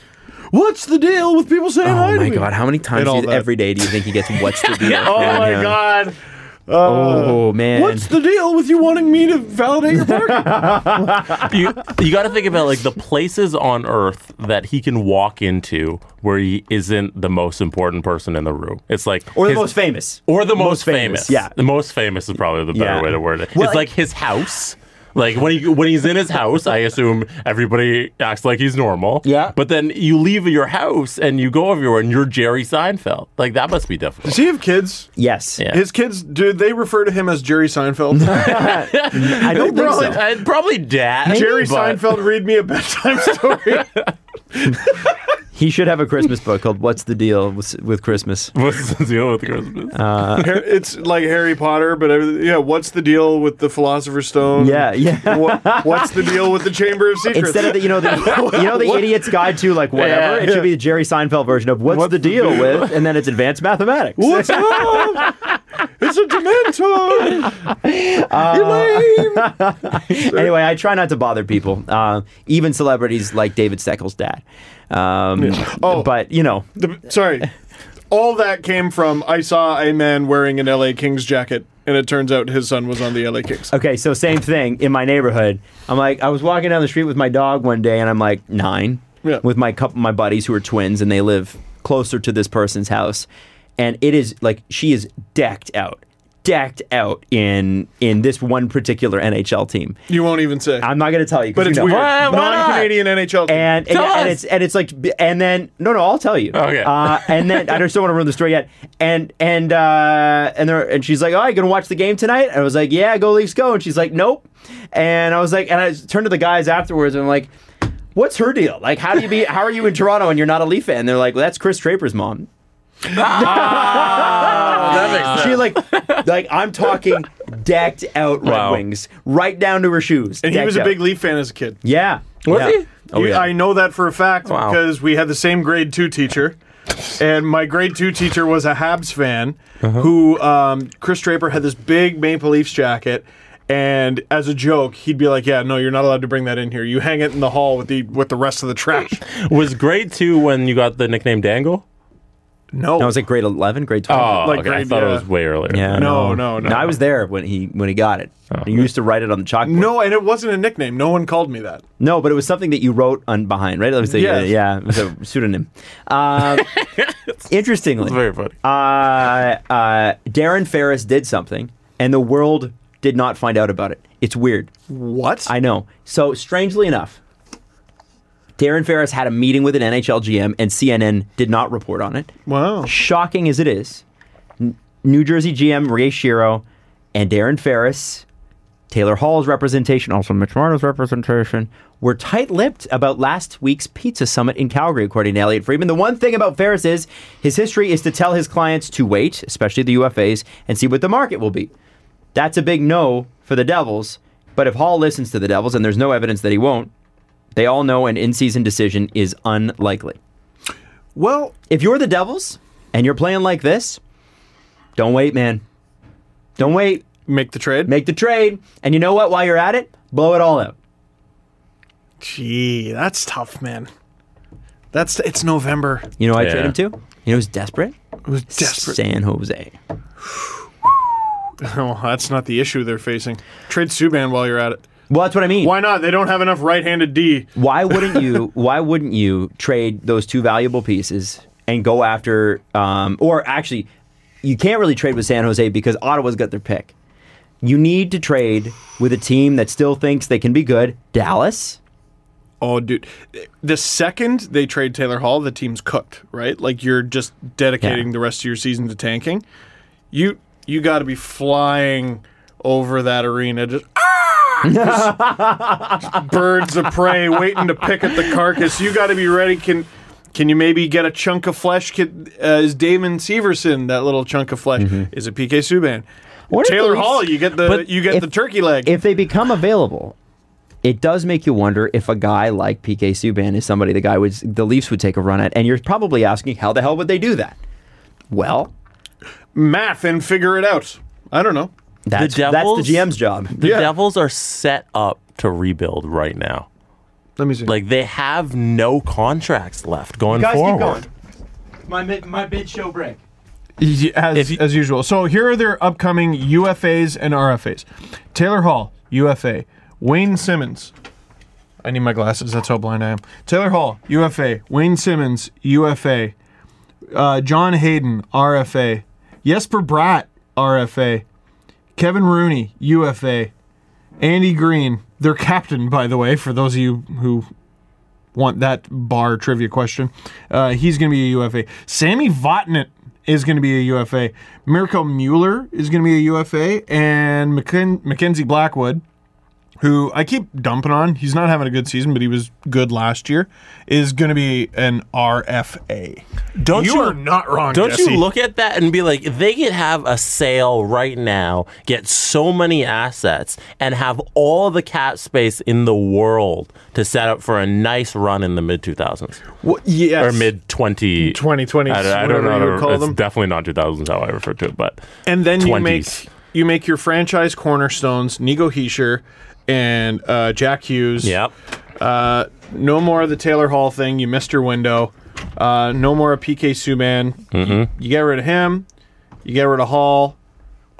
Speaker 4: What's the deal with people saying hi
Speaker 2: Oh
Speaker 4: to
Speaker 2: my
Speaker 4: me?
Speaker 2: God, how many times
Speaker 4: And
Speaker 2: do
Speaker 4: all
Speaker 2: you-
Speaker 4: that.
Speaker 2: every day do you think he gets what's the deal?
Speaker 4: (laughs) Oh
Speaker 2: from
Speaker 4: my
Speaker 2: him?
Speaker 4: god.
Speaker 2: Oh man.
Speaker 4: What's the deal with you wanting me to validate (laughs) your parking?
Speaker 1: you you got to think about like the places on Earth that he can walk into where he isn't the most important person in the room. It's like
Speaker 2: or the
Speaker 1: his-
Speaker 2: most famous.
Speaker 1: or the most,
Speaker 2: famous,
Speaker 1: famous.
Speaker 2: yeah.
Speaker 1: the most famous is probably the better
Speaker 2: Yeah.
Speaker 1: way to word it.
Speaker 2: Well,
Speaker 1: it's like his house. Like when he when he's in his house, I assume everybody acts like he's normal.
Speaker 2: Yeah.
Speaker 1: But then you leave your house and you go everywhere, and you're Jerry Seinfeld. Like that must be difficult.
Speaker 4: Does he have kids?
Speaker 2: Yes.
Speaker 1: Yeah.
Speaker 4: His kids, do they refer to him as Jerry (laughs) Seinfeld?
Speaker 2: I don't think
Speaker 1: Probably,
Speaker 2: (laughs) so.
Speaker 1: uh, probably dad.
Speaker 4: Jerry
Speaker 1: but- (laughs)
Speaker 4: Seinfeld, read me a (laughs) bedtime story.
Speaker 2: He should have a Christmas book called What's the Deal with, with Christmas.
Speaker 1: What's the deal with Christmas?
Speaker 4: it's like Harry Potter, but everything- yeah, what's the deal with the Philosopher's Stone?
Speaker 2: Yeah,
Speaker 4: (laughs)
Speaker 2: yeah.
Speaker 4: What, what's the deal with the Chamber of Secrets?
Speaker 2: Instead
Speaker 4: (laughs)
Speaker 2: of the you know the you know the idiot's guide to like whatever,
Speaker 1: Yeah.
Speaker 2: it should be the Jerry Seinfeld version of what's, the deal with and then it's advanced mathematics.
Speaker 4: What's up? it's a Anton! Uh, Elaine!
Speaker 2: anyway, I try not to bother people, uh, even celebrities like David Steckel's dad. Um,
Speaker 4: Oh.
Speaker 2: but you know,
Speaker 4: The- sorry. All that came from I saw a man wearing an LA Kings jacket, and it turns out his son was on the LA Kings.
Speaker 2: okay, so same thing in my neighborhood. I'm like, I was walking down the street with my dog one day, and I'm like nine
Speaker 4: Yeah.
Speaker 2: with my couple, my buddies who are twins, and they live closer to this person's house, and it is like she is decked out, decked out in in this one particular NHL team.
Speaker 4: You won't even say.
Speaker 2: I'm not gonna tell you, 'cause
Speaker 4: but
Speaker 2: you
Speaker 4: it's
Speaker 2: know.
Speaker 4: weird.
Speaker 1: Why- why
Speaker 4: Non
Speaker 1: not?
Speaker 4: Canadian NHL. team.
Speaker 2: and and,
Speaker 1: Tell
Speaker 2: and
Speaker 1: us.
Speaker 2: it's and it's like and then no no I'll tell you
Speaker 1: Okay.
Speaker 2: uh, and then I just don't want to ruin the story yet and and uh, and there and she's like oh you gonna watch the game tonight and I was like yeah go Leafs go and she's like nope and I was like and I turned to the guys afterwards and I'm like what's her deal like how do you be how are you in Toronto and you're not a Leaf fan and they're like well that's Chris Draper's mom
Speaker 4: Ah,
Speaker 2: she like like I'm talking decked out Red
Speaker 1: Wow.
Speaker 2: Wings right down to her shoes
Speaker 4: And he was a
Speaker 2: decked
Speaker 4: big
Speaker 2: out.
Speaker 4: Leaf fan as a kid.
Speaker 2: yeah
Speaker 1: Was
Speaker 2: yeah.
Speaker 1: he?
Speaker 2: oh
Speaker 4: You-
Speaker 2: yeah
Speaker 4: I know that for a fact
Speaker 1: Wow.
Speaker 4: because we had the same grade two teacher. And my grade two teacher was a Habs fan
Speaker 2: Uh-huh.
Speaker 4: who, um, Chris Draper had this big Maple Leafs jacket. And as a joke, he'd be like, "Yeah, no, you're not allowed to bring that in here. You hang it in the hall with the with the rest of the
Speaker 2: (laughs)
Speaker 4: trash."
Speaker 1: Was grade two when you got the nickname Dangle?
Speaker 4: No,
Speaker 2: I was like grade 11 grade 12
Speaker 1: Oh,
Speaker 4: (laughs) Like
Speaker 1: okay. I
Speaker 4: grade-
Speaker 1: thought it
Speaker 4: yeah.
Speaker 1: was way earlier.
Speaker 2: Yeah.
Speaker 4: No, no, no.
Speaker 2: I was there when he when he got it. You used to write it on the chalkboard.
Speaker 4: No, and it wasn't a nickname. No one called me that.
Speaker 2: No, but it was something that you wrote on behind, right? It was a,
Speaker 4: Yes.
Speaker 2: yeah, it was a pseudonym. Um, interestingly,
Speaker 1: It's very funny.
Speaker 2: uh, uh, Darren Ferris did something, and the world did not find out about it. It's weird.
Speaker 4: What?
Speaker 2: I know. So strangely enough, Darren Ferris had a meeting with an NHL GM, and CNN did not report on it.
Speaker 4: wow.
Speaker 2: shocking as it is, N- New Jersey GM Ray Shiro and Darren Ferris, Taylor Hall's representation, also Mitch Marner's representation, were tight-lipped about last week's pizza summit in Calgary, according to Elliot Friedman. The one thing about Ferris is his history is to tell his clients to wait, especially the UFAs, and see what the market will be. That's a big no for the Devils. But if Hall listens to the Devils, and there's no evidence that he won't, they all know an in-season decision is unlikely
Speaker 4: Well,
Speaker 2: if you're the Devils and you're playing like this, don't wait, man. Don't wait.
Speaker 4: make the trade.
Speaker 2: Make the trade. And you know what? While you're at it, blow it all out.
Speaker 4: Gee, that's tough, man. That's it's November.
Speaker 2: You know who I
Speaker 1: Yeah.
Speaker 2: trade him to? You know who's desperate?
Speaker 4: It was desperate.
Speaker 2: San Jose.
Speaker 4: Oh, (laughs) that's not the issue they're facing. Trade Subban while you're at it.
Speaker 2: Well, that's what I mean.
Speaker 4: Why not? They don't have enough right-handed D.
Speaker 2: Why wouldn't you? (laughs) why wouldn't you trade those two valuable pieces and go after? Um, or actually, you can't really trade with San Jose because Ottawa's got their pick. You need to trade with a team that still thinks they can be good. Dallas.
Speaker 4: Oh, dude. The second they trade Taylor Hall, the team's cooked, right? Like you're just dedicating
Speaker 2: Yeah.
Speaker 4: the rest of your season to tanking. You you got to be flying over that arena just ah! Just birds of prey waiting to pick at the carcass. You got to be ready. Can can you maybe get a chunk of flesh? Can, uh, is Damon Severson that little chunk of flesh? Is it PK Subban?
Speaker 2: Mm-hmm. What if the
Speaker 4: Taylor
Speaker 2: Leafs-
Speaker 4: Hall, you get the
Speaker 2: But
Speaker 4: you get
Speaker 2: if-
Speaker 4: the turkey leg.
Speaker 2: if they become available, it does make you wonder if a guy like PK Subban is somebody the guy would the Leafs would take a run at, and you're probably asking how the hell would they do that? Well,
Speaker 4: Math and figure it out. I don't know.
Speaker 2: that's
Speaker 1: Devils-
Speaker 2: that's the GM's job.
Speaker 1: The
Speaker 4: Yeah.
Speaker 1: Devils are set up to rebuild right now.
Speaker 4: Let me see.
Speaker 1: Like they have no contracts left going
Speaker 2: Guys,
Speaker 1: forward.
Speaker 2: keep going. My mid, my mid show break.
Speaker 4: Y- As,
Speaker 1: If you-
Speaker 4: as usual. So here are their upcoming UFAs and RFAs. Taylor Hall, UFA. Wayne Simmons. I need my glasses. That's how blind I am. Taylor Hall, UFA. Wayne Simmons, UFA. Uh, John Hayden, RFA. Jesper Bratt, RFA. Kevin Rooney, UFA. Andy Green, their captain, by the way, for those of you who want that bar trivia question. Uh, he's going to be a UFA. Sammy Votnet is going to be a UFA. Mirko Mueller is going to be a UFA. And McKen- Mackenzie Blackwood, who I keep dumping on, he's not having a good season, but he was good last year, is going to be an RFA.
Speaker 1: Don't
Speaker 4: You
Speaker 1: you,
Speaker 4: are not wrong,
Speaker 1: Don't
Speaker 4: Jesse.
Speaker 1: you look at that and be like, they could have a sale right now, get so many assets, and have all the cap space in the world to set up for a nice run in the mid 2000s
Speaker 4: yes.
Speaker 1: or mid 20
Speaker 4: 2020s,
Speaker 1: I, don't- I don't
Speaker 4: whatever
Speaker 1: know.
Speaker 4: you would call
Speaker 1: it's
Speaker 4: them.
Speaker 1: definitely not 2000s how I refer to it, but
Speaker 4: And then you
Speaker 1: 20s.
Speaker 4: make you make your franchise cornerstones, Nigo Heischer and uh, Jack Hughes.
Speaker 1: Yep.
Speaker 4: Uh, no more of the Taylor Hall thing. You missed your window. Uh, no more of PK Subban. You,
Speaker 1: Mm-hmm.
Speaker 4: you get rid of him. You get rid of Hall.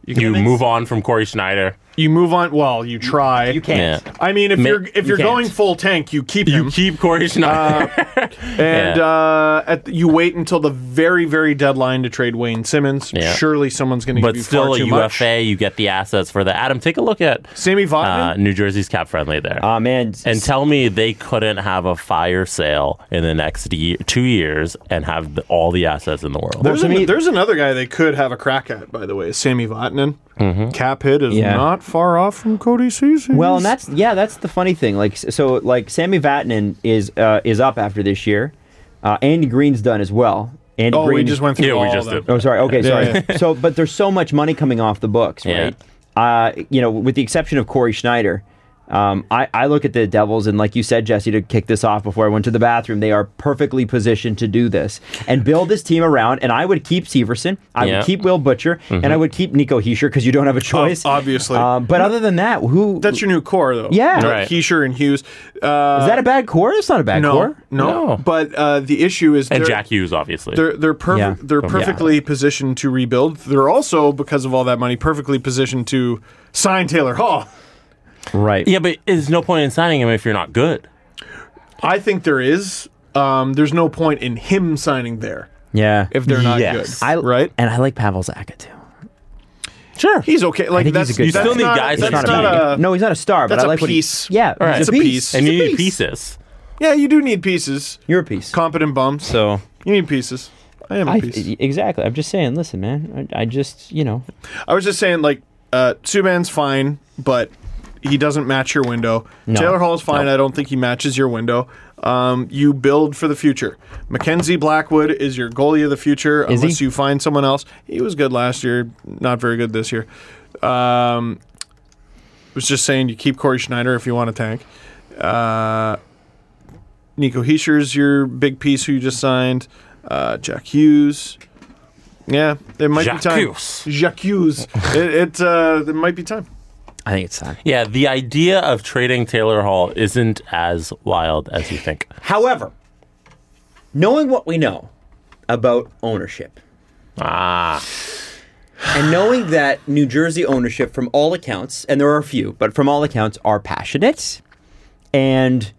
Speaker 4: You, can
Speaker 1: You
Speaker 4: make-
Speaker 1: move on from Corey Schneider.
Speaker 4: You move on. Well, you try.
Speaker 2: You can't.
Speaker 1: Yeah.
Speaker 4: I mean, if
Speaker 1: Ma-
Speaker 4: you're if
Speaker 1: you
Speaker 4: you're
Speaker 1: can't.
Speaker 4: going full tank, you keep
Speaker 1: You
Speaker 4: him.
Speaker 1: keep Corey Schneider.
Speaker 4: Uh, And
Speaker 1: Yeah.
Speaker 4: uh, at the, you wait until the very, very deadline to trade Wayne Simmons.
Speaker 1: Yeah.
Speaker 4: Surely someone's going to give
Speaker 1: (laughs) but
Speaker 4: you
Speaker 1: still
Speaker 4: far
Speaker 1: a
Speaker 4: too
Speaker 1: UFA.
Speaker 4: much.
Speaker 1: You get the assets for that. Adam, take a look at
Speaker 4: Sammy
Speaker 1: uh,
Speaker 4: Votman.
Speaker 1: New Jersey's cap friendly there,
Speaker 4: Uh,
Speaker 2: Oh man,
Speaker 1: and tell me they couldn't have a fire sale in the next ye two years and have the, all the assets in the world.
Speaker 4: there's,
Speaker 2: to
Speaker 4: an- e-
Speaker 2: me-
Speaker 4: there's another guy they could have a crack at, by the way. is Sammy Votman. Cap hit is
Speaker 2: Mm-hmm. Yeah.
Speaker 4: not far off from Cody Ceci.
Speaker 2: Well, and that's yeah, that's the funny thing. Like s- so, like Sammy Vatanen is uh, is up after this year. Uh, Andy Green's done as well. Andy
Speaker 4: oh,
Speaker 2: Green
Speaker 4: we just went through
Speaker 1: Yeah, we
Speaker 4: all
Speaker 1: just
Speaker 4: of
Speaker 1: did.
Speaker 4: them.
Speaker 2: Oh, sorry. Okay, sorry.
Speaker 4: Yeah,
Speaker 2: So, but there's so much money coming off the books,
Speaker 1: Yeah.
Speaker 2: right? Uh, you know, with the exception of Corey Schneider, um, I, I look at the Devils, and like you said, Jesse, to kick this off before I went to the bathroom, they are perfectly positioned to do this and build this team around. And I would keep Severson, I
Speaker 1: Yeah.
Speaker 2: would keep Will Butcher, and I would keep Nico Heischer because you don't have a choice,
Speaker 4: obviously.
Speaker 2: Um, but other than that, who
Speaker 4: That's your new core, though.
Speaker 2: Yeah.
Speaker 4: You know,
Speaker 1: Right.
Speaker 4: Heischer and Hughes. Uh,
Speaker 2: Is that a bad core? It's not a bad
Speaker 4: no,
Speaker 2: core.
Speaker 4: no,
Speaker 1: No.
Speaker 4: But uh, the issue is
Speaker 1: and
Speaker 4: they're-
Speaker 1: Jack Hughes, obviously.
Speaker 4: They're they're perfect.
Speaker 2: Yeah.
Speaker 4: They're
Speaker 2: Yeah.
Speaker 4: perfectly positioned to rebuild. They're also because of all that money, perfectly positioned to sign Taylor Hall.
Speaker 2: Right.
Speaker 1: Yeah, but there's no point in signing him if you're not good.
Speaker 4: I think there is. Um, there's no point in him signing there
Speaker 2: Yeah.
Speaker 4: if they're not
Speaker 1: Yes.
Speaker 4: good,
Speaker 2: I,
Speaker 4: right?
Speaker 2: And I like Pavel Zaka too.
Speaker 1: Sure.
Speaker 4: He's okay. Like
Speaker 2: think
Speaker 4: that's
Speaker 2: he's a good
Speaker 1: You
Speaker 4: that's
Speaker 1: still need
Speaker 4: not-
Speaker 1: guys
Speaker 2: He's
Speaker 4: That's
Speaker 1: that
Speaker 4: not,
Speaker 2: not a
Speaker 1: can
Speaker 2: big-
Speaker 4: a,
Speaker 2: no, he's not a star, but
Speaker 4: that's
Speaker 2: I
Speaker 4: a
Speaker 2: like what
Speaker 4: piece.
Speaker 2: He, yeah,
Speaker 1: Right.
Speaker 2: he's
Speaker 1: It's
Speaker 2: a
Speaker 1: a
Speaker 2: piece.
Speaker 4: piece.
Speaker 1: and you
Speaker 4: He's a
Speaker 1: need
Speaker 4: beast.
Speaker 1: pieces.
Speaker 4: yeah, you do need pieces.
Speaker 2: You're a piece.
Speaker 4: Competent bums.
Speaker 2: So
Speaker 4: you need pieces. I am a
Speaker 2: I, e,
Speaker 4: piece.
Speaker 2: exactly. I'm just saying. Listen, man. I, I just you know.
Speaker 4: I was just saying, like, uh, Subban's fine, but he doesn't match your window. Taylor Hall's fine. I don't think he matches your window. Um, you build for the future. Mackenzie Blackwood is your goalie of the future,
Speaker 2: Is he?
Speaker 4: unless you find someone else. He was good last year, not very good this year. Um, was just saying, you keep Corey Schneider if you want to tank. Uh, Nico Heischer's your big piece who you just signed. Uh, Jack Hughes. Yeah, there might
Speaker 1: Jack
Speaker 4: be time.
Speaker 1: Hughes.
Speaker 4: Jack Hughes. it, it uh, there might be time.
Speaker 2: I think it's time.
Speaker 1: Yeah, the idea of trading Taylor Hall isn't as wild as you think.
Speaker 2: However, knowing what we know about ownership,
Speaker 1: Ah,
Speaker 2: and knowing that New Jersey ownership, from all accounts, and there are a few, but from all accounts, are passionate, and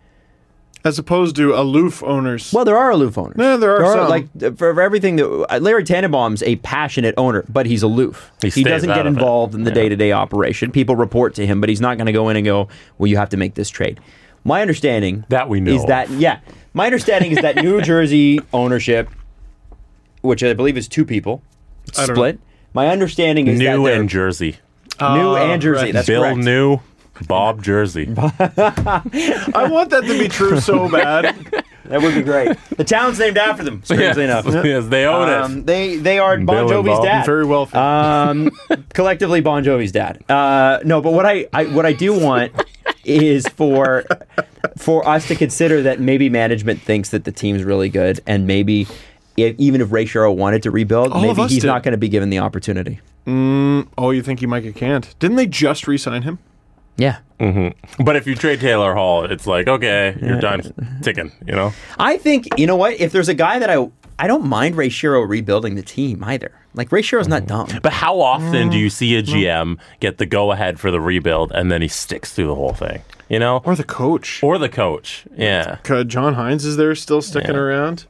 Speaker 4: As opposed to aloof owners.
Speaker 2: Well, there are aloof owners.
Speaker 4: Yeah, there are some.
Speaker 2: Like for, for everything that uh, Larry Tannenbaum's a passionate owner, but he's aloof.
Speaker 1: He stays
Speaker 2: doesn't
Speaker 1: out
Speaker 2: get
Speaker 1: of it.
Speaker 2: involved in the
Speaker 1: Yeah.
Speaker 2: day to day operation. People report to him, but he's not going to go in and go, "Well, you have to make this trade." My understanding
Speaker 1: That we know
Speaker 2: is that yeah. My understanding is
Speaker 1: (laughs)
Speaker 2: that New Jersey ownership, which I believe is two people,
Speaker 4: I don't
Speaker 2: split. My understanding is that
Speaker 1: New
Speaker 2: they're-
Speaker 1: and Jersey.
Speaker 2: New and Jersey.
Speaker 4: Ah, right.
Speaker 2: That's
Speaker 1: Bill
Speaker 2: correct.
Speaker 1: New, Bob Jersey.
Speaker 4: I want that to be true
Speaker 2: (laughs)
Speaker 4: so bad.
Speaker 2: That would
Speaker 1: (laughs)
Speaker 2: be great. the town's named after them.
Speaker 1: yes, (laughs)
Speaker 2: Strangely enough.
Speaker 1: yes, they own it.
Speaker 2: Um, they they are Bon
Speaker 1: Bill and
Speaker 2: Jovi's
Speaker 1: Bob.
Speaker 2: dad.
Speaker 4: Very wealthy.
Speaker 2: Um, collectively, Bon Jovi's dad. Uh, no, but what I, I what I do want is for for us to consider that maybe management thinks that the team's really good, and maybe if, even if Ray Shero wanted to rebuild,
Speaker 4: All of
Speaker 2: maybe
Speaker 4: us
Speaker 2: he's
Speaker 4: did.
Speaker 2: not going to be given the opportunity.
Speaker 4: oh, you think he might get canned? Didn't they just re-sign him?
Speaker 2: Yeah,
Speaker 1: But if you trade Taylor Hall, it's like, okay, your time's ticking, you know?
Speaker 2: I think you know what. If there's a guy that I I don't mind Ray Shero rebuilding the team either. Like Ray Shero's not dumb.
Speaker 1: But how often do you see a
Speaker 2: Mm.
Speaker 1: GM get the go ahead for the rebuild and then he sticks through the whole thing, you know?
Speaker 4: Or the coach?
Speaker 1: Or the coach. Yeah.
Speaker 4: Uh, John Hines is there still sticking around?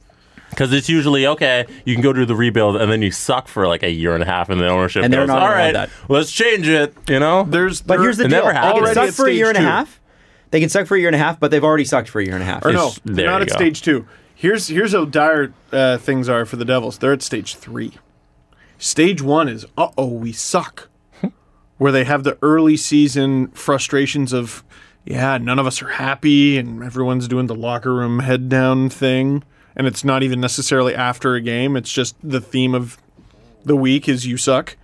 Speaker 1: Because it's usually okay. You can go do the rebuild, and then you suck for like a year and a half, and the ownership
Speaker 2: And they're
Speaker 1: goes,
Speaker 2: not
Speaker 1: "All
Speaker 2: gonna want
Speaker 1: right,
Speaker 2: that."
Speaker 1: let's change it." You know,
Speaker 4: There's,
Speaker 2: But
Speaker 4: there-
Speaker 2: here's the
Speaker 1: It
Speaker 2: deal:
Speaker 1: never
Speaker 2: they
Speaker 1: happened.
Speaker 2: can
Speaker 4: Already
Speaker 2: suck
Speaker 4: at
Speaker 2: for a year
Speaker 4: stage
Speaker 2: and a
Speaker 4: two.
Speaker 2: half. They can suck for a year and a half, but they've already sucked for a year and a half.
Speaker 4: Or no,
Speaker 1: It's-
Speaker 4: they're
Speaker 1: there
Speaker 4: not
Speaker 1: you
Speaker 4: at
Speaker 1: go.
Speaker 4: stage two. Here's here's how dire uh, things are for the Devils. They're at stage three. Stage one is uh oh, we suck,
Speaker 1: Hmm.
Speaker 4: where they have the early season frustrations of yeah, none of us are happy, and everyone's doing the locker room head down thing, and it's not even necessarily after a game. It's just the theme of the week is you suck.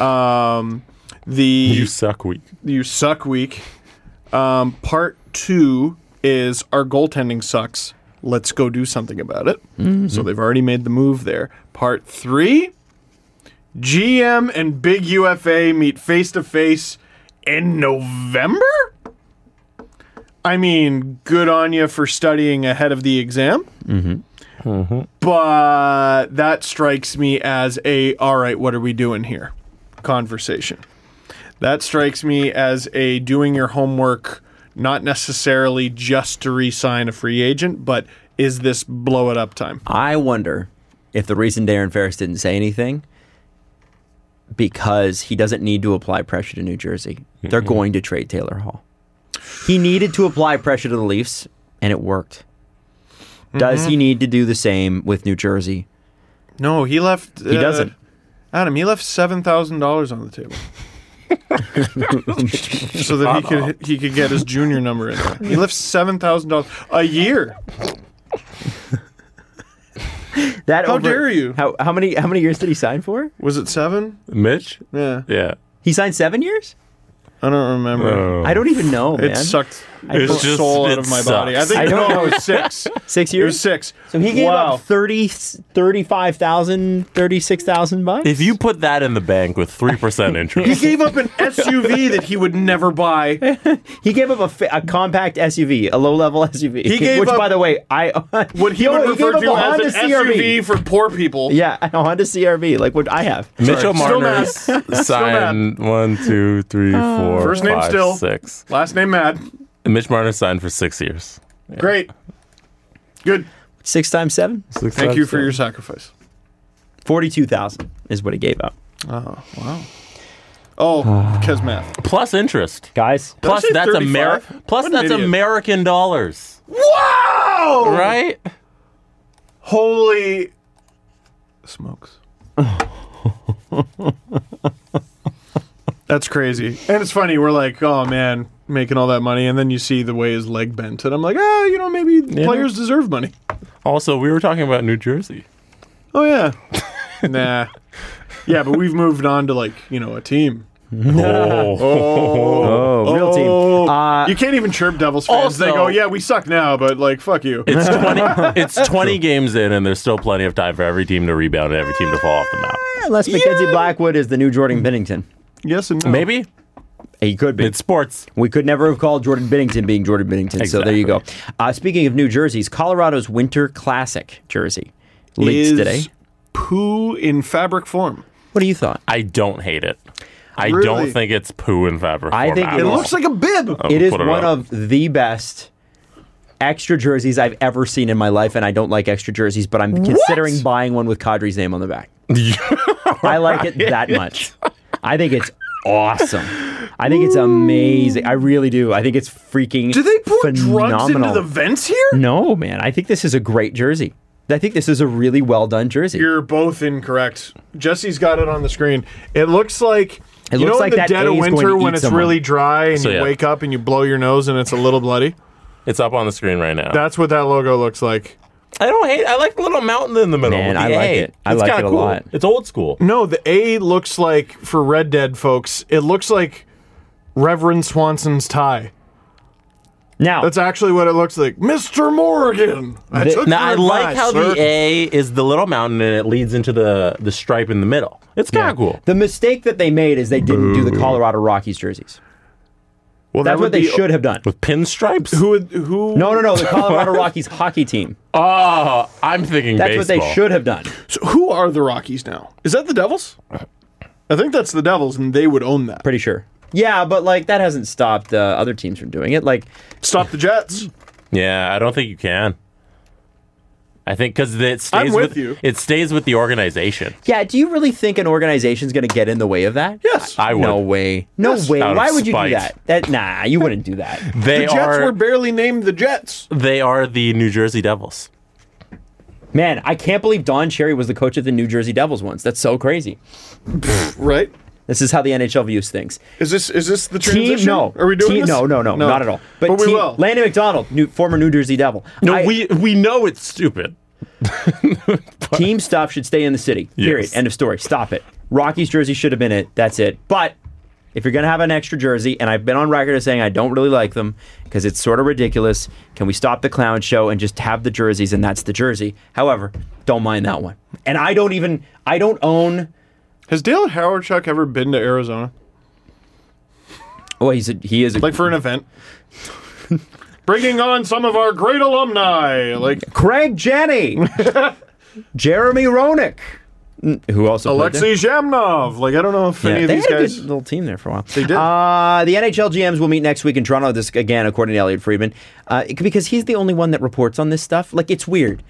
Speaker 4: Um, the
Speaker 1: you suck week.
Speaker 4: you suck week. Um, part two is our goaltending sucks. Let's go do something about it. So they've already made the move there. Part three, GM and Big UFA meet face to face in November? I mean, good on you for studying ahead of the exam. Mm-hmm. But that strikes me as a all right, what are we doing here? Conversation. That strikes me as a doing your homework, not necessarily just to re sign a free agent, but is this blow it up time?
Speaker 2: I wonder if the reason Darren Ferris didn't say anything because he doesn't need to apply pressure to New Jersey. They're going to trade Taylor Hall. He needed to apply pressure to the Leafs, and it worked. Does
Speaker 4: Mm-hmm.
Speaker 2: he need to do the same with New Jersey?
Speaker 4: No, he left. uh,
Speaker 2: He doesn't.
Speaker 4: Adam, he left seven thousand dollars on
Speaker 2: (laughs)
Speaker 4: the table. so that he could he could get his junior number in. there. He left seven thousand dollars a year.
Speaker 2: That
Speaker 4: How dare you?
Speaker 2: How, how many how many years did he sign for?
Speaker 4: Was it seven?
Speaker 1: Mitch?
Speaker 4: Yeah,
Speaker 1: Yeah.
Speaker 2: He signed seven years.
Speaker 4: I don't remember.
Speaker 1: Oh.
Speaker 2: I don't even know, man.
Speaker 4: it sucked
Speaker 1: It's
Speaker 4: the
Speaker 1: just-
Speaker 4: soul
Speaker 1: it
Speaker 4: out of my body. I
Speaker 1: sucks.
Speaker 4: think
Speaker 2: I don't
Speaker 4: no,
Speaker 2: know.
Speaker 4: it was six.
Speaker 2: (laughs) Six
Speaker 4: It
Speaker 2: years.
Speaker 4: was six.
Speaker 2: So he gave
Speaker 4: wow.
Speaker 2: up 30, 35,000, 36,000 bucks.
Speaker 1: If you put that in the bank with
Speaker 2: (laughs)
Speaker 1: 3%
Speaker 4: He
Speaker 1: interest,
Speaker 4: gave up an SUV that he would never buy.
Speaker 2: He gave up a, fa- a compact SUV, a low-level (laughs) SUV.
Speaker 4: He gave
Speaker 2: which,
Speaker 4: up-
Speaker 2: by the way, I
Speaker 4: (laughs) What he
Speaker 2: Yo,
Speaker 4: would
Speaker 2: gave
Speaker 4: refer
Speaker 2: up
Speaker 4: to
Speaker 2: a Honda
Speaker 4: as an
Speaker 2: CRV.
Speaker 4: SUV for poor people.
Speaker 2: Yeah, (laughs) a Honda CRV, like what I have.
Speaker 1: Mitchell Marner (laughs)
Speaker 4: Still mad.
Speaker 1: signed one, two, three, four,
Speaker 4: First name
Speaker 1: five,
Speaker 4: still.
Speaker 1: six.
Speaker 4: Last name Mad.
Speaker 1: And Mitch Marner signed for six years.
Speaker 4: Great. Good.
Speaker 2: Six times seven,
Speaker 1: Six
Speaker 4: Thank
Speaker 1: times
Speaker 4: you for
Speaker 1: seven.
Speaker 4: your sacrifice.
Speaker 2: forty-two thousand is what he gave up. (sighs)
Speaker 4: Oh, because math.
Speaker 1: plus interest.
Speaker 2: Guys,
Speaker 1: Plus
Speaker 4: say
Speaker 1: that's Ameri-
Speaker 4: 35?
Speaker 1: plus
Speaker 4: What an
Speaker 1: that's
Speaker 4: idiot.
Speaker 1: American dollars.
Speaker 4: Wow!
Speaker 1: Right?
Speaker 4: Holy
Speaker 2: (laughs)
Speaker 4: smokes. That's crazy. And it's funny, we're like, oh man, making all that money. And then you see the way his leg bent. And I'm like, ah, you know, maybe players deserve money.
Speaker 1: Also, we were talking about New (laughs) Jersey.
Speaker 2: (laughs)
Speaker 4: Oh, yeah. nah. Yeah, but we've moved on to like, you know, a team. Oh.
Speaker 2: oh, real team. Uh,
Speaker 4: you can't even chirp Devils fans. they
Speaker 1: also-
Speaker 4: go, yeah, we suck now, but like, fuck you.
Speaker 1: It's 20 it's 20 games in and there's still plenty of time for every team to rebound and every team to fall off the map.
Speaker 2: unless Mackenzie Blackwood is the new Jordan Bennington,
Speaker 4: (laughs) yes and no.
Speaker 1: Maybe
Speaker 2: he could be.
Speaker 1: it's sports.
Speaker 2: We could never have called Jordan Binnington being Jordan Binnington. So there you go. Uh, speaking of new jerseys, Colorado's Winter Classic jersey leaked
Speaker 4: Is
Speaker 2: today.
Speaker 4: poo in fabric form.
Speaker 2: What do you thought?
Speaker 1: I don't hate it. I
Speaker 4: Really?
Speaker 1: don't think it's poo and fabric.
Speaker 2: I
Speaker 1: form
Speaker 2: think
Speaker 1: at
Speaker 4: It
Speaker 2: Wow.
Speaker 1: all.
Speaker 4: looks like a bib.
Speaker 2: it is
Speaker 1: put it
Speaker 2: one
Speaker 1: up.
Speaker 2: of the best extra jerseys I've ever seen in my life, and I don't like extra jerseys, but I'm considering buying one with Kadri's name on the
Speaker 4: (laughs)
Speaker 2: back. I like it that much. I think it's awesome. I think it's amazing. I really do. I think it's freaking.
Speaker 4: Do they pour drugs into
Speaker 2: phenomenal. Mm.
Speaker 4: the vents here?
Speaker 2: No, man. I think this is a great jersey. I think this is a really well done jersey.
Speaker 4: You're both incorrect. Jesse's got it on the screen. It looks like
Speaker 2: It
Speaker 4: you
Speaker 2: looks
Speaker 4: know
Speaker 2: like
Speaker 4: in the
Speaker 2: that
Speaker 4: dead
Speaker 2: A
Speaker 4: of
Speaker 2: is going to
Speaker 4: winter when
Speaker 2: eat
Speaker 4: it's
Speaker 2: someone.
Speaker 4: really dry and
Speaker 1: So,
Speaker 4: you
Speaker 1: yeah.
Speaker 4: wake up and you blow your nose and it's a little bloody.
Speaker 1: It's up on the screen right now.
Speaker 4: That's what that logo looks like.
Speaker 1: I don't hate. I like the little mountain in the middle.
Speaker 2: Man,
Speaker 1: with the
Speaker 2: I like
Speaker 1: A.
Speaker 2: it. I
Speaker 1: It's
Speaker 2: like
Speaker 1: kinda
Speaker 2: it a
Speaker 1: cool.
Speaker 2: lot.
Speaker 1: It's old school.
Speaker 4: No, the A looks like for Red Dead folks. It looks like Reverend Swanson's tie.
Speaker 2: now,
Speaker 4: That's actually what it looks like, Mister Morgan. I
Speaker 2: The-
Speaker 4: took
Speaker 1: Now I
Speaker 4: your
Speaker 1: like
Speaker 4: advice,
Speaker 1: how
Speaker 4: sir.
Speaker 1: the A is the little mountain and it leads into the the stripe in the middle. It's kind of cool.
Speaker 2: the mistake that they made is they didn't do the Colorado Rockies jerseys.
Speaker 4: well, that
Speaker 2: That's what
Speaker 4: would
Speaker 2: they
Speaker 4: be-
Speaker 2: should have done.
Speaker 1: With pinstripes?
Speaker 4: Who would who?
Speaker 2: No, no, no.
Speaker 4: (laughs)
Speaker 2: The Colorado Rockies hockey team.
Speaker 1: Oh, I'm thinking
Speaker 2: That's
Speaker 1: baseball.
Speaker 2: what they should have done.
Speaker 4: So who are the Rockies now? Is that the Devils? I think that's the Devils, and they would own that.
Speaker 2: Pretty sure. Yeah, but like that hasn't stopped uh, other teams from doing it. Like,
Speaker 4: Stop the Jets.
Speaker 1: Yeah, I don't think you can. I think because it stays
Speaker 4: I'm with you.
Speaker 1: It stays with the organization.
Speaker 2: yeah, do you really think an organization's going to get in the way of that?
Speaker 4: Yes.
Speaker 1: I would.
Speaker 2: No way. No
Speaker 4: Yes.
Speaker 2: way.
Speaker 1: Out of
Speaker 2: Why would you
Speaker 1: spite.
Speaker 2: do that? That nah, you wouldn't
Speaker 1: (laughs)
Speaker 2: do that.
Speaker 1: They
Speaker 4: the Jets
Speaker 1: are.
Speaker 4: were barely named the Jets.
Speaker 1: they are the New Jersey Devils.
Speaker 2: Man, I can't believe Don Cherry was the coach of the New Jersey Devils once. That's so crazy.
Speaker 4: Right?
Speaker 2: This is how the NHL views things.
Speaker 4: Is this is this the transition?
Speaker 2: Team, no.
Speaker 4: Are we doing
Speaker 2: team,
Speaker 4: this?
Speaker 2: No, no, no, not at all.
Speaker 4: But, we
Speaker 2: team-
Speaker 4: will.
Speaker 2: Landon McDonald, new, former New Jersey Devil.
Speaker 1: No,
Speaker 2: I-
Speaker 1: we we know it's stupid.
Speaker 2: team stuff should stay in the city. Period.
Speaker 1: Yes.
Speaker 2: End of story. Stop it. Rockies jersey should have been it. That's it. But if you're gonna have an extra jersey, and I've been on record as saying I don't really like them because it's sort of ridiculous. Can we stop the clown show and just have the jerseys and that's the jersey? However, don't mind that one. And I don't even I don't own
Speaker 4: Has Dale Howardchuk ever been to Arizona?
Speaker 2: Oh, he's a, he is a
Speaker 4: Like for an event? Bringing on some of our great alumni. Like
Speaker 2: Craig Jenny, (laughs) Jeremy Roenick, n- who also played there.
Speaker 4: Alexei Zhamnov. Like I don't know if any
Speaker 2: Yeah,
Speaker 4: of
Speaker 2: they
Speaker 4: these
Speaker 2: had
Speaker 4: guys.
Speaker 2: a good little team there for a while.
Speaker 4: They did.
Speaker 1: Ah,
Speaker 2: Uh, the NHL GMs will meet next week in Toronto. This again, according to Elliot Friedman, uh, it- because he's the only one that reports on this stuff. Like it's weird.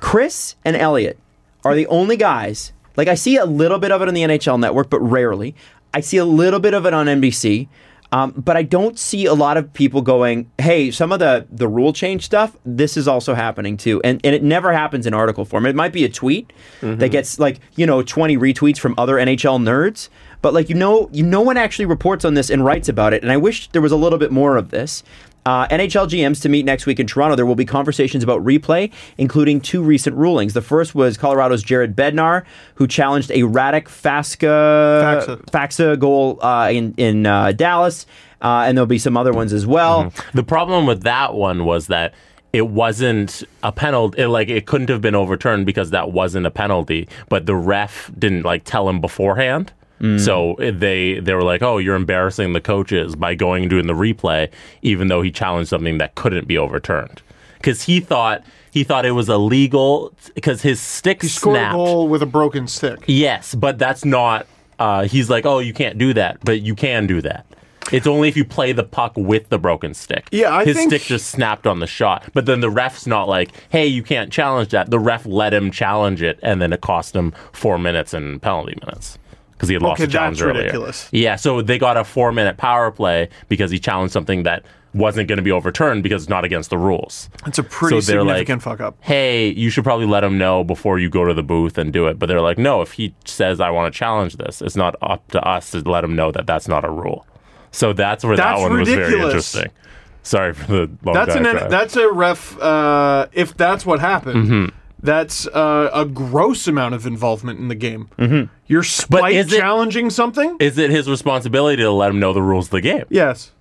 Speaker 2: Chris and Elliot are the only guys. Like I see a little bit of it on the NHL Network, but rarely. I see a little bit of it on NBC. Um, but I don't see a lot of people going, "Hey, some of the the rule change stuff. This is also happening too." And and it never happens in article form. It might be a tweet that gets like you know twenty retweets from other NHL nerds, but like you know you no one actually reports on this and writes about it. And I wish there was a little bit more of this. Uh, NHL GMs to meet next week in Toronto. There will be conversations about replay, including two recent rulings. The first was Colorado's Jared Bednar, who challenged a Radic Fasca
Speaker 4: Faxa.
Speaker 2: Faxa goal uh, in in uh, Dallas, uh, and there'll be some other ones as
Speaker 4: Mm-hmm.
Speaker 2: well.
Speaker 1: The problem with that one was that it wasn't a penalty. It, like it couldn't have been overturned because that wasn't a penalty. But the ref didn't like tell him beforehand. So it- they they were like, "Oh, you're embarrassing the coaches by going and doing the replay, even though he challenged something that couldn't be overturned." Because he thought he thought it was illegal because his stick
Speaker 4: He scored
Speaker 1: snapped.
Speaker 4: a goal with a broken stick.
Speaker 1: Yes, but that's not. Uh, he's like, "Oh, you can't do that," but you can do that. It's only if you play the puck with the broken stick.
Speaker 4: Yeah, I
Speaker 1: his
Speaker 4: think-
Speaker 1: stick just snapped on the shot. But then the ref's not like, "Hey, you can't challenge that." The ref let him challenge it, and then it cost him four minutes and penalty minutes because he had lost
Speaker 4: Okay,
Speaker 1: the challenge
Speaker 4: that's
Speaker 1: earlier.
Speaker 4: ridiculous.
Speaker 1: Yeah, so they got a four-minute power play because he challenged something that wasn't going to be overturned because it's not against the rules.
Speaker 4: That's a pretty
Speaker 1: So they're like- Oh,
Speaker 4: significant fuck up.
Speaker 1: Hey, you should probably let him know before you go to the booth and do it. But they're like, no, if he says, I want to challenge this, it's not up to us to let him know that that's not a rule. So that's where
Speaker 4: That's
Speaker 1: that one was very
Speaker 4: ridiculous.
Speaker 1: interesting. Sorry for the long
Speaker 4: That's an
Speaker 1: diatribe.
Speaker 4: that's a ref. Uh, if that's what happened,
Speaker 1: Mm-hmm.
Speaker 4: that's uh, a gross amount of involvement in the game. You're spite
Speaker 1: Mm-hmm. is it-
Speaker 4: challenging something.
Speaker 1: Is it his responsibility to let him know the rules of the game?
Speaker 4: yes.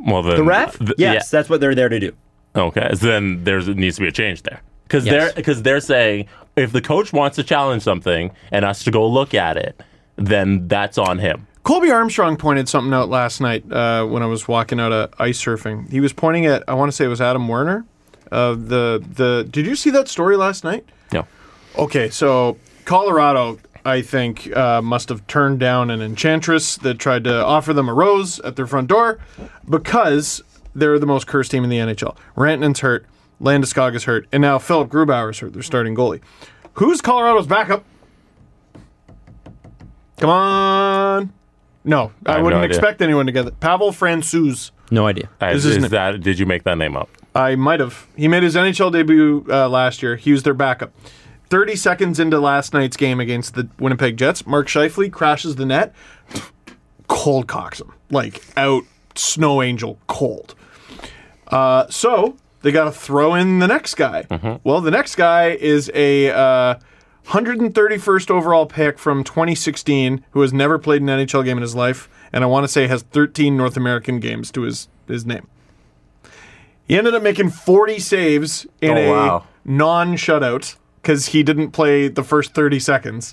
Speaker 1: Well, then,
Speaker 2: The ref,
Speaker 1: th-
Speaker 2: yes,
Speaker 1: yeah.
Speaker 2: that's what they're there to do.
Speaker 1: Okay, so then there needs to be a change there because
Speaker 2: Yes.
Speaker 1: they're because they're saying if the coach wants to challenge something and us to go look at it, then that's on him.
Speaker 4: Colby Armstrong pointed something out last night uh, when I was walking out of ice surfing. He was pointing at I want to say it was Adam Werner. Uh, the the did you see that story last night?
Speaker 1: No.
Speaker 4: Okay, so Colorado, I think, uh, must have turned down an enchantress that tried to offer them a rose at their front door because they're the most cursed team in the NHL. Rantanen's hurt, Landeskog is hurt, and now Philip Grubauer's hurt, their starting goalie. Who's Colorado's backup? Come on. No, I,
Speaker 1: have no
Speaker 4: wouldn't
Speaker 1: idea.
Speaker 4: expect anyone to get it. Pavel Francouz.
Speaker 2: No idea.
Speaker 1: Is,
Speaker 4: isn't
Speaker 1: is
Speaker 4: it.
Speaker 1: that did you make that name up?
Speaker 4: I might have. He made his NHL debut uh, last year. He was their backup. 30 seconds into last night's game against the Winnipeg Jets, Mark Scheifele crashes the net, cold cocks him. Like out, snow angel cold. Uh, so they got to throw in the next guy.
Speaker 1: Mm-hmm.
Speaker 4: Well, the next guy is a uh, 131st overall pick from 2016 who has never played an NHL game in his life, and I want to say has 13 North American games to his, his name. He ended up making 40 saves in
Speaker 1: Oh,
Speaker 4: a
Speaker 1: wow.
Speaker 4: non shutout because he didn't play the first 30 seconds,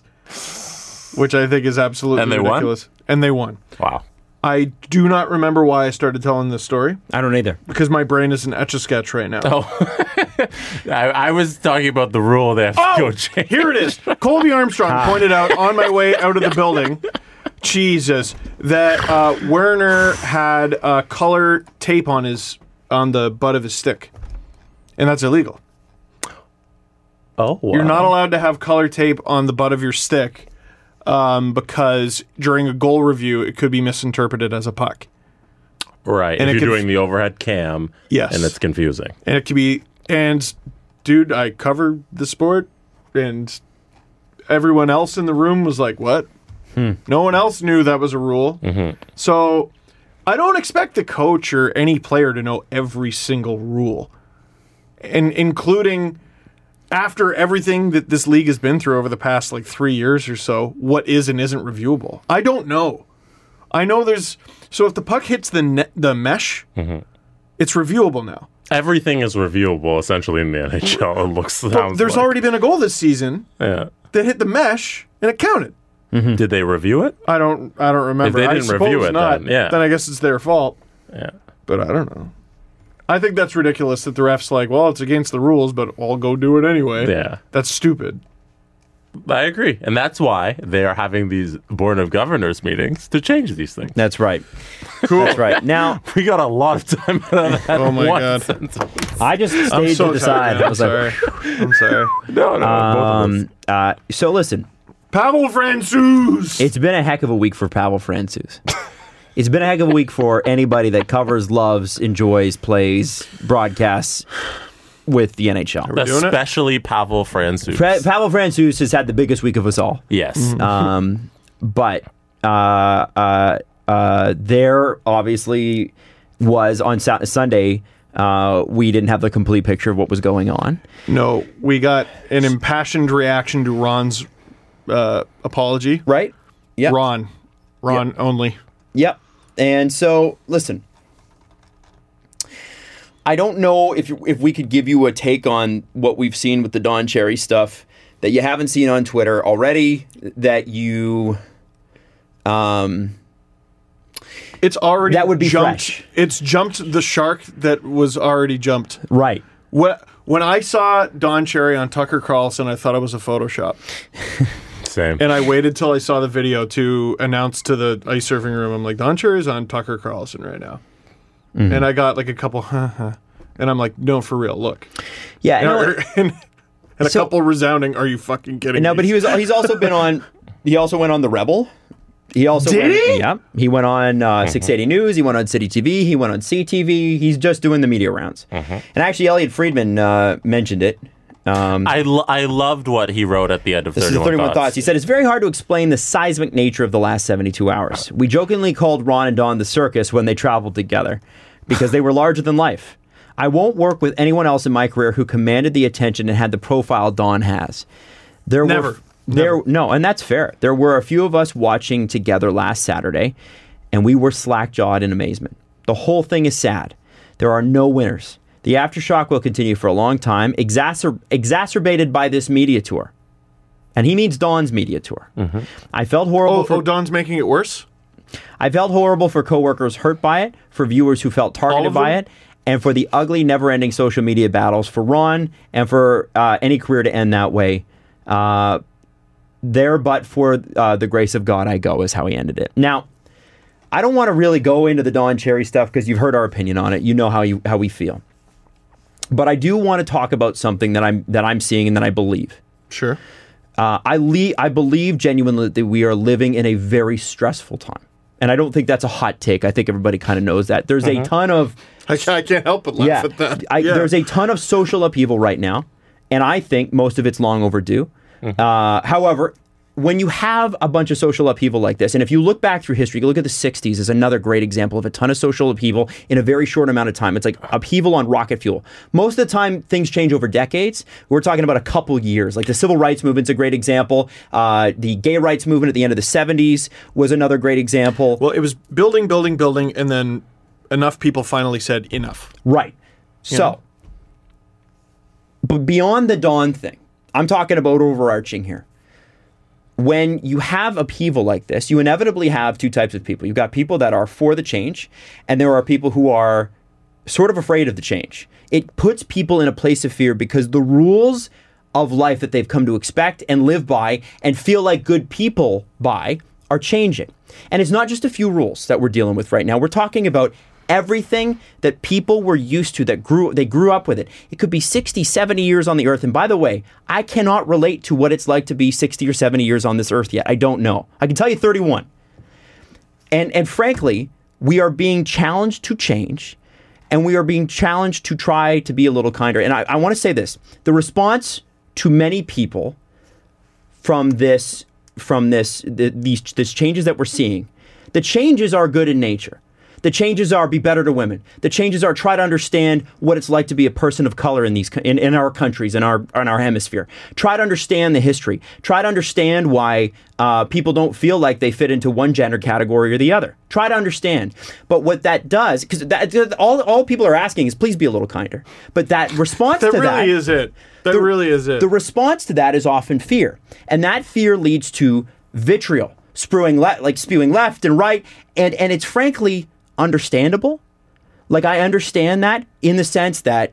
Speaker 4: which I think is absolutely
Speaker 1: And they won?
Speaker 4: ridiculous. And they won.
Speaker 1: Wow.
Speaker 4: I do not remember why I started telling this story
Speaker 2: I don't either.
Speaker 4: because my brain is an etch a sketch right now.
Speaker 1: I, I was talking about the rule they
Speaker 2: Oh!
Speaker 1: (laughs) have to go change.
Speaker 4: Here it is. Colby Armstrong pointed out on my way out of the building, Jesus, that uh, Werner had uh, color tape on his on the butt of his stick, and that's illegal.
Speaker 1: Oh, wow.
Speaker 4: You're not allowed to have color tape on the butt of your stick um, because during a goal review, it could be misinterpreted as a puck,
Speaker 1: right.
Speaker 4: and
Speaker 1: if
Speaker 4: it
Speaker 1: you're
Speaker 4: conf-
Speaker 1: doing the overhead cam,
Speaker 4: Yes.
Speaker 1: and it's confusing.
Speaker 4: and it could be. And dude, I covered the sport, and everyone else in the room was like, "What?" No one else knew that was a rule. So I don't expect the coach or any player to know every single rule, and including after everything that this league has been through over the past like three years or so, what is and isn't reviewable. I don't know. I know there's so if the puck hits the net, the mesh, it's reviewable now.
Speaker 1: Everything is reviewable essentially in the (laughs) NHL. It looks
Speaker 4: But
Speaker 1: sounds
Speaker 4: there's
Speaker 1: like.
Speaker 4: already been a goal this season
Speaker 1: yeah.
Speaker 4: that hit the mesh, and it counted.
Speaker 1: Did they review it?
Speaker 4: I don't I don't remember.
Speaker 1: they
Speaker 4: I
Speaker 1: didn't review
Speaker 4: suppose
Speaker 1: it,
Speaker 4: not,
Speaker 1: then, yeah.
Speaker 4: I guess it's their fault.
Speaker 1: Yeah.
Speaker 4: But I don't know. I think that's ridiculous that the ref's like, well, it's against the rules, but I'll go do it anyway.
Speaker 1: Yeah.
Speaker 4: That's stupid.
Speaker 1: I agree. And that's why they are having these Board of Governors meetings to change these things.
Speaker 2: That's right.
Speaker 4: Cool.
Speaker 2: That's right. Now
Speaker 1: We got a lot of time out of that.
Speaker 4: (laughs) Oh my
Speaker 1: one (laughs)
Speaker 4: God.
Speaker 1: sentence.
Speaker 2: I just stayed
Speaker 4: I'm so
Speaker 2: to the side.
Speaker 4: tired. now.
Speaker 2: I
Speaker 4: I'm
Speaker 2: was like,
Speaker 4: sorry.
Speaker 2: (laughs)
Speaker 4: (laughs) I'm sorry.
Speaker 1: No, no. both of
Speaker 2: um,
Speaker 1: us.
Speaker 2: uh, so listen,
Speaker 4: Pavel Francouz.
Speaker 2: It's been a heck of a week for Pavel Francis. it's been a heck of a week for anybody that covers, loves, enjoys, plays, broadcasts with the NHL.
Speaker 4: doing it?
Speaker 1: Especially Pavel Francouz.
Speaker 2: Pre- Pavel Francis has had the biggest week of us all.
Speaker 1: yes. Uh,
Speaker 2: Um, but uh, uh, uh, there obviously was on Sa- Sunday. Uh, we didn't have the complete picture of what was going on.
Speaker 4: No, we got an impassioned reaction to Ron's uh, apology.
Speaker 2: Right? Yeah.
Speaker 4: Ron. Ron only.
Speaker 2: Yep. And so, listen, I don't know if if we could give you a take on what we've seen with the Don Cherry stuff that you haven't seen on Twitter already. That you, um,
Speaker 4: It's already
Speaker 2: That would be
Speaker 4: jumped.
Speaker 2: fresh.
Speaker 4: It's jumped the shark that was already jumped.
Speaker 2: right.
Speaker 4: When, when I saw Don Cherry on Tucker Carlson, I thought it was a Photoshop.
Speaker 1: Same.
Speaker 4: And I waited till I saw the video to announce to the ice surfing room, I'm like, Don Cherry's on Tucker Carlson right now.
Speaker 2: Mm.
Speaker 4: And I got like a couple, huh, huh. And I'm like, no, for real, look.
Speaker 2: Yeah.
Speaker 4: And,
Speaker 2: no,
Speaker 4: (laughs) and a
Speaker 2: So-
Speaker 4: couple resounding, are you fucking kidding
Speaker 2: no,
Speaker 4: me?
Speaker 2: but he was he's also been on. He also went on the Rebel. He also
Speaker 4: Did
Speaker 2: went,
Speaker 4: he? Mm-hmm.
Speaker 2: Yeah. He went on uh, 680 News. He went on City TV. He went on CTV. He's just doing the media rounds.
Speaker 4: Mm-hmm.
Speaker 2: And actually, Elliot Friedman uh, mentioned it. Um,
Speaker 1: I, lo- I loved what he wrote at the end of
Speaker 2: This
Speaker 1: 31,
Speaker 2: is 31 thoughts. He said, It's very hard to explain the seismic nature of the last 72 hours. We jokingly called Ron and Don the circus when they traveled together because they were (laughs) larger than life. I won't work with anyone else in my career who commanded the attention and had the profile Don has. There
Speaker 4: Never.
Speaker 2: were there no, and that's fair. There were a few of us watching together last Saturday, and we were slack jawed in amazement. The whole thing is sad. There are no winners. The aftershock will continue for a long time, exacer- exacerbated by this media tour. And he means Don's media tour. I felt horrible
Speaker 4: Mm-hmm. oh,
Speaker 2: for
Speaker 4: oh, Don's making it worse?
Speaker 2: I felt horrible for coworkers hurt by it, for viewers who felt
Speaker 4: All
Speaker 2: targeted
Speaker 4: of
Speaker 2: by
Speaker 4: them?
Speaker 2: it, and for the ugly, never-ending social media battles for Ron and for uh, any career to end that way. Uh, there, but for uh, the grace of God, I go is how he ended it. Now, I don't want to really go into the Don Cherry stuff because you've heard our opinion on it. You know how you how we feel, but I do want to talk about something that I'm that I'm seeing and that I believe.
Speaker 4: Sure.
Speaker 2: Uh, I le- I believe genuinely that we are living in a very stressful time, and I don't think that's a hot take. I think everybody kind of knows that. There's a ton of
Speaker 4: I, ca- I can't help but laugh
Speaker 2: yeah,
Speaker 4: at that.
Speaker 2: I,
Speaker 4: yeah.
Speaker 2: there's a ton of social upheaval right now, and I think most of it's long overdue.
Speaker 4: Mm-hmm.
Speaker 2: Uh, however, when you have a bunch of social upheaval like this, and if you look back through history, you look at the '60s is another great example of a ton of social upheaval in a very short amount of time. It's like upheaval on rocket fuel. Most of the time, things change over decades. We're talking about a couple years. Like the civil rights movement's a great example. Uh, the gay rights movement at the end of the '70s was another great example.
Speaker 4: Well, it was building, building, building, and then enough people finally said enough.
Speaker 2: Right. So, but beyond the dawn thing, I'm talking about overarching here. When you have upheaval like this, you inevitably have two types of people. You've got people that are for the change, and there are people who are sort of afraid of the change. It puts people in a place of fear because the rules of life that they've come to expect and live by and feel like good people by are changing. And it's not just a few rules that we're dealing with right now. We're talking about everything that people were used to that grew they grew up with it. It could be 60, 70 years on the earth and by the way, I cannot relate to what it's like to be 60 or 70 years on this earth yet. I don't know. I can tell you 31 and and frankly, we are being challenged to change, and we are being challenged to try to be a little kinder. And I, I want to say this: the response to many people from this from this th- these this changes that we're seeing, the changes are good in nature. The changes are be better to women. The changes are try to understand what it's like to be a person of color in these co- in, in our countries in our in our hemisphere. Try to understand the history. Try to understand why uh, people don't feel like they fit into one gender category or the other. Try to understand. But what that does, because all all people are asking is please be a little kinder. But that response
Speaker 4: That
Speaker 2: to
Speaker 4: really
Speaker 2: that
Speaker 4: is it. That really is it.
Speaker 2: the response to that is often fear, and that fear leads to vitriol, spewing le- like spewing left and right, and and it's frankly understandable. Like I understand that in the sense that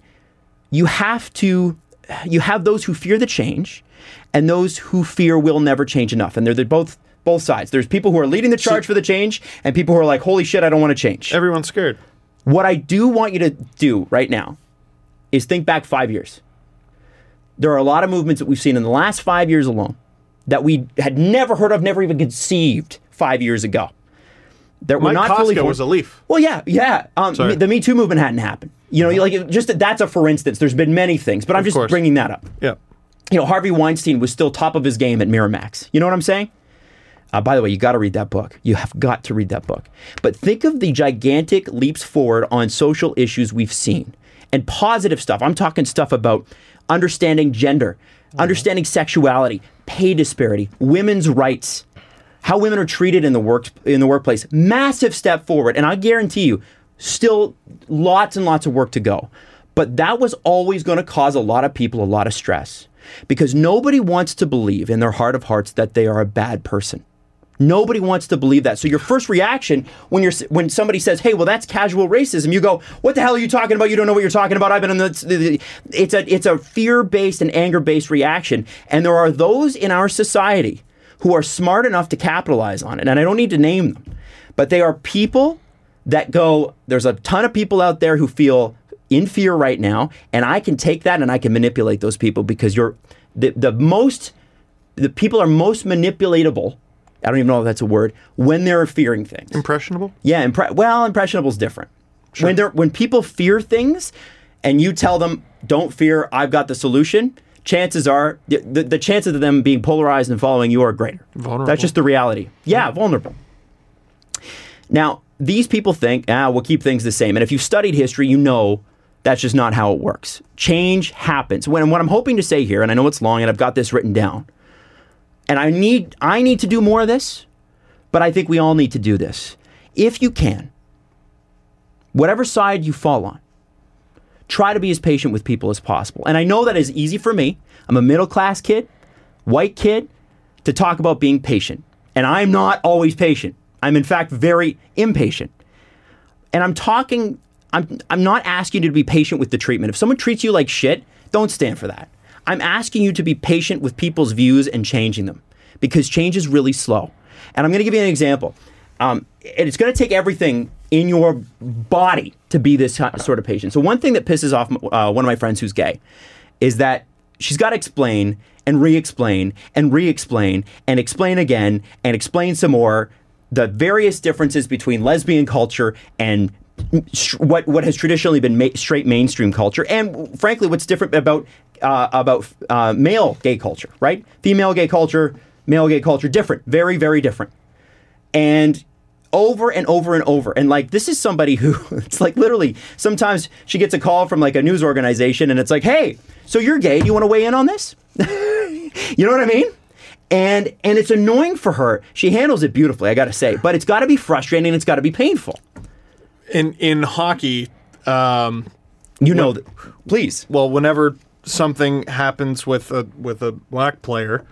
Speaker 2: you have to you have those who fear the change and those who fear will never change enough, and they're the both both sides. There's people who are leading the charge for the change, and people who are like, "Holy shit, I don't want to change."
Speaker 4: Everyone's scared.
Speaker 2: What I do want you to do right now is think back five years. There are a lot of movements that we've seen in the last five years alone that we had never heard of, never even conceived five years ago. That were
Speaker 4: Mike
Speaker 2: not fully
Speaker 4: Koska
Speaker 2: formed.
Speaker 4: was a leaf.
Speaker 2: Well, yeah, yeah. Um,
Speaker 4: Sorry. Uh-huh.
Speaker 2: me- the Me Too movement hadn't happened. You know, like it- just that's a for instance. There's been many things, but I'm just
Speaker 4: course.
Speaker 2: bringing that up
Speaker 4: Yeah.
Speaker 2: you know, Harvey Weinstein was still top of his game at Miramax. You know what I'm saying? Uh, by the way, you got to read that book. You have got to read that book. But think of the gigantic leaps forward on social issues we've seen and positive stuff. I'm talking stuff about understanding gender, understanding sexuality, pay disparity, women's rights, how women are treated in the work in the workplace. Massive step forward, and I guarantee you, still lots and lots of work to go. But that was always going to cause a lot of people a lot of stress because nobody wants to believe in their heart of hearts that they are a bad person. Nobody wants to believe that. So your first reaction when you're when somebody says, "Hey, well that's casual racism," you go, "What the hell are you talking about? You don't know what you're talking about." I've been in the it's a it's a fear-based and anger-based reaction, and there are those in our society who are smart enough to capitalize on it. And I don't need to name them, but they are people that go, there's a ton of people out there who feel in fear right now, and I can take that and I can manipulate those people because you're the, the most the people are most manipulatable. I don't even know if that's a word when they're fearing things.
Speaker 4: Impressionable?
Speaker 2: Yeah, impre- well, impressionable is different. When they're when people fear things, and you tell them, "Don't fear, I've got the solution." Chances are, the, the, the chances of them being polarized and following you are greater.
Speaker 4: Vulnerable.
Speaker 2: That's just the reality. Yeah, vulnerable. Now, these people think, ah, we'll keep things the same. And if you've studied history, you know that's just not how it works. Change happens. When, what I'm hoping to say here, and I know it's long and I've got this written down, and I need, I need to do more of this, but I think we all need to do this. If you can, whatever side you fall on, try to be as patient with people as possible. And I know that is easy for me. I'm a middle class kid, white kid, to talk about being patient. And I'm not always patient. I'm in fact very impatient. And I'm talking I'm I'm not asking you to be patient with the treatment. If someone treats you like shit, don't stand for that. I'm asking you to be patient with people's views and changing them because change is really slow. And I'm going to give you an example. Um, and it's going to take everything in your body to be this ti- sort of patient. So one thing that pisses off uh, one of my friends who's gay is that she's got to explain and re-explain and re-explain and explain again and explain some more the various differences between lesbian culture and sh- what what has traditionally been ma- straight mainstream culture and frankly what's different about uh, about uh, male gay culture right female gay culture male gay culture different very very different and over and over and over and like this is somebody who (laughs) it's like literally sometimes she gets a call from like a news organization and it's like hey so you're gay do you want to weigh in on this (laughs) you know what i mean and and it's annoying for her she handles it beautifully i gotta say but it's gotta be frustrating and it's gotta be painful
Speaker 4: In in hockey, um,
Speaker 2: you know that please
Speaker 4: well, whenever something happens with a with a black player,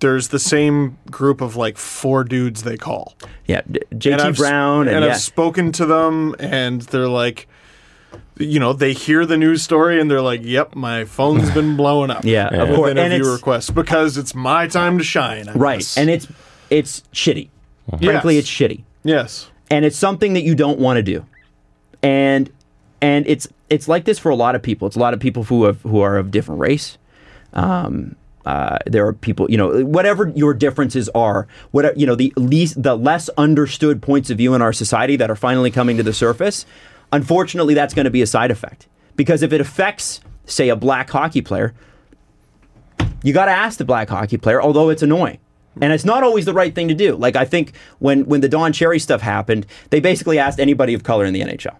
Speaker 4: there's the same group of like four dudes they call.
Speaker 2: yeah d- jt
Speaker 4: I've s-
Speaker 2: brown and, yeah.
Speaker 4: I've spoken to them, and they're like, you know, they hear the news story, and they're like, "Yep, my
Speaker 2: (laughs)
Speaker 4: phone's been blowing up."
Speaker 2: Yeah, of
Speaker 4: with
Speaker 2: course, and
Speaker 4: Interview
Speaker 2: it's-
Speaker 4: requests because it's my time to shine. I
Speaker 2: right
Speaker 4: guess.
Speaker 2: and it's it's shitty frankly
Speaker 4: Yes.
Speaker 2: it's shitty
Speaker 4: yes,
Speaker 2: and it's something that you don't want to do and and it's it's like this for a lot of people it's a lot of people who have who are of different race um uh, there are people, you know, whatever your differences are, what you know, the least, the less understood points of view in our society that are finally coming to the surface. Unfortunately, that's going to be a side effect because if it affects, say, a black hockey player, you got to ask the black hockey player. Although it's annoying, and it's not always the right thing to do. Like I think when when the Don Cherry stuff happened, they basically asked anybody of color in the NHL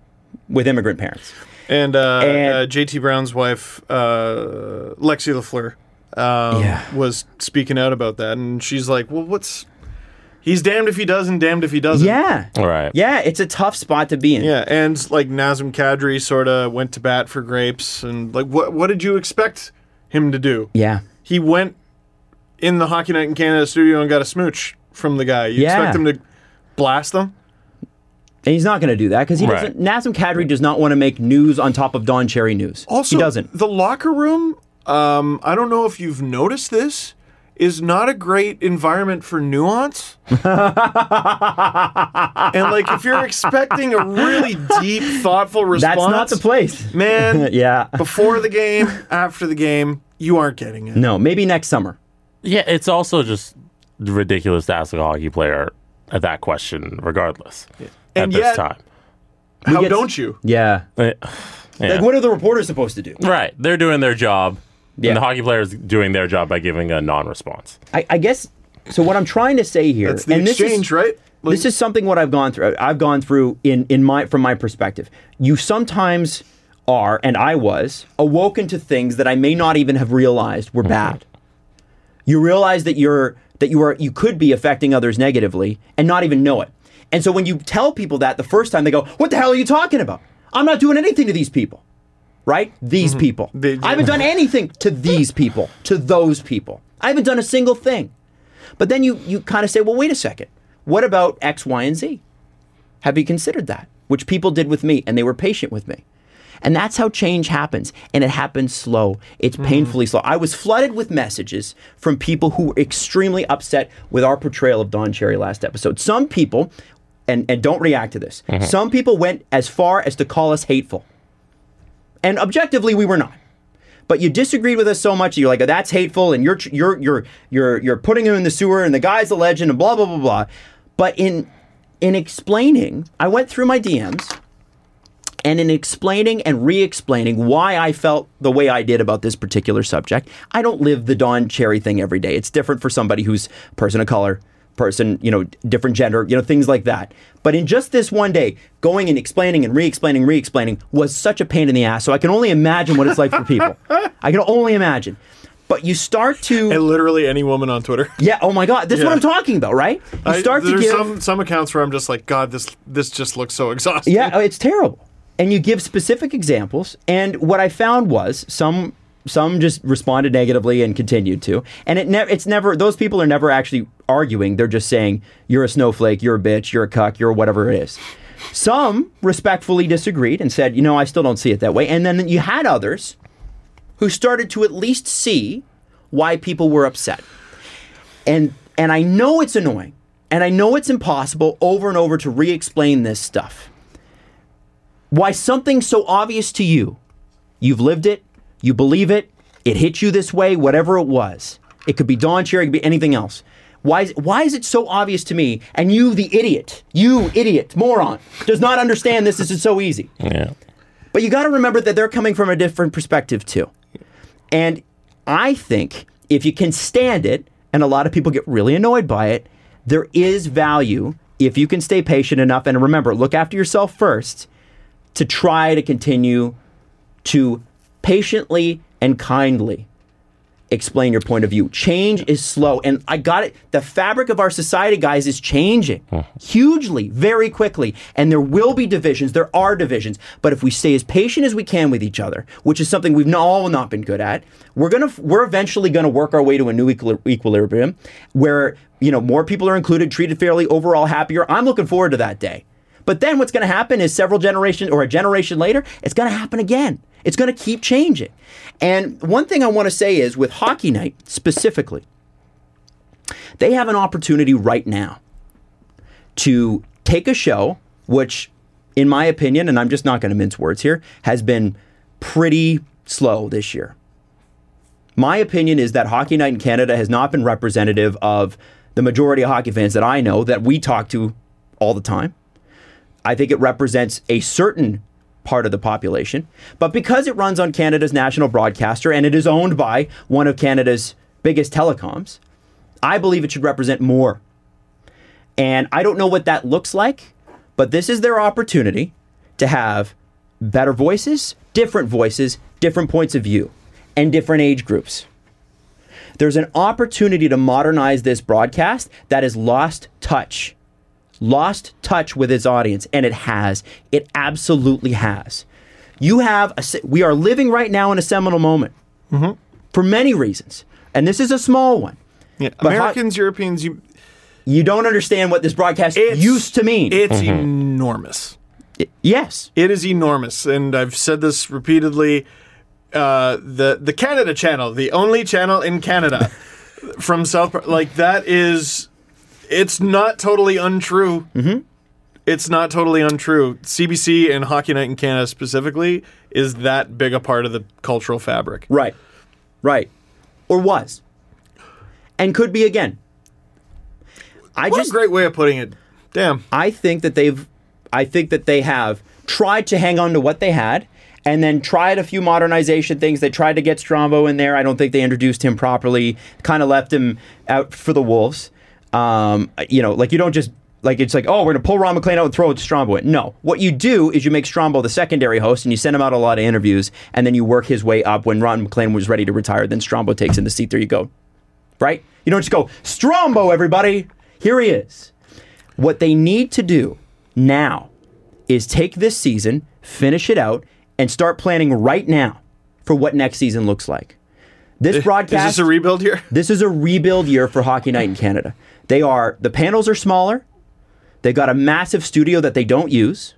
Speaker 2: with immigrant parents.
Speaker 4: And, uh,
Speaker 2: And-
Speaker 4: uh, JT Brown's wife, uh, Lexi Lafleur, um,
Speaker 2: Yeah.
Speaker 4: was speaking out about that, and she's like, "Well, what's he's damned if he does and damned if he doesn't."
Speaker 2: Yeah.
Speaker 1: All right.
Speaker 2: Yeah, it's a tough spot to be in.
Speaker 4: yeah. And like Nazem Kadri sort of went to bat for Grapes, and like, what what did you expect him to do?
Speaker 2: Yeah.
Speaker 4: he went in the Hockey Night in Canada studio and got a smooch from the guy. You
Speaker 2: Yeah.
Speaker 4: expect him to blast them?
Speaker 2: And he's not going to do that because he
Speaker 1: Right.
Speaker 2: doesn't. Nazem Kadri does not want to make news on top of Don Cherry news.
Speaker 4: Also,
Speaker 2: he doesn't.
Speaker 4: The locker room, um, I don't know if you've noticed this, is not a great environment for
Speaker 2: (laughs)
Speaker 4: nuance. and like, if you're expecting a really deep, thoughtful response,
Speaker 2: That's not the place. (laughs)
Speaker 4: man.
Speaker 2: Yeah.
Speaker 4: Before the game, after the game, you aren't getting it.
Speaker 2: No, maybe next summer.
Speaker 1: Yeah, it's also just ridiculous to ask a hockey player at that question, regardless. at
Speaker 4: And
Speaker 1: this
Speaker 4: yet-
Speaker 1: time,
Speaker 4: How
Speaker 2: get-
Speaker 4: don't you?
Speaker 2: Yeah.
Speaker 1: Eh, yeah.
Speaker 2: Like, what are the reporters supposed to do?
Speaker 1: right? They're doing their job,
Speaker 2: Yeah.
Speaker 1: and the hockey player is doing their job by giving a non-response.
Speaker 2: I, I guess. So what I'm trying to say here,
Speaker 4: That's the
Speaker 2: and this
Speaker 4: exchange,
Speaker 2: is,
Speaker 4: right? Like-
Speaker 2: this is something what I've gone through. I've gone through in in my from my perspective. You sometimes are, and I was, awoken to things that I may not even have realized were bad. You realize that you're that you are you could be affecting others negatively and not even know it. And so when you tell people that the first time, they go, "What the hell are you talking about? I'm not doing anything to these people." Right? These people.
Speaker 4: They-
Speaker 2: I haven't done anything to these people, to those people. I haven't done a single thing. But then you you kind of say, well, wait a second. What about X, Y, and Z? Have you considered that? Which people did with me, and they were patient with me. And that's how change happens. And it happens slow. It's painfully slow. I was flooded with messages from people who were extremely upset with our portrayal of Don Cherry last episode. Some people, and, and don't react to this, some people went as far as to call us hateful. And objectively, we were not. But you disagreed with us so much, you're like, "That's hateful," and you're tr- you're you're you're you're putting him in the sewer, and the guy's a legend, and blah blah blah blah. But in in explaining, I went through my DMs, and in explaining and re-explaining why I felt the way I did about this particular subject, I don't live the Don Cherry thing every day. It's different for somebody who's person of color, person, you know, different gender, you know, things like that. But in just this one day, going and explaining and re-explaining, re-explaining was such a pain in the ass. So I can only imagine what it's like for people.
Speaker 4: (laughs)
Speaker 2: I can only imagine. But you start to
Speaker 4: And literally any woman on Twitter.
Speaker 2: yeah, oh my God, that's what
Speaker 4: Yeah.
Speaker 2: I'm talking about, right? You
Speaker 4: I-
Speaker 2: start to
Speaker 4: there's
Speaker 2: give
Speaker 4: some some accounts where I'm just like, God, this this just looks so (laughs) exhausting.
Speaker 2: Yeah, oh, it's terrible. And you give specific examples, and what I found was some some just responded negatively and continued to, and it never it's never those people are never actually arguing. They're just saying you're a snowflake, you're a bitch, you're a cuck, you're whatever it is. Some respectfully disagreed and said, you know, I still don't see it that way. And then you had others who started to at least see why people were upset. And and I know it's annoying. And I know it's impossible over and over to re-explain this stuff. Why something so obvious to you, you've lived it, you believe it, it hit you this way, whatever it was. It could be Don Cherry, it could be anything else. Why is, why is it so obvious to me and you, the idiot, you idiot, moron, does not understand this? This is so easy.
Speaker 1: Yeah.
Speaker 2: But you got to remember that they're coming from a different perspective too. And I think if you can stand it, and a lot of people get really annoyed by it, there is value if you can stay patient enough and remember, look after yourself first to try to continue to patiently and kindly explain your point of view. Change is slow. And I got it. The fabric of our society, guys, is changing hugely, very quickly. And there will be divisions. There are divisions. But if we stay as patient as we can with each other, which is something we've not, all not been good at, we're gonna we're eventually gonna work our way to a new equil- equilibrium where you know more people are included, treated fairly, overall happier. I'm looking forward to that day. But then what's going to happen is several generations or a generation later, it's going to happen again. It's going to keep changing. And one thing I want to say is with Hockey Night specifically, they have an opportunity right now to take a show, which, in my opinion, and I'm just not going to mince words here, has been pretty slow this year. My opinion is that Hockey Night in Canada has not been representative of the majority of hockey fans that I know that we talk to all the time. I think it represents a certain part of the population. But because it runs on Canada's national broadcaster and it is owned by one of Canada's biggest telecoms, I believe it should represent more. And I don't know what that looks like, but this is their opportunity to have better voices, different voices, different points of view, and different age groups. There's an opportunity to modernize this broadcast that has lost touch, lost touch with its audience, and it has. It absolutely has. You have a, se- we are living right now in a seminal moment
Speaker 4: Mm-hmm.
Speaker 2: for many reasons, and this is a small one.
Speaker 4: Yeah.
Speaker 2: But how-
Speaker 4: Americans, Europeans, you,
Speaker 2: You don't understand what this broadcast
Speaker 4: it's
Speaker 2: used to mean.
Speaker 4: It's enormous.
Speaker 2: yes.
Speaker 4: It is enormous, and I've said this repeatedly. Uh, the the Canada Channel, the only channel in Canada (laughs) from South, Par- like that is, it's not totally untrue. Mm-hmm. It's not totally untrue. CBC and Hockey Night in Canada specifically is that big a part of the cultural fabric.
Speaker 2: Right. Right. Or was. And could be again. I
Speaker 4: What
Speaker 2: just
Speaker 4: a great way of putting it. Damn.
Speaker 2: I think that they've I think that they have tried to hang on to what they had and then tried a few modernization things. They tried to get Strombo in there. I don't think they introduced him properly. Kind of left him out for the wolves. Um, you know, like you don't just like it's like oh we're gonna pull Ron McLean out and throw Strombo in. No, what you do is you make Strombo the secondary host and you send him out a lot of interviews and then you work his way up. When Ron McLean was ready to retire, then Strombo takes in the seat. There you go, right? You don't just go Strombo, everybody. Here he is. What they need to do now is take this season, finish it out, and start planning right now for what next season looks like. Eh, This
Speaker 4: Is
Speaker 2: broadcast
Speaker 4: this a rebuild here?
Speaker 2: this is a rebuild year for Hockey Night in Canada. They are the panels are smaller. They got a massive studio that they don't use.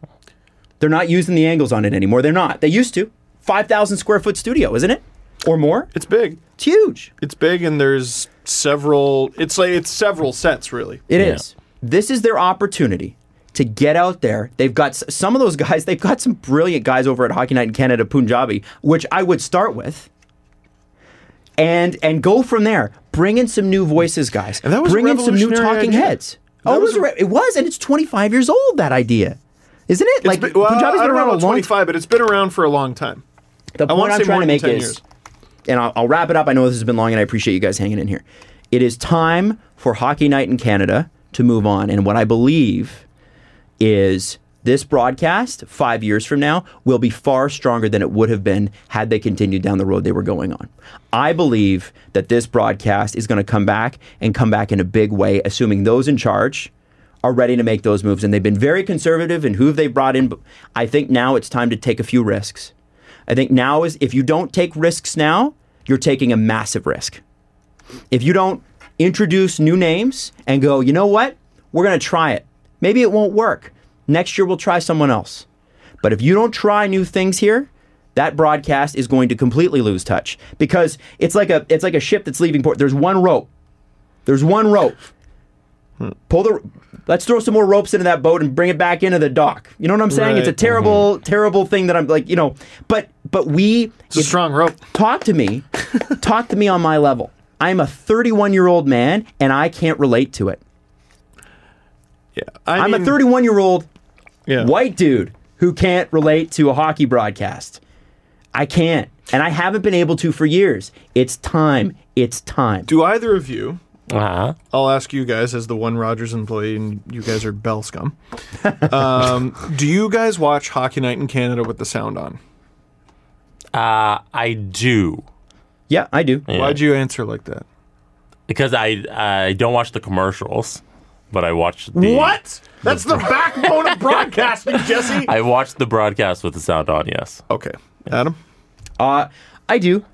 Speaker 2: They're not using the angles on it anymore. They're not. They used to. 5,000 square foot studio, isn't it? Or more?
Speaker 4: (laughs) It's big.
Speaker 2: It's huge.
Speaker 4: It's big, and there's several. It's like it's several sets really.
Speaker 2: It is. This is their opportunity to get out there. They've got s- some of those guys. (laughs) They've got some brilliant guys over at Hockey Night in Canada, Punjabi, which I would start with, and and go from there. Bring in some new voices, guys.
Speaker 4: And that was a
Speaker 2: Bring in some new
Speaker 4: revolutionary
Speaker 2: talking
Speaker 4: idea.
Speaker 2: heads. Oh,
Speaker 4: That
Speaker 2: it
Speaker 4: was
Speaker 2: was,
Speaker 4: a-
Speaker 2: a re- it was, and it's 25 years old. That idea, isn't it? like
Speaker 4: It's been- well,
Speaker 2: Punjabi's
Speaker 4: I
Speaker 2: been
Speaker 4: don't know
Speaker 2: around a
Speaker 4: about
Speaker 2: long time.
Speaker 4: 25, but it's been around for a long time.
Speaker 2: The
Speaker 4: I
Speaker 2: point
Speaker 4: want
Speaker 2: I'm
Speaker 4: to say
Speaker 2: trying
Speaker 4: more
Speaker 2: to
Speaker 4: than
Speaker 2: make
Speaker 4: 10
Speaker 2: is,
Speaker 4: years.
Speaker 2: and I'll, I'll wrap it up. I know this has been long, and I appreciate you guys hanging in here. It is time for Hockey Night in Canada to move on, and what I believe is this broadcast five years from now will be far stronger than it would have been had they continued down the road they were going on. I believe that this broadcast is going to come back and come back in a big way, assuming those in charge are ready to make those moves. And they've been very conservative in who they've brought in. But I think now it's time to take a few risks. I think now is if you don't take risks now, you're taking a massive risk. If you don't introduce new names and go, you know what? We're going to try it. Maybe it won't work. Next year we'll try someone else. But if you don't try new things here, that broadcast is going to completely lose touch because it's like a it's like a ship that's leaving port. There's one rope. There's one rope. Pull the let's throw some more ropes into that boat and bring it back into the dock. You know what I'm saying? It's a
Speaker 4: Right.
Speaker 2: terrible
Speaker 4: Mm-hmm.
Speaker 2: terrible thing that I'm like, you know, but but we
Speaker 4: It's a strong rope.
Speaker 2: talk to
Speaker 4: (laughs)
Speaker 2: me. talk to me on my level. I'm a 31 year old man and I can't relate to it.
Speaker 4: Yeah, I
Speaker 2: I'm
Speaker 4: mean,
Speaker 2: a 31 year old
Speaker 4: yeah.
Speaker 2: white dude who can't relate to a hockey broadcast. I can't. And I haven't been able to for years. It's time. It's time.
Speaker 4: Do either of you?
Speaker 1: Uh-huh.
Speaker 4: I'll ask you guys as the one Rogers employee, and you guys are
Speaker 2: (laughs)
Speaker 4: bell scum. um, do you guys watch Hockey Night in Canada with the sound on?
Speaker 1: I do
Speaker 2: Yeah, I do.
Speaker 4: Why'd you answer like that?
Speaker 1: because I I don't watch the commercials, but I watch the
Speaker 4: That's the backbone of broadcasting, Jesse.
Speaker 1: I watched the broadcast with the sound on. Yes.
Speaker 4: (laughs) Okay, Adam.
Speaker 2: Uh, I do.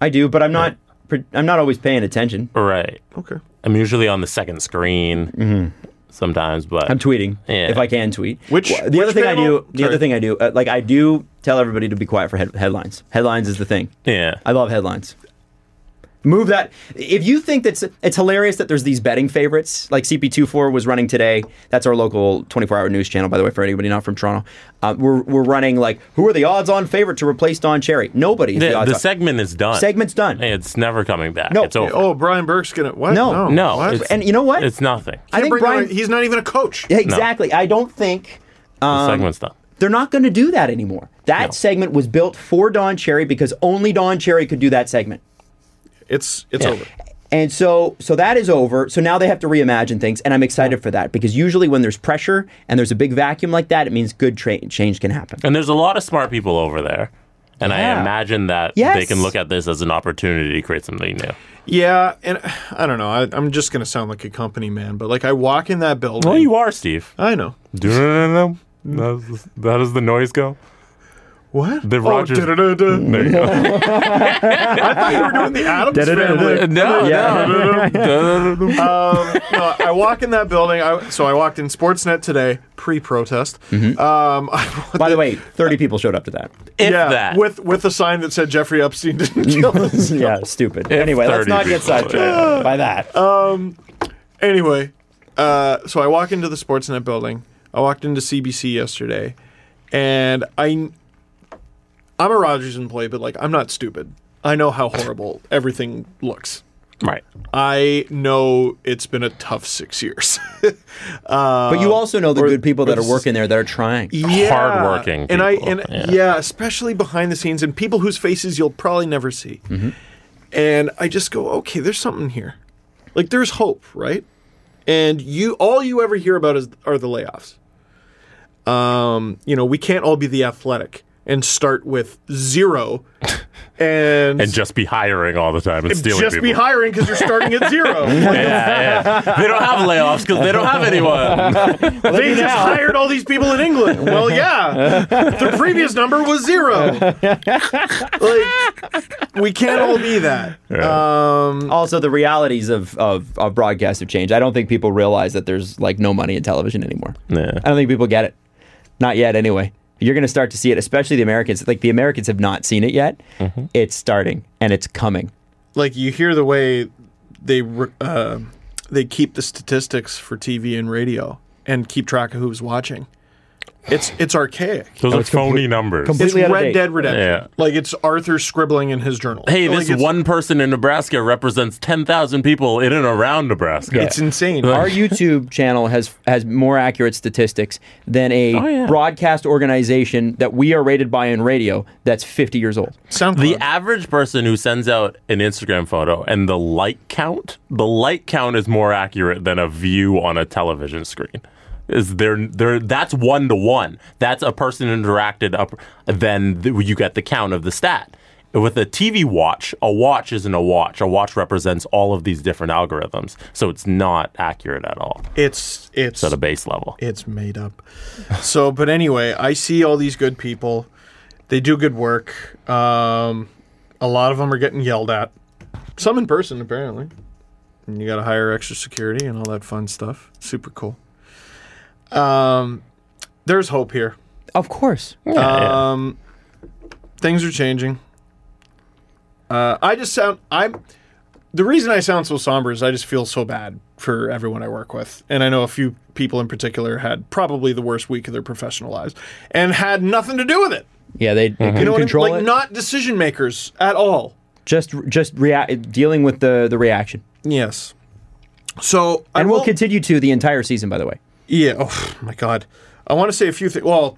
Speaker 2: I do, but I'm not. pre- I'm not always paying attention.
Speaker 1: Right.
Speaker 4: Okay.
Speaker 1: I'm usually on the second screen sometimes, but
Speaker 2: Mm-hmm. I'm tweeting
Speaker 1: Yeah.
Speaker 2: if I can tweet.
Speaker 4: Which-
Speaker 2: the
Speaker 4: which
Speaker 2: other thing I
Speaker 4: panel?
Speaker 2: do? The other
Speaker 4: Sorry.
Speaker 2: thing I do, uh, like I do, tell everybody to be quiet for head- headlines. Headlines is the thing.
Speaker 1: yeah.
Speaker 2: I love headlines. Move that. If you think that's it's hilarious that there's these betting favorites, like CP24 was running today. That's our local 24-hour news channel, by the way, for anybody not from Toronto. Uh, we're we're running like who are the odds-on favorite to replace Don Cherry? Nobody. Is the,
Speaker 1: the, the
Speaker 2: odds-on.
Speaker 1: segment is done.
Speaker 2: Segment's done.
Speaker 1: It's never coming back.
Speaker 2: No.
Speaker 1: It's over.
Speaker 4: Oh, Brian Burke's gonna what?
Speaker 2: No.
Speaker 1: no.
Speaker 4: What?
Speaker 1: it's-
Speaker 2: And you know what?
Speaker 1: It's nothing.
Speaker 2: I think
Speaker 4: Bring on-
Speaker 2: Brian.
Speaker 4: he's not even a coach.
Speaker 2: Yeah, exactly. I don't think
Speaker 1: the segment's done.
Speaker 2: they're not going to do that anymore. That
Speaker 1: No.
Speaker 2: segment was built for Don Cherry because only Don Cherry could do that segment.
Speaker 4: It's it's over.
Speaker 2: And so so that is over. So now they have to reimagine things, and I'm excited for that because usually when there's pressure and there's a big vacuum like that, it means good tra- change can happen.
Speaker 1: And there's a lot of smart people over there. And I
Speaker 2: Yeah.
Speaker 1: imagine that they
Speaker 2: Yes.
Speaker 1: can look at this as an opportunity to create something new.
Speaker 4: Yeah, and (sighs) I don't know. I, I'm just gonna sound like a company man, but like I walk in that building.
Speaker 1: Well, you are, Steve.
Speaker 4: I know.
Speaker 1: (laughs) Do How does the noise go?
Speaker 4: What?
Speaker 1: The Rogers- Mm.
Speaker 4: Oh, da-da-da-da.
Speaker 1: There you go.
Speaker 4: (laughs) I thought you were doing the Adams
Speaker 1: Uh, no,
Speaker 4: family.
Speaker 1: (laughs) no.
Speaker 4: (laughs) um, no, I walk in that building. I, so I walked in Sportsnet today, pre-protest.
Speaker 1: Mm-hmm.
Speaker 4: Um, (laughs) I,
Speaker 2: By the way, 30 people showed up
Speaker 1: (laughs)
Speaker 2: to that.
Speaker 1: If
Speaker 4: yeah,
Speaker 1: that.
Speaker 4: with with a sign that said Jeffrey Epstein
Speaker 1: (laughs)
Speaker 4: didn't kill us.
Speaker 2: yeah, (laughs) stupid. Anyway,
Speaker 1: 30
Speaker 2: let's not get
Speaker 1: people,
Speaker 2: sidetracked by that.
Speaker 4: Anyway, uh, so I walk into the Sportsnet building. I walked into CBC yesterday, and I, I'm a Rogers employee, but like I'm not stupid. I know how horrible everything looks.
Speaker 1: right.
Speaker 4: I know it's been a tough six years. (laughs)
Speaker 2: but
Speaker 1: Uh,
Speaker 2: you also know the good people that
Speaker 4: or
Speaker 2: are
Speaker 4: this-
Speaker 2: working there that are trying.
Speaker 4: yeah.
Speaker 1: Hardworking
Speaker 4: and I
Speaker 1: people,
Speaker 4: and
Speaker 1: yeah.
Speaker 4: yeah. especially behind the scenes and people whose faces you'll probably never see.
Speaker 1: Mm-hmm.
Speaker 4: And I just go, okay, there's something here. Like there's hope, right? And you all you ever hear about is are the layoffs. Um, you know, we can't all be the athletic and start with
Speaker 1: (laughs)
Speaker 4: zero and,
Speaker 1: And just be hiring all the time and stealing
Speaker 4: just
Speaker 1: people.
Speaker 4: be hiring because you're starting
Speaker 1: (laughs)
Speaker 4: at zero. Like,
Speaker 1: Yeah, yeah. They don't have layoffs because they don't (laughs) have anyone.
Speaker 4: they just hired all these people in England. Well, yeah. The previous number was zero. like, we can't all be that. Um,
Speaker 2: Also, the realities of, of, of broadcast have changed. I don't think people realize that there's like no money in television anymore.
Speaker 1: Yeah.
Speaker 2: I don't think people get it. Not yet, anyway. You're going to start to see it, especially the Americans. Like the Americans have not seen it yet. It's starting and it's coming.
Speaker 4: Like, you hear the way they re- uh, they keep the statistics for TV and radio and keep track of who's watching. It's it's archaic.
Speaker 1: Those are phony numbers.
Speaker 4: It's
Speaker 2: Completely out of
Speaker 4: Red
Speaker 2: date.
Speaker 4: Dead Redemption.
Speaker 1: Yeah.
Speaker 4: Like it's Arthur scribbling in his journal.
Speaker 1: hey,
Speaker 4: Like,
Speaker 1: this
Speaker 4: it's-
Speaker 1: one person in Nebraska represents 10,000 people in and around Nebraska.
Speaker 4: It's insane.
Speaker 2: Our YouTube channel has has more accurate statistics than a
Speaker 1: Oh, yeah.
Speaker 2: broadcast organization that we are rated by in radio that's 50 years old.
Speaker 4: SoundCloud.
Speaker 1: The average person who sends out an Instagram photo and the like count, the like count is more accurate than a view on a television screen. Is there? There? That's one to one. That's a person interacted up. Then th- you get the count of the stat. With a TV watch, a watch isn't a watch. A watch represents all of these different algorithms, so it's not accurate at all
Speaker 4: it's it's
Speaker 1: at a base level.
Speaker 4: It's made up. So, but anyway, I see all these good people. They do good work. Um, a lot of them are getting yelled at. Some in person, apparently. And you got to hire extra security and all that fun stuff. Super cool. Um, there's hope here.
Speaker 2: Of course.
Speaker 4: Um, things are changing. Uh, I just sound I'm the reason I sound so somber is I just feel so bad for everyone I work with, and I know a few people in particular had probably the worst week of their professional lives, and had nothing to do with it.
Speaker 2: Yeah, they, they
Speaker 4: You
Speaker 2: couldn't
Speaker 4: know what I mean?
Speaker 2: control
Speaker 4: Like
Speaker 2: it.
Speaker 4: not decision makers at all.
Speaker 2: just just rea- dealing with the the reaction.
Speaker 4: Yes. So I
Speaker 2: And we'll
Speaker 4: will-
Speaker 2: continue to the entire season by the way.
Speaker 4: Yeah. Oh my God. I want to say a few things. Well,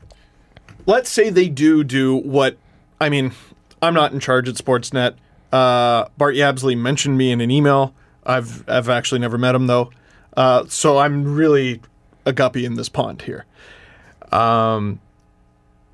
Speaker 4: let's say they do do what. I mean, I'm not in charge at Sportsnet. Uh, Bart Yabsley mentioned me in an email. I've I've actually never met him though, uh, so I'm really a guppy in this pond here. Um,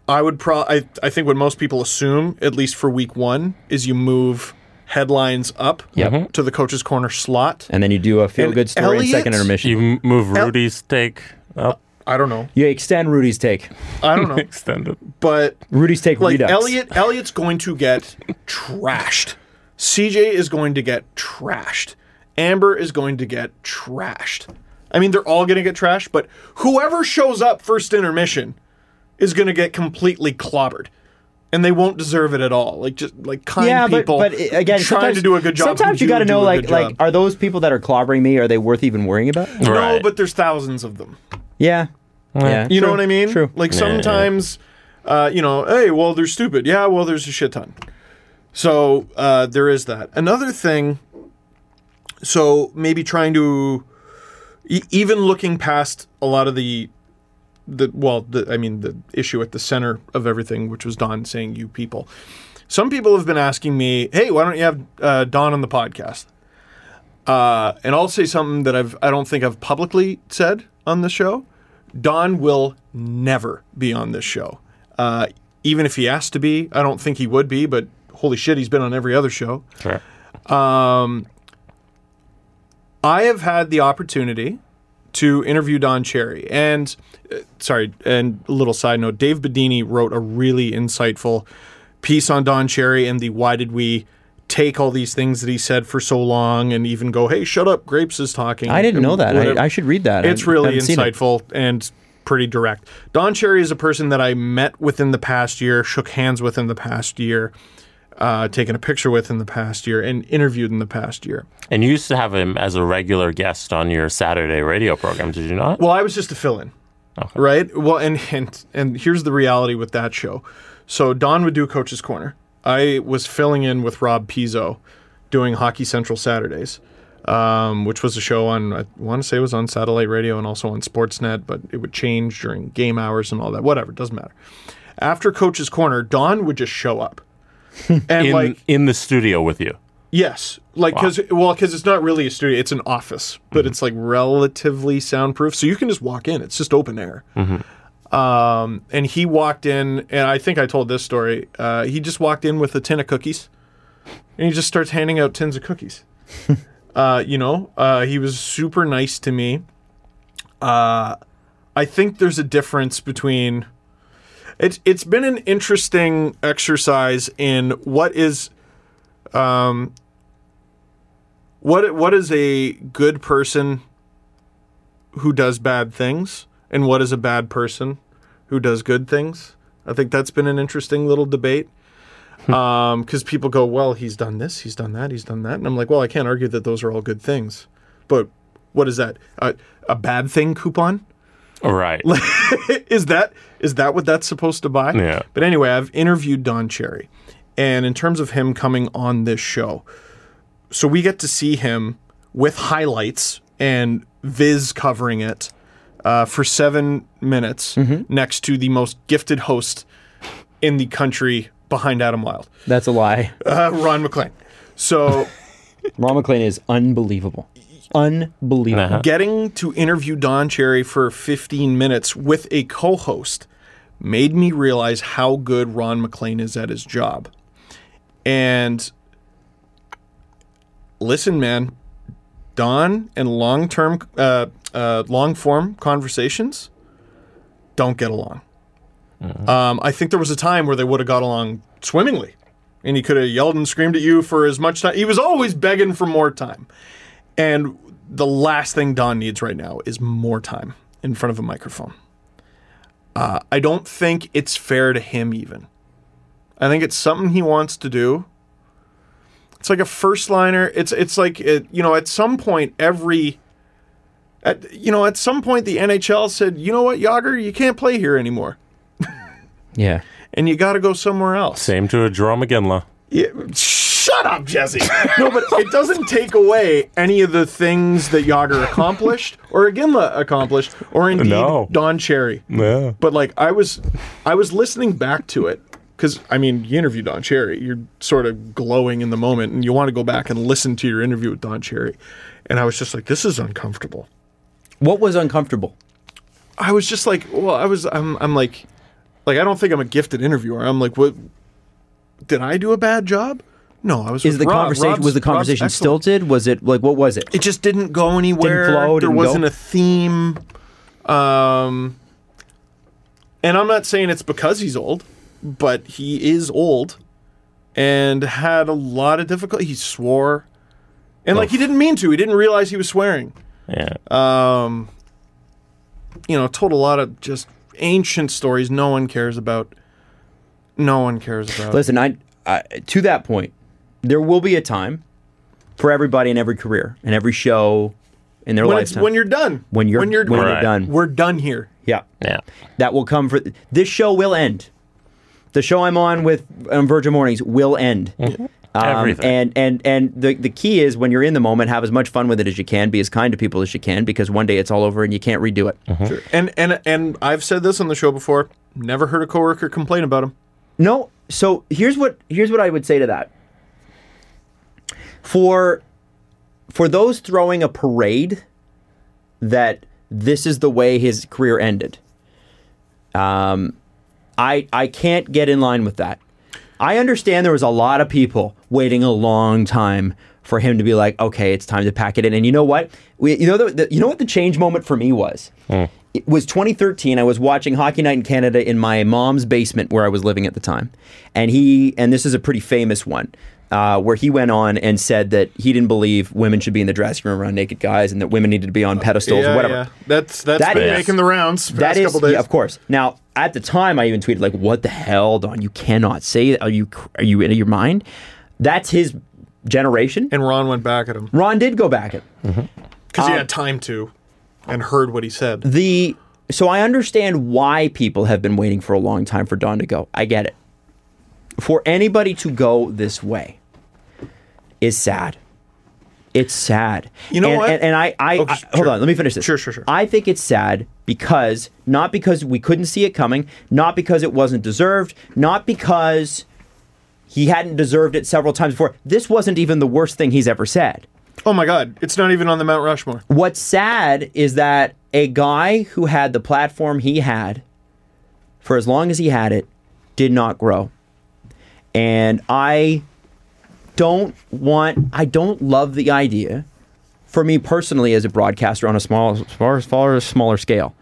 Speaker 4: I would pro. I I think what most people assume, at least for week one, is you move headlines up
Speaker 2: Yep.
Speaker 4: to the coaches' corner slot.
Speaker 2: And then you do a feel good story and second
Speaker 4: Elliot-
Speaker 2: intermission.
Speaker 1: You
Speaker 2: You,
Speaker 1: m- move Rudy's take up,
Speaker 4: I don't know.
Speaker 2: extend Rudy's take.
Speaker 4: I don't (laughs) know.
Speaker 1: extend it.
Speaker 4: but
Speaker 2: Rudy's take
Speaker 4: like
Speaker 2: redux.
Speaker 4: Elliot Elliot's going to get trashed. CJ is going to get trashed. Amber is going to get trashed. I mean, they're all going to get trashed, but whoever shows up first intermission is going to get completely clobbered. And they won't deserve it at all. Like just like kind
Speaker 2: yeah, but,
Speaker 4: people
Speaker 2: but i- again,
Speaker 4: trying
Speaker 2: sometimes-
Speaker 4: to do a good job.
Speaker 2: Sometimes
Speaker 4: who
Speaker 2: you got to
Speaker 4: do
Speaker 2: know
Speaker 4: do a
Speaker 2: like
Speaker 4: good
Speaker 2: like
Speaker 4: job.
Speaker 2: are those people that are clobbering me are they worth even worrying about?
Speaker 4: no,
Speaker 1: Right.
Speaker 4: but there's thousands of them.
Speaker 2: Yeah. Yeah.
Speaker 4: You know
Speaker 2: True.
Speaker 4: what I mean?
Speaker 2: True.
Speaker 4: Like
Speaker 1: yeah, yeah.
Speaker 4: sometimes, Uh, you know, hey, well, they're stupid. Yeah, well, there's a shit ton. So uh, there is that. Another thing. So maybe trying to, e- even looking past a lot of the, the well, the, I mean, the issue at the center of everything, which was Don saying you people. Some people have been asking me, hey, why don't you have uh, Don on the podcast? Uh, and I'll say something that I've I don't think I've publicly said on the show. Don will never be on this show. Uh, even if he asked to be, I don't think he would be, but holy shit, he's been on every other show.
Speaker 1: Sure.
Speaker 4: I have had the opportunity to interview Don Cherry, and uh, sorry, and a little side note: Dave Bedini wrote a really insightful piece on Don Cherry and the why did we take all these things that he said for so long and even go, hey, shut up, Grapes is talking.
Speaker 2: I didn't know that. I-
Speaker 4: Whatever.
Speaker 2: I should read that. I
Speaker 4: It's really
Speaker 2: haven't seen it.
Speaker 4: insightful and pretty direct. Don Cherry is a person that I met within the past year, shook hands with in the past year. Uh, taken a picture with in the past year and interviewed in the past year.
Speaker 1: And you used to have him as a regular guest on your Saturday radio program, did you not?
Speaker 4: Well, I was just a fill-in, right? Well, and, and and here's the reality with that show. So Don would do Coach's Corner. I was filling in with Rob Pizzo, doing Hockey Central Saturdays, um, which was a show on I want to say it was on satellite radio and also on Sportsnet, but it would change during game hours and all that. Whatever, doesn't matter. After Coach's Corner, Don would just show up, and
Speaker 1: in
Speaker 4: like
Speaker 1: in the studio with you.
Speaker 4: Yes, like because well, because it's not really a studio; it's an office, but it's like relatively soundproof, so you can just walk in. It's just open air. Um, and he walked in, and I think I told this story. Uh, he just walked in with a tin of cookies, and he just starts handing out tins of cookies. uh, you know, uh, he was super nice to me. Uh, I think there's a difference between. It's it's been an interesting exercise in what is what what is a good person who does bad things and what is a bad person who does good things i think that's been an interesting little debate um because people go well he's done this he's done that he's done that and i'm like well i can't argue that those are all good things but what is that a, a bad thing coupon
Speaker 1: Right.
Speaker 4: (laughs) is that is that what that's supposed to buy?
Speaker 1: Yeah.
Speaker 4: But anyway, I've interviewed Don Cherry, and in terms of him coming on this show, so we get to see him with highlights and Viz covering it uh, for seven minutes next to the most gifted host in the country behind Adam Wilde,
Speaker 2: That's a lie.
Speaker 4: uh, Ron McLean. So
Speaker 2: Ron McLean is unbelievable. Unbelievable.
Speaker 1: Uh-huh.
Speaker 4: getting to interview Don Cherry for 15 minutes with a co host made me realize how good Ron McLean is at his job. And listen, man, Don and long term, uh, uh, long form conversations don't get along. Um, I think there was a time where they would have got along swimmingly, and he could have yelled and screamed at you for as much time. He was always begging for more time. And the last thing Don needs right now is more time in front of a microphone. Uh, I don't think it's fair to him, even. I think it's something he wants to do. It's like a first liner. It's it's like it, you know, at some point every, at you know, at some point the NHL said, you know what, Yager, you can't play here anymore,
Speaker 2: Yeah.
Speaker 4: and you got to go somewhere else.
Speaker 1: Same to a Jerome McGinley.
Speaker 4: Yeah, shut up, Jesse. no, but it doesn't take away any of the things that Yager accomplished, or Aginla accomplished, or indeed
Speaker 1: No.
Speaker 4: Don Cherry.
Speaker 1: Yeah.
Speaker 4: But like, I was, I was listening back to it because I mean, you interview Don Cherry, you're sort of glowing in the moment, and you want to go back and listen to your interview with Don Cherry, and I was just like, this is uncomfortable.
Speaker 2: What was uncomfortable?
Speaker 4: I was just like, well, I was, I'm, I'm like, like I don't think I'm a gifted interviewer. I'm like, what? Did I do a bad job? No, I was.
Speaker 2: Is
Speaker 4: with
Speaker 2: the
Speaker 4: Rob.
Speaker 2: conversation
Speaker 4: Rob's-
Speaker 2: was the
Speaker 4: Rob's
Speaker 2: conversation
Speaker 4: excellent.
Speaker 2: stilted? Was it like what was it?
Speaker 4: It just didn't go anywhere.
Speaker 2: flow,
Speaker 4: there
Speaker 2: didn't
Speaker 4: wasn't
Speaker 2: go.
Speaker 4: a theme. Um, and I'm not saying it's because he's old, but he is old, and had a lot of difficulty. He swore, and like he didn't mean to. He didn't realize he was swearing
Speaker 1: Yeah.
Speaker 4: Uh, you know, told a lot of just ancient stories no one cares about. No one cares about.
Speaker 2: Listen, I, I to that point, there will be a time for everybody in every career and every show in their
Speaker 4: when, it's,
Speaker 2: lifetime
Speaker 4: when you're done.
Speaker 2: when you're
Speaker 4: when you're
Speaker 2: when
Speaker 1: Right.
Speaker 2: you're done.
Speaker 4: We're done here.
Speaker 2: Yeah.
Speaker 1: yeah.
Speaker 2: that will come for this show will end. The show I'm on with um, Virgin Mornings will end.
Speaker 4: Mm-hmm.
Speaker 2: Um,
Speaker 1: Everything.
Speaker 2: And and and the the key is when you're in the moment, have as much fun with it as you can. Be as kind to people as you can, because one day it's all over and you can't redo it.
Speaker 4: Sure. And and and I've said this on the show before. Never heard a coworker complain about him.
Speaker 2: No. So here's what here's what I would say to that. For for those throwing a parade that this is the way his career ended. Um, I I can't get in line with that. I understand there was a lot of people waiting a long time for him to be like, okay, it's time to pack it in. And you know what? We, you know the, the- you know what the change moment for me was.
Speaker 4: Hmm.
Speaker 2: It was 2013. I was watching Hockey Night in Canada in my mom's basement where I was living at the time, and he and this is a pretty famous one. Uh, where he went on and said that he didn't believe women should be in the dressing room around naked guys and that women needed to be on pedestals,
Speaker 4: Uh, yeah,
Speaker 2: or whatever.
Speaker 4: yeah. That's that's
Speaker 2: That
Speaker 4: been
Speaker 2: is-
Speaker 4: making the rounds for the
Speaker 2: That
Speaker 4: last
Speaker 2: is,
Speaker 4: couple days.
Speaker 2: yeah, of course. Now, at the time, I even tweeted like, "What the hell, Don? You cannot say that. Are you cr- are you out of your mind?" That's his generation.
Speaker 4: And Ron went back at him
Speaker 2: Ron did go back at him.
Speaker 4: because he had time to, and heard what he said.
Speaker 2: the. So I understand why people have been waiting for a long time for Don to go. I get it. For anybody to go this way is sad. It's sad.
Speaker 4: You know
Speaker 2: and,
Speaker 4: what?
Speaker 2: And, and I, I,
Speaker 4: Oh,
Speaker 2: I-
Speaker 4: sh-
Speaker 2: hold
Speaker 4: sure.
Speaker 2: on. Let me finish this.
Speaker 4: Sure, sure, sure.
Speaker 2: I think it's sad because not because we couldn't see it coming, not because it wasn't deserved, not because he hadn't deserved it several times before. This wasn't even the worst thing he's ever said.
Speaker 4: Oh my God! It's not even on the Mount Rushmore.
Speaker 2: What's sad is that a guy who had the platform he had for as long as he had it did not grow. And I don't want I don't love the idea for me personally as a broadcaster on a small far far smaller scale.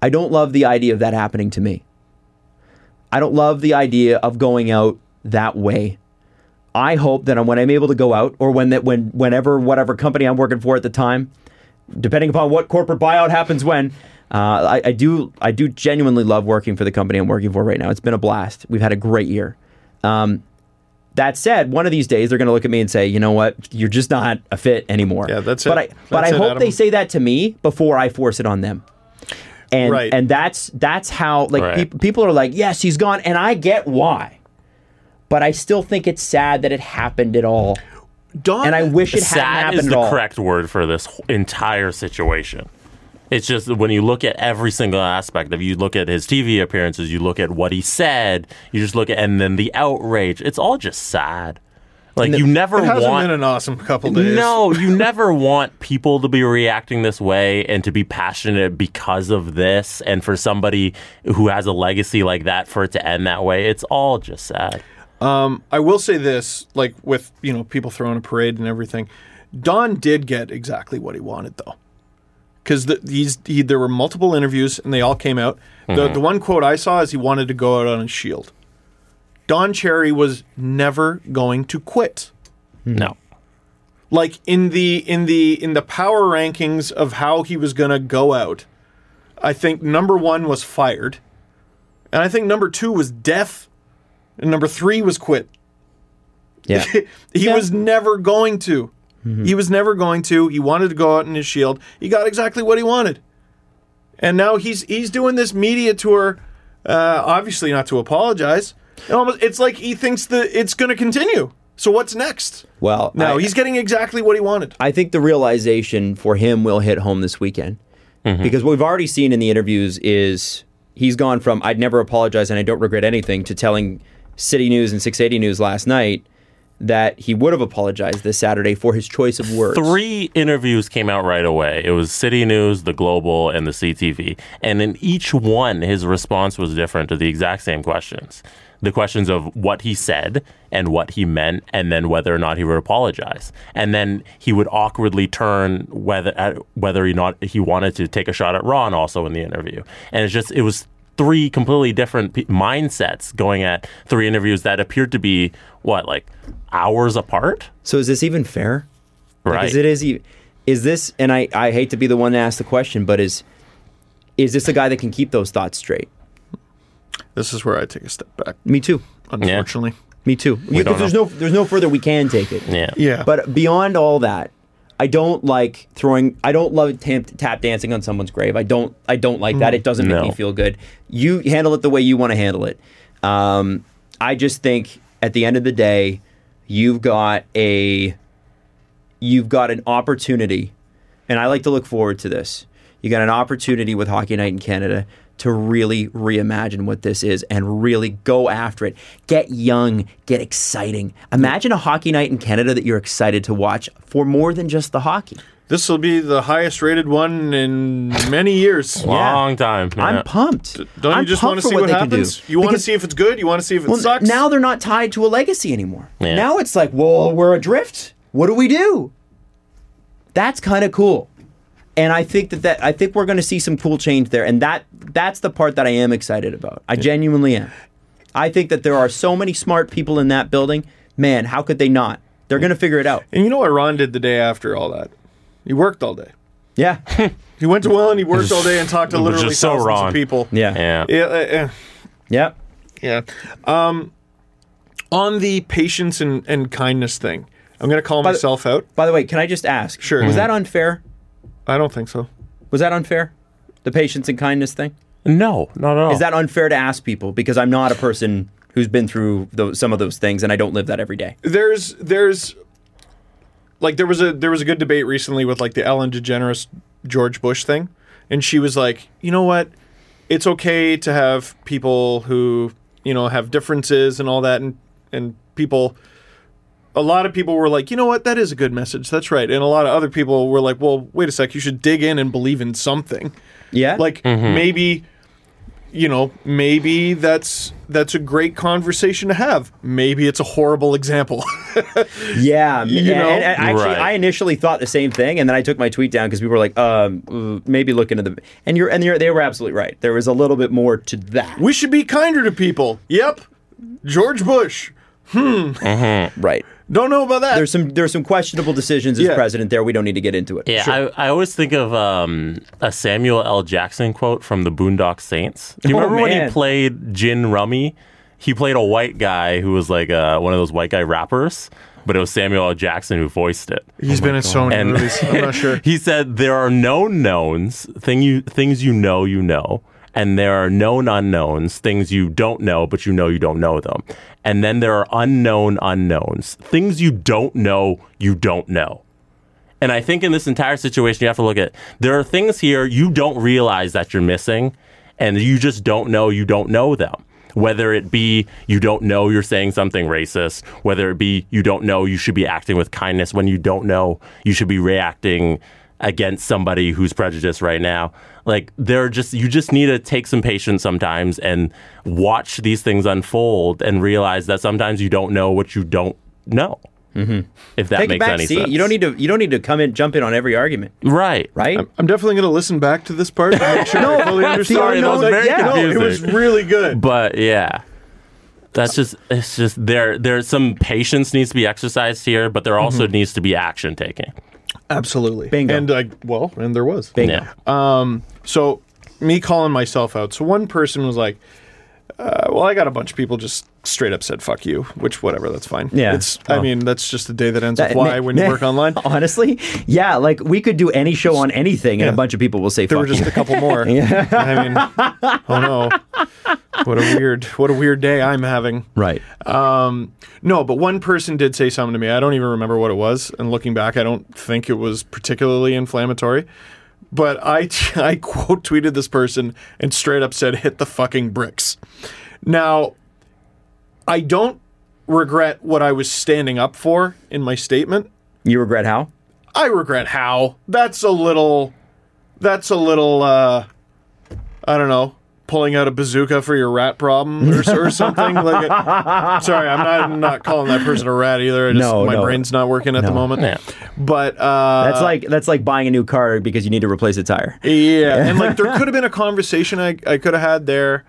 Speaker 2: I don't love the idea of that happening to me. I don't love the idea of going out that way I hope that when I'm able to go out, or when that when whenever whatever company I'm working for at the time, depending upon what corporate buyout happens when, uh, I, I do I do genuinely love working for the company I'm working for right now. It's been a blast. We've had a great year. Um, that said, one of these days they're going to look at me and say, you know what, you're just not a fit anymore.
Speaker 4: Yeah, that's
Speaker 2: but
Speaker 4: it.
Speaker 2: I but
Speaker 4: That's
Speaker 2: I
Speaker 4: it,
Speaker 2: hope
Speaker 4: Adam.
Speaker 2: they say that to me before I force it on them. And
Speaker 4: Right.
Speaker 2: and that's that's how like
Speaker 1: Right.
Speaker 2: peop- people are like, yes, he's gone, and I get why but I still think it's sad that it happened at all.
Speaker 4: Don
Speaker 2: And I wish it hadn't
Speaker 1: Sad
Speaker 2: happened
Speaker 1: is
Speaker 2: at
Speaker 1: the
Speaker 2: all.
Speaker 1: correct word for this wh- entire situation. It's just that when you look at every single aspect of you look at his TV appearances, you look at what he said, you just look at and then the outrage. It's all just sad. Like you never
Speaker 4: It hasn't
Speaker 1: want
Speaker 4: been an awesome couple days.
Speaker 1: No, you never (laughs) want people to be reacting this way and to be passionate because of this. And for somebody who has a legacy like that, for it to end that way, it's all just sad.
Speaker 4: I will say this, like with you know people throwing a parade and everything, Don did get exactly what he wanted though, because the, these he, there were multiple interviews and they all came out. The the one quote I saw is he wanted to go out on his shield. Don Cherry was never going to quit.
Speaker 1: No.
Speaker 4: Like in the in the in the power rankings of how he was gonna go out, I think number one was fired, and I think number two was death, and number three was quit.
Speaker 1: (laughs)
Speaker 2: Yeah. Mm-hmm.
Speaker 4: He was never going to. He was never going to. He wanted to go out in his shield. He got exactly what he wanted. And now he's he's doing this media tour, uh, obviously not to apologize. And almost, it's like he thinks that it's going to continue. So what's next?
Speaker 2: well,
Speaker 4: No,
Speaker 2: I,
Speaker 4: he's getting exactly what he wanted.
Speaker 2: I think the realization for him will hit home this weekend
Speaker 1: Mm-hmm.
Speaker 2: because what we've already seen in the interviews is he's gone from I'd never apologize and I don't regret anything to telling City News and 680 News last night that he would have apologized this Saturday for his choice of words.
Speaker 1: Three interviews came out right away. It was City News, The Global, and the CTV. And in each one, his response was different to the exact same questions. The questions of what he said and what he meant, and then whether or not he would apologize. And then he would awkwardly turn whether uh, whether or not he wanted to take a shot at Ron also in the interview. And it's just it was three completely different pe- mindsets going at three interviews that appeared to be what like hours apart.
Speaker 2: So is this even fair?
Speaker 1: Right.
Speaker 2: Because it is e- is this and I, I hate to be the one to ask the question, but is is this a guy that can keep those thoughts straight?
Speaker 4: This is where I take a step back,
Speaker 2: Me too.
Speaker 4: unfortunately.
Speaker 2: Me too.
Speaker 1: don't
Speaker 2: Because there's no there's no further we can take it.
Speaker 1: Yeah.
Speaker 4: Yeah.
Speaker 2: But beyond all that, I don't like throwing. I don't love tap, tap dancing on someone's grave. I don't. I don't like that. It doesn't
Speaker 1: Mm-hmm. No.
Speaker 2: make me feel good. You handle it the way you want to handle it. Um, I just think at the end of the day, you've got a you've got an opportunity, and I like to look forward to this. You got an opportunity with Hockey Night in Canada to really reimagine what this is and really go after it. Get young, get exciting. Imagine a hockey night in Canada that you're excited to watch for more than just the hockey.
Speaker 4: This will be the highest rated one in many years.
Speaker 1: Long time. yeah.
Speaker 2: I'm pumped.
Speaker 4: Don't
Speaker 2: I'm
Speaker 4: you just
Speaker 2: pumped
Speaker 4: want to
Speaker 2: for
Speaker 4: see what,
Speaker 2: they can do.
Speaker 4: happens? You want to
Speaker 2: Because-
Speaker 4: see if it's good? You want to see if it
Speaker 2: well,
Speaker 4: sucks?
Speaker 2: Now they're not tied to a legacy anymore.
Speaker 1: Yeah.
Speaker 2: Now it's like, well, we're adrift. What do we do? That's kind of cool. And I think that, that I think we're going to see some cool change there, and that that's the part that I am excited about. I genuinely am. I think that there are so many smart people in that building. Man, how could they not? They're going to figure it out.
Speaker 4: and you know what Ron did the day after all that? He worked all day.
Speaker 2: Yeah,
Speaker 4: He went to Welland. He worked
Speaker 1: just-
Speaker 4: all day and talked to
Speaker 1: it was
Speaker 4: literally
Speaker 1: just so
Speaker 4: thousands
Speaker 1: wrong.
Speaker 4: of people.
Speaker 2: yeah,
Speaker 1: yeah.
Speaker 4: Yeah. uh, uh,
Speaker 2: yeah.
Speaker 4: Yeah. Um, on the patience and, and kindness thing, I'm going to call
Speaker 2: the-
Speaker 4: myself out.
Speaker 2: By the way, can I just ask?
Speaker 4: Sure.
Speaker 2: Was that unfair?
Speaker 4: I don't think so.
Speaker 2: Was that unfair? The patience and kindness thing.
Speaker 1: No, not at all.
Speaker 2: Is that unfair to ask people because I'm not a person who's been through those, some of those things and I don't live that every day?
Speaker 4: There's there's like there was a there was a good debate recently with like the Ellen DeGeneres George Bush thing, and she was like, you know what, it's okay to have people who you know have differences and all that, and and people. A lot of people were like, you know what, that is a good message. That's right. And a lot of other people were like, well, wait a sec, you should dig in and believe in something.
Speaker 2: Yeah.
Speaker 4: like maybe you know maybe that's that's a great conversation to have maybe it's a horrible example (laughs)
Speaker 2: yeah, you
Speaker 4: know?
Speaker 2: And, and actually,
Speaker 1: Right.
Speaker 2: I initially thought the same thing, and then I took my tweet down because people were like, um, uh, maybe look into the and you're and you're, they were absolutely right. There was a little bit more to that,
Speaker 4: we should be kinder to people yep george bush
Speaker 1: Mm-hmm.
Speaker 2: right?
Speaker 4: don't know about that
Speaker 2: There's some there's some questionable decisions as
Speaker 4: Yeah.
Speaker 2: president there. We don't need to get into it.
Speaker 1: Yeah, I, I always think of um, a Samuel L. Jackson quote from the Boondock Saints. Do you
Speaker 2: Oh,
Speaker 1: remember when
Speaker 2: man.
Speaker 1: he played Gin Rummy? He played a white guy who was like uh, one of those white guy rappers, but it was Samuel L. Jackson who voiced it.
Speaker 4: He's been in so many
Speaker 1: And-
Speaker 4: movies i'm not sure
Speaker 1: He said there are known knowns, thing you things you know you know, and there are known unknowns, things you don't know but you know you don't know them. And then there are unknown unknowns, things you don't know you don't know. And I think in this entire situation you have to look at there are things here you don't realize that you're missing and you just don't know you don't know them. Whether it be you don't know you're saying something racist, whether it be you don't know you should be acting with kindness when you don't know you should be reacting against somebody who's prejudiced right now. Like there are just you just need to take some patience sometimes and watch these things unfold and realize that sometimes you don't know what you don't know. If that
Speaker 2: Mm-hmm. Take it
Speaker 1: makes
Speaker 2: back.
Speaker 1: any
Speaker 2: See,
Speaker 1: sense.
Speaker 2: you don't need to you don't need to come in jump in on every argument,
Speaker 1: Right.
Speaker 2: right?
Speaker 4: (laughs) i'm definitely going to listen back to this part and make (laughs) sure i fully understand
Speaker 1: Sorry, that was
Speaker 4: Like,
Speaker 1: very
Speaker 4: yeah, no, it
Speaker 1: confusing.
Speaker 4: was really good
Speaker 1: But yeah. That's just it's just there there's some patience needs to be exercised here, but there also needs to be action taken.
Speaker 4: absolutely
Speaker 2: Bingo.
Speaker 4: and i well and there was
Speaker 2: Bingo.
Speaker 1: Yeah.
Speaker 4: so me calling myself out so one person was like uh, well i got a bunch of people just straight up said fuck you which whatever that's fine
Speaker 2: Yeah.
Speaker 4: it's i mean that's just the day that ends with
Speaker 2: That-
Speaker 4: why
Speaker 2: man-
Speaker 4: when you
Speaker 2: man, (laughs)
Speaker 4: (laughs) work online
Speaker 2: Honestly, yeah, like we could do any show on anything, and
Speaker 4: Yeah.
Speaker 2: a bunch of people will say,
Speaker 4: there were
Speaker 2: "Fuck
Speaker 4: just
Speaker 2: you."
Speaker 4: (laughs) a couple
Speaker 2: (laughs)
Speaker 4: more i mean oh no what a weird what a weird day i'm having
Speaker 2: right."
Speaker 4: um, no but one person did say something to me i don't even remember what it was and looking back i don't think it was particularly inflammatory but I, (laughs) I quote tweeted this person and straight up said, hit the fucking bricks. Now, I don't regret what I was standing up for in my statement.
Speaker 2: You regret how?
Speaker 4: I regret how. That's a little, that's a little, uh, I don't know, pulling out a bazooka for your rat problem or, or something. like it- (laughs) sorry, I'm not, I'm not calling that person a rat either. I just,
Speaker 2: No,
Speaker 4: my
Speaker 2: no.
Speaker 4: brain's not working at the moment.
Speaker 1: Yeah.
Speaker 4: But, uh,
Speaker 2: That's like that's like buying a new car because you need to replace a tire. (laughs)
Speaker 4: Yeah, and like there could have been a conversation I, I could have had there.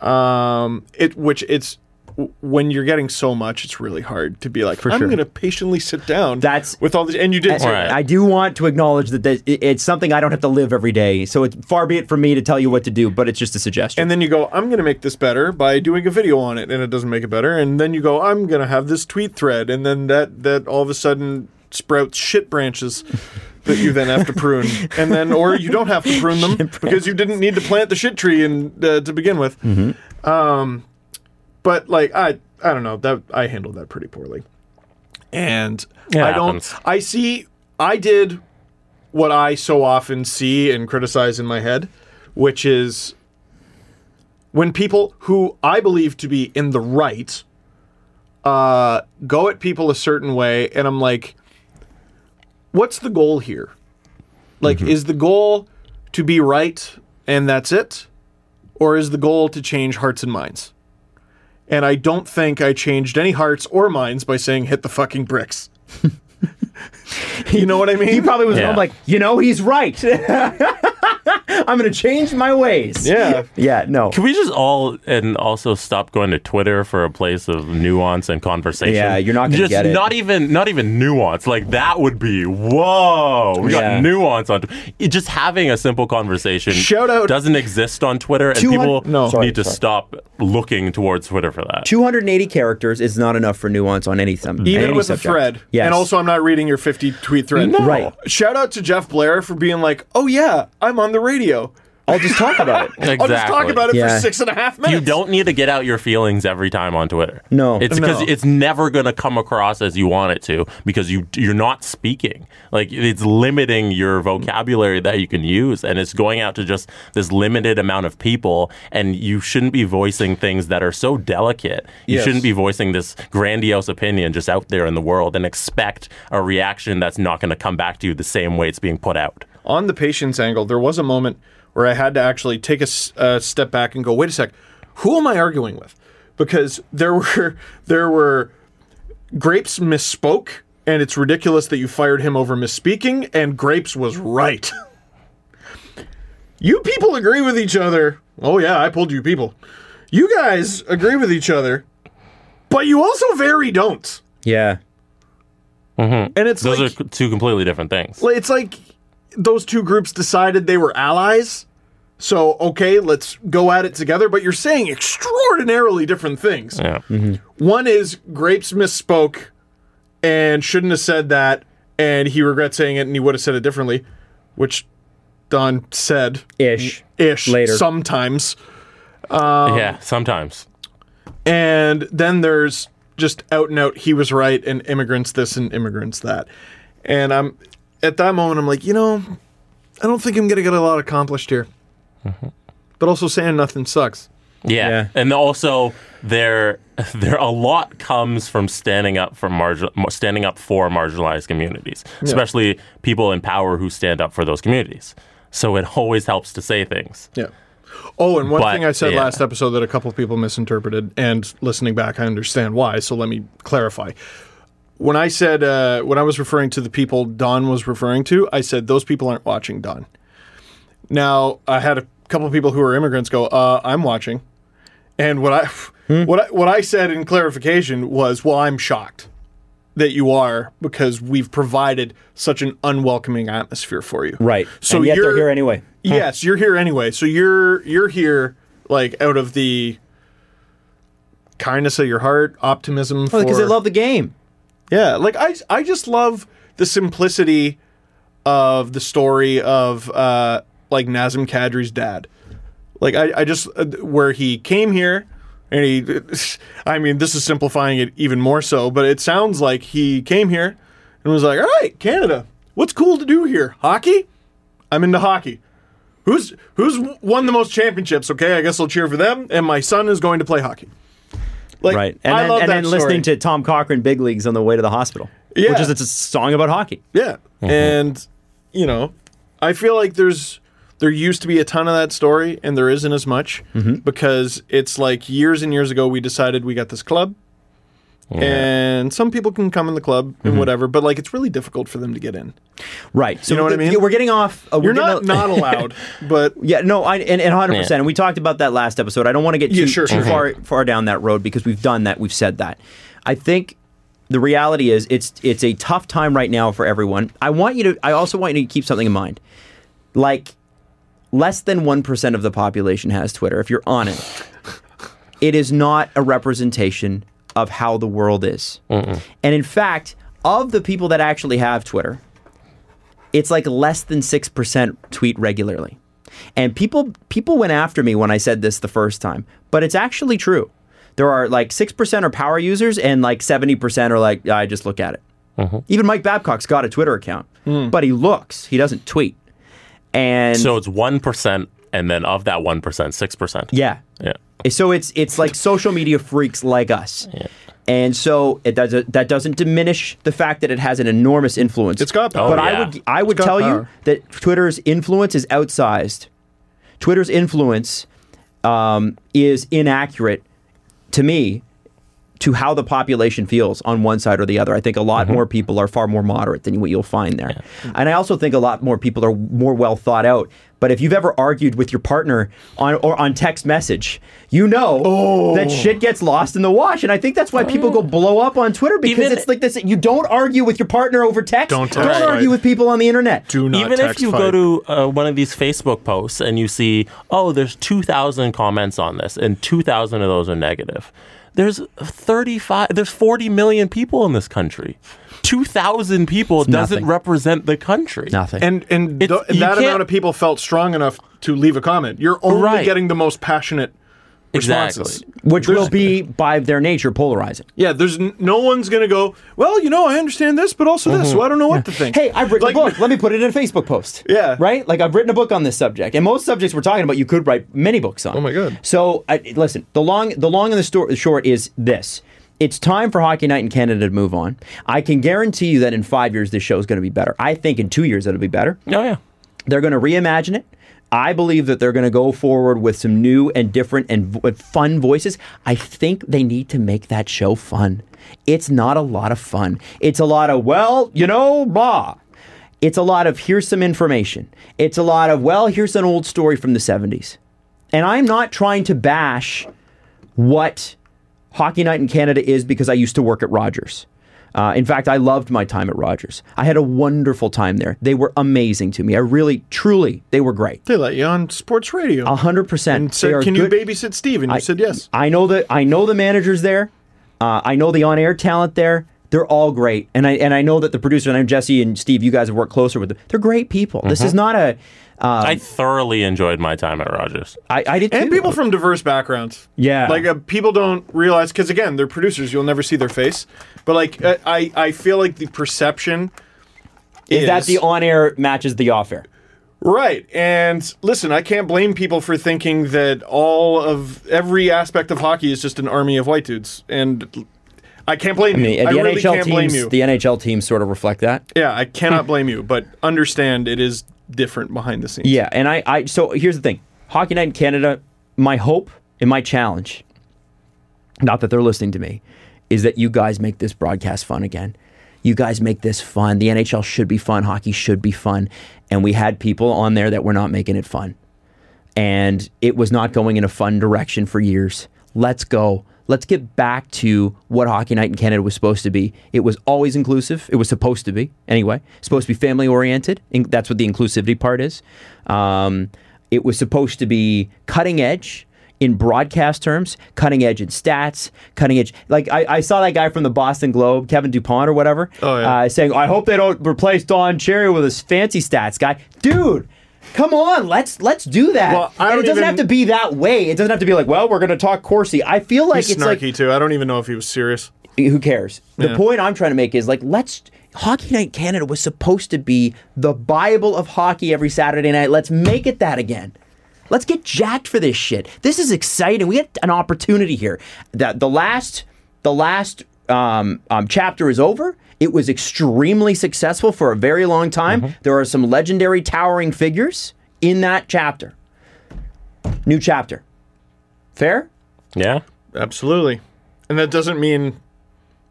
Speaker 4: Um, it which it's w- when you're getting so much, it's really hard to be like I'm
Speaker 2: sure.
Speaker 4: going to patiently sit down.
Speaker 2: That's-
Speaker 4: with all this, and you did. say
Speaker 1: Right.
Speaker 4: that.
Speaker 2: I do want to acknowledge that this, it- it's something I don't have to live every day. So it, far be it from me to tell you what to do, but it's just a suggestion.
Speaker 4: And then you go, I'm going to make this better by doing a video on it, and it doesn't make it better. And then you go, I'm going to have this tweet thread, and then that that all of a sudden sprouts shit branches (laughs) that you then have to prune, and then or you don't have to prune them because you didn't need to plant the shit tree and uh, to begin with. Um, but like I I don't know that I handled that pretty poorly, and
Speaker 1: It
Speaker 4: I don't.
Speaker 1: happens.
Speaker 4: I see. I did what I so often see and criticize in my head, which is when people who I believe to be in the right uh, go at people a certain way, and I'm like, what's the goal here? Like,
Speaker 2: Mm-hmm.
Speaker 4: is the goal to be right and that's it? Or is the goal to change hearts and minds? And I don't think I changed any hearts or minds by saying hit the
Speaker 2: (laughs)
Speaker 4: fucking bricks. you know what I mean?
Speaker 2: He probably was
Speaker 1: Yeah.
Speaker 2: I'm like, you know, he's right. (laughs) I'm gonna change my ways.
Speaker 4: Yeah.
Speaker 2: Yeah. No.
Speaker 1: Can we just all and also stop going to Twitter for a place of nuance and conversation?
Speaker 2: Yeah, you're not gonna
Speaker 1: just
Speaker 2: get it.
Speaker 1: not even not even nuance. Like that would be whoa. We
Speaker 2: Yeah.
Speaker 1: got nuance on. It, just having a simple conversation.
Speaker 4: Shout out-
Speaker 1: doesn't exist on Twitter, and
Speaker 2: 200
Speaker 1: people
Speaker 4: No.
Speaker 1: need
Speaker 4: Sorry,
Speaker 1: to
Speaker 2: sorry.
Speaker 1: stop looking towards Twitter for that.
Speaker 2: 280 characters is not enough for nuance on anything.
Speaker 4: even
Speaker 2: any
Speaker 4: with
Speaker 2: subject.
Speaker 4: a thread.
Speaker 2: Yes.
Speaker 4: And also, I'm not reading your 50 tweet thread.
Speaker 1: No.
Speaker 2: Right.
Speaker 4: Shout out to Jeff Blair for being like, oh, yeah, I'm on the radio.
Speaker 2: I'll just talk about (laughs) it.
Speaker 1: Exactly.
Speaker 4: I'll just talk about it
Speaker 2: Yeah.
Speaker 4: for six and a half
Speaker 1: You
Speaker 4: minutes.
Speaker 1: don't need to get out your feelings every time on Twitter.
Speaker 2: No.
Speaker 1: it's
Speaker 4: No.
Speaker 1: because it's never going to come across as you want it to because you you're not speaking. Like it's limiting your vocabulary that you can use, and it's going out to just this limited amount of people. And you shouldn't be voicing things that are so delicate. You
Speaker 4: Yes.
Speaker 1: shouldn't be voicing this grandiose opinion just out there in the world and expect a reaction that's not going to come back to you the same way it's being put out.
Speaker 4: on the patient's angle, there was a moment where I had to actually take a s- a step back and go, wait a sec, who am I arguing with? Because there (laughs) were there were Grapes misspoke, and it's ridiculous that you fired him over misspeaking, and Grapes was right. (laughs) you people agree with each other. Oh, yeah, I pulled you people. You guys agree with each other, but you also very don't.
Speaker 2: Yeah.
Speaker 4: And it's
Speaker 1: Those
Speaker 4: like,
Speaker 1: are c- two completely different things.
Speaker 4: Well, It's like those two groups decided they were allies. So, okay, let's go at it together. But you're saying extraordinarily different things.
Speaker 1: Yeah.
Speaker 4: One is Grapes misspoke and shouldn't have said that, and he regrets saying it, and he would have said it differently, which Don said
Speaker 2: Ish.
Speaker 4: ish
Speaker 2: Later.
Speaker 4: sometimes.
Speaker 1: yeah, sometimes.
Speaker 4: And then there's just out and out, he was right, and immigrants this and immigrants that. And I'm at that moment, I'm like, you know, I don't think I'm going to get a lot accomplished here. But also saying nothing sucks.
Speaker 1: Yeah.
Speaker 2: Yeah.
Speaker 1: And also there (laughs) there a lot comes from standing up for margin standing up for marginalized communities, especially people in power who stand up for those communities. So it always helps to say things.
Speaker 4: Yeah. Oh, and one
Speaker 1: But,
Speaker 4: thing I said
Speaker 1: yeah.
Speaker 4: last episode that a couple of people misinterpreted, and listening back, I understand why. So let me clarify. When I said, uh, when I was referring to the people Don was referring to, I said, those people aren't watching Don. Now, I had a couple of people who are immigrants go, uh, I'm watching. And what I, (laughs)
Speaker 1: Hmm.
Speaker 4: what I what I said in clarification was, well, I'm shocked that you are because we've provided such an unwelcoming atmosphere for you.
Speaker 2: Right.
Speaker 4: So
Speaker 2: and yet
Speaker 4: you're
Speaker 2: they're here anyway.
Speaker 4: Yes, you're here anyway. So you're you're here like out of the kindness of your heart, optimism for
Speaker 2: Because they love the game.
Speaker 4: Yeah, like I I just love the simplicity of the story of uh like Nazim Kadri's dad. Like I I just uh, where he came here and he (laughs) I mean this is simplifying it even more so, but it sounds like he came here and was like, "All right, Canada. What's cool to do here? Hockey? I'm into hockey." Who's who's won the most championships? Okay, I guess I'll cheer for them. And my son is going to play hockey. Like,
Speaker 2: Right. And
Speaker 4: I
Speaker 2: then,
Speaker 4: love
Speaker 2: and
Speaker 4: that
Speaker 2: then
Speaker 4: story.
Speaker 2: listening to Tom Cochran Big Leagues on the way to the hospital.
Speaker 4: Yeah.
Speaker 2: Which is it's a song about hockey.
Speaker 4: Yeah.
Speaker 1: Mm-hmm.
Speaker 4: And you know, I feel like there's there used to be a ton of that story and there isn't as much
Speaker 1: Mm-hmm.
Speaker 4: because it's like years and years ago we decided we got this club. And some people can come in the club
Speaker 1: Mm-hmm.
Speaker 4: and whatever, but like it's really difficult for them to get in.
Speaker 2: Right. So
Speaker 4: You know what I
Speaker 2: th-
Speaker 4: mean?
Speaker 2: We're getting off. Uh, we're
Speaker 4: You're not
Speaker 2: getting
Speaker 4: not allowed,
Speaker 1: (laughs)
Speaker 4: but
Speaker 2: Yeah, no, I and, and 100%.
Speaker 1: Yeah.
Speaker 2: And we talked about that last episode. I don't want to get too,
Speaker 4: Yeah, sure,
Speaker 2: too
Speaker 4: sure.
Speaker 2: far far down that road because we've done that. We've said that. I think the reality is it's it's a tough time right now for everyone. I want you to I also want you to keep something in mind. Like less than 1% of the population has Twitter if you're on it. It is not a representation of how the world is. And in fact, of the people that actually have Twitter, it's like less than 6% tweet regularly. And people people went after me when I said this the first time, but it's actually true. There are like 6% are power users and like 70% are like I just look at it. Even Mike Babcock's got a Twitter account,
Speaker 4: Hmm.
Speaker 2: but he looks, he doesn't tweet. And
Speaker 1: So it's one percent and then of that one percent, six percent.
Speaker 2: yeah.
Speaker 1: Yeah.
Speaker 2: So it's it's like social media freaks like us. And so it does that doesn't diminish the fact that it has an enormous influence.
Speaker 4: It's got power.
Speaker 2: But
Speaker 1: Oh, yeah.
Speaker 2: I would I would
Speaker 4: got
Speaker 2: tell you
Speaker 4: power.
Speaker 2: that Twitter's influence is outsized. Twitter's influence um, is inaccurate to me to how the population feels on one side or the other. I think a lot
Speaker 1: Mm-hmm.
Speaker 2: more people are far more moderate than what you'll find there. And I also think a lot more people are more well thought out. But if you've ever argued with your partner on or on text message, you know that shit gets lost in the wash. And I think that's why people go blow up on Twitter because
Speaker 1: Oh. Even-
Speaker 2: it's like this you don't argue with your partner over text.
Speaker 4: Don't
Speaker 2: don't
Speaker 4: text,
Speaker 2: argue
Speaker 4: right.
Speaker 2: with people on the internet.
Speaker 4: Do not
Speaker 1: Even if
Speaker 4: text
Speaker 1: you go
Speaker 4: fight.
Speaker 1: to uh, one of these Facebook posts and you see, oh, there's 2,000 comments on this, and 2,000 of those are negative. There's 35, there's 40 million people in this country. 2,000 people doesn't
Speaker 2: nothing.
Speaker 1: represent the country.
Speaker 2: Nothing.
Speaker 4: and and
Speaker 1: It's-
Speaker 4: th-
Speaker 1: you
Speaker 4: that
Speaker 1: can't-
Speaker 4: amount of people felt strong enough to leave a comment. You're only
Speaker 1: Right.
Speaker 4: getting the most passionate responses.
Speaker 1: Exactly.
Speaker 2: which will be by their nature polarizing.
Speaker 4: Yeah, there's n- no one's gonna go. Well, you know, I understand this, but also this. So I don't know what to think.
Speaker 2: Mm-hmm. Hey, I've written
Speaker 4: Like-
Speaker 2: a book. Let me put it in a Facebook post.
Speaker 4: Yeah.
Speaker 2: Right? Like, I've written a book on this subject. And most subjects we're talking about, you could write many books on. Oh,
Speaker 4: my God.
Speaker 2: So, I, listen, the long, the long and the stor- the short is this. It's time for Hockey Night in Canada to move on. I can guarantee you that in five years, this show is going to be better. I think in two years, it'll be better.
Speaker 1: Oh, yeah.
Speaker 2: They're going to reimagine it. I believe that they're going to go forward with some new and different and vo- fun voices. I think they need to make that show fun. It's not a lot of fun. It's a lot of, well, you know, blah. It's a lot of, here's some information. It's a lot of, well, here's an old story from the 70s. And I'm not trying to bash what Hockey Night in Canada is because I used to work at Rogers. Uh, in fact, I loved my time at Rogers. I had a wonderful time there. They were amazing to me. I really, truly, they were great.
Speaker 4: they let you on sports radio.
Speaker 2: A hundred percent.
Speaker 4: and said, "Can you babysit Steve?" And you said yes.
Speaker 2: I know the I know the managers there. Uh, I know the on-air talent there. They're all great, and I and I know that the producer and I'm Jesse and Steve. You guys have worked closer with them. They're great people. This
Speaker 4: Mm-hmm.
Speaker 2: is not a. Um,
Speaker 1: I thoroughly enjoyed my time at Rogers.
Speaker 2: I, I did
Speaker 4: and
Speaker 2: too.
Speaker 4: people from diverse backgrounds.
Speaker 2: Yeah.
Speaker 4: like uh, people don't realize because again, they're producers. You'll never see their face, but like uh, I, I feel like the perception
Speaker 2: is that the on-air matches the off-air.
Speaker 4: right. And listen, I can't blame people for thinking that all of every aspect of hockey is just an army of white dudes, and I can't blame
Speaker 2: The,
Speaker 4: you.
Speaker 2: the
Speaker 4: I really
Speaker 2: NHL
Speaker 4: can't blame
Speaker 2: teams,
Speaker 4: you.
Speaker 2: the NHL teams, sort of reflect that.
Speaker 4: yeah,
Speaker 2: (laughs)
Speaker 4: I cannot blame you, but understand it is different behind the scenes.
Speaker 2: Yeah, and I, I so here's the thing. Hockey Night in Canada, my hope and my challenge, not that they're listening to me, is that you guys make this broadcast fun again. You guys make this fun. The NHL should be fun. Hockey should be fun. And we had people on there that were not making it fun. And it was not going in a fun direction for years. Let's go. Let's get back to what Hockey Night in Canada was supposed to be. It was always inclusive. It was supposed to be, anyway. Supposed to be family oriented. and That's what the inclusivity part is. Um, it was supposed to be cutting edge in broadcast terms, cutting edge in stats, cutting edge. Like I, I saw that guy from the Boston Globe, Kevin Dupont or whatever,
Speaker 4: Oh, yeah.
Speaker 2: uh, saying, "I hope they don't replace Don Cherry with this fancy stats guy." Dude, come on, let's let's do that.
Speaker 4: Well, I
Speaker 2: and it
Speaker 4: don't
Speaker 2: doesn't
Speaker 4: even-
Speaker 2: have to be that way. It doesn't have to be like, "Well, we're going to talk Corsi." I feel like
Speaker 4: He's
Speaker 2: it's
Speaker 4: snarky
Speaker 2: like
Speaker 4: too. I don't even know if he was serious.
Speaker 2: who cares? The
Speaker 4: Yeah.
Speaker 2: point I'm trying to make is like let's Hockey Night Canada was supposed to be the Bible of hockey every Saturday night. Let's make it that again. Let's get jacked for this shit. This is exciting. We get an opportunity here. That the last the last um, um, chapter is over. It was extremely successful for a very long time. There are some legendary towering figures in that chapter. New chapter. Fair?
Speaker 1: Yeah.
Speaker 4: Absolutely. And that doesn't mean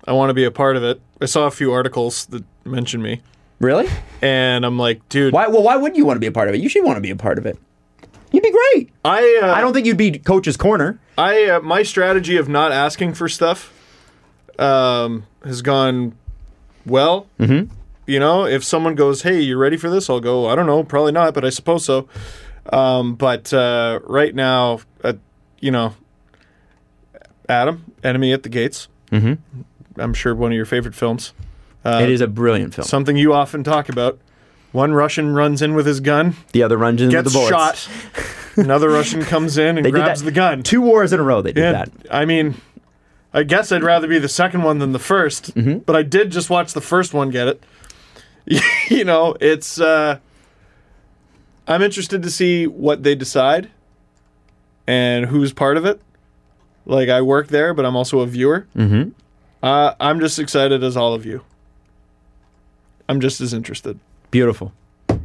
Speaker 4: I want to be a part of it. I saw a few articles that mentioned me,
Speaker 2: Really?
Speaker 4: and I'm like, dude,
Speaker 2: Why? Well, why wouldn't you want to be a part of it? You should want to be a part of it. You'd be great.
Speaker 4: I, uh,
Speaker 2: I don't think you'd be coach's corner.
Speaker 4: I, uh, my strategy of not asking for stuff, um, has gone well. Mm-hmm. You know, if someone goes, "Hey, you ready for this?" I'll go, "I don't know, probably not, but I suppose so." Um, but uh, right now, uh, you know, Adam, Enemy at the Gates. Mm-hmm. I'm sure one of your favorite films. Uh,
Speaker 2: it is a brilliant film.
Speaker 4: something you often talk about. One Russian runs in with his gun,
Speaker 2: the other runs in with
Speaker 4: gets
Speaker 2: the bullets.
Speaker 4: shot. Another Russian comes in and
Speaker 2: They did
Speaker 4: grabs
Speaker 2: that
Speaker 4: the gun.
Speaker 2: Two wars in a row. They did
Speaker 4: And,
Speaker 2: that.
Speaker 4: I mean, I guess I'd rather be the second one than the 1st but I did just watch the first one get it. (laughs) you know, it's. Uh, I'm interested to see what they decide. and who's part of it. Like I work there, but I'm also a viewer. Mm-hmm. Uh, I'm just excited as all of you. I'm just as interested.
Speaker 2: Beautiful.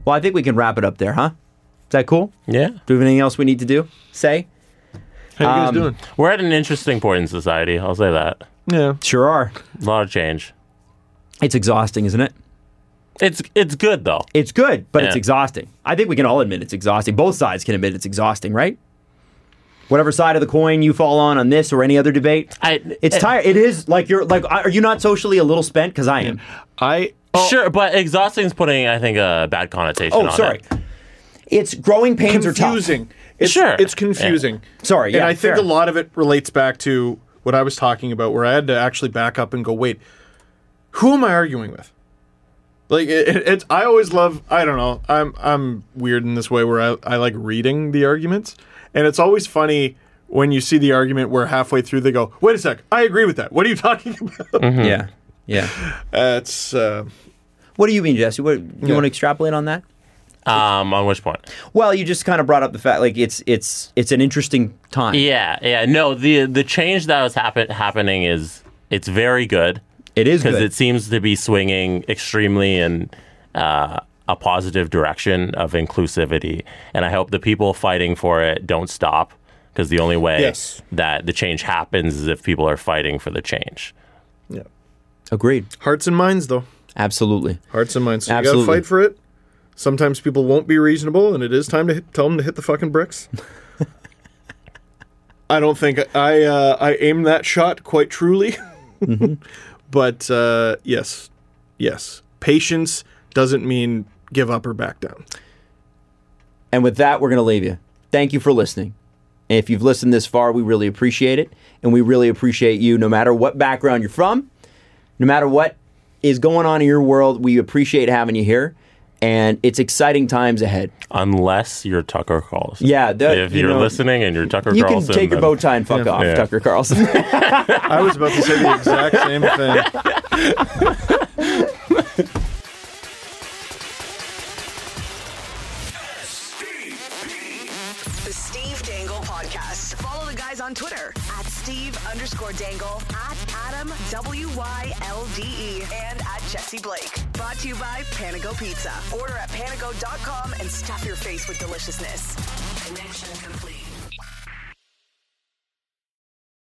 Speaker 2: Well, I think we can wrap it up there, huh? Is that cool?
Speaker 1: Yeah.
Speaker 2: Do we have anything else we need to do? Say?
Speaker 4: How you guys doing?
Speaker 1: We're at an interesting point in society. I'll say that.
Speaker 4: Yeah.
Speaker 2: Sure are.
Speaker 1: A lot of change.
Speaker 2: It's exhausting, isn't it?
Speaker 1: It's it's good though.
Speaker 2: It's good, but it's
Speaker 1: Yeah.
Speaker 2: exhausting. I think we can all admit it's exhausting. Both sides can admit it's exhausting, right? Whatever side of the coin you fall on on this or any other debate,
Speaker 1: I-
Speaker 2: it's
Speaker 4: eh.
Speaker 2: tired. It is like you're like, are you not socially a little spent? Because I am.
Speaker 4: I
Speaker 1: Sure, but exhausting is putting I think a bad connotation.
Speaker 2: Oh,
Speaker 1: on
Speaker 2: sorry.
Speaker 1: It.
Speaker 2: It's growing pains are
Speaker 4: confusing. It's,
Speaker 1: Sure.
Speaker 4: It's confusing.
Speaker 2: Sorry, yeah,
Speaker 4: and I think
Speaker 2: fair.
Speaker 4: a lot of it relates back to what I was talking about, where I had to actually back up and go, wait, who am I arguing with? Like it, it, it's, I always love. I don't know. I'm I'm weird in this way where I, I like reading the arguments, and it's always funny when you see the argument where halfway through they go, "Wait a sec, I agree with that. What are you (laughs) talking about?"
Speaker 2: tough. Yeah, yeah.
Speaker 4: Uh, it's uh,
Speaker 2: What do you mean, Jesse? What you want to extrapolate on that?
Speaker 1: Um, on which point?
Speaker 2: Well, you just kind of brought up the fact like it's it's it's an interesting time.
Speaker 1: Yeah, yeah. No, the the change that was happen- happening is it's very good
Speaker 2: It is
Speaker 1: because
Speaker 2: good.
Speaker 1: it seems to be swinging extremely in uh, a positive direction of inclusivity, and I hope the people fighting for it don't stop because the only way
Speaker 4: Yes.
Speaker 1: that the change happens is if people are fighting for the change.
Speaker 4: yeah,
Speaker 2: agreed.
Speaker 4: hearts and minds though.
Speaker 2: Absolutely.
Speaker 4: Hearts and minds. So You
Speaker 2: Absolutely.
Speaker 4: gotta fight for it. Sometimes people won't be reasonable, and it is time to hit, tell them to hit the fucking bricks. (laughs) I don't think I uh, I aimed that shot quite truly, (laughs) but uh, yes, yes, patience doesn't mean give up or back down.
Speaker 2: And with that, we're going to leave you. Thank you for listening. And if you've listened this far, we really appreciate it. And we really appreciate you no matter what background you're from, no matter what is going on in your world, we appreciate having you here. And it's exciting times ahead.
Speaker 1: Unless you're Tucker Carlson.
Speaker 2: Yeah, that-
Speaker 1: if
Speaker 2: you
Speaker 1: you're
Speaker 2: know,
Speaker 1: listening and you're Tucker
Speaker 2: You
Speaker 1: Carlson,
Speaker 2: can take your
Speaker 1: then-
Speaker 2: bow tie and fuck off,
Speaker 1: Yeah.
Speaker 2: Tucker Carlson. (laughs)
Speaker 4: I was about to say the exact same thing.
Speaker 3: The Steve Dangle Podcast. Follow the guys on Twitter at Steve underscore Dangle, at Adam W Y L D E, and at Jesse Blake. Brought to you by Panago Pizza. Order at panago.com and stuff your face with deliciousness. Connection complete.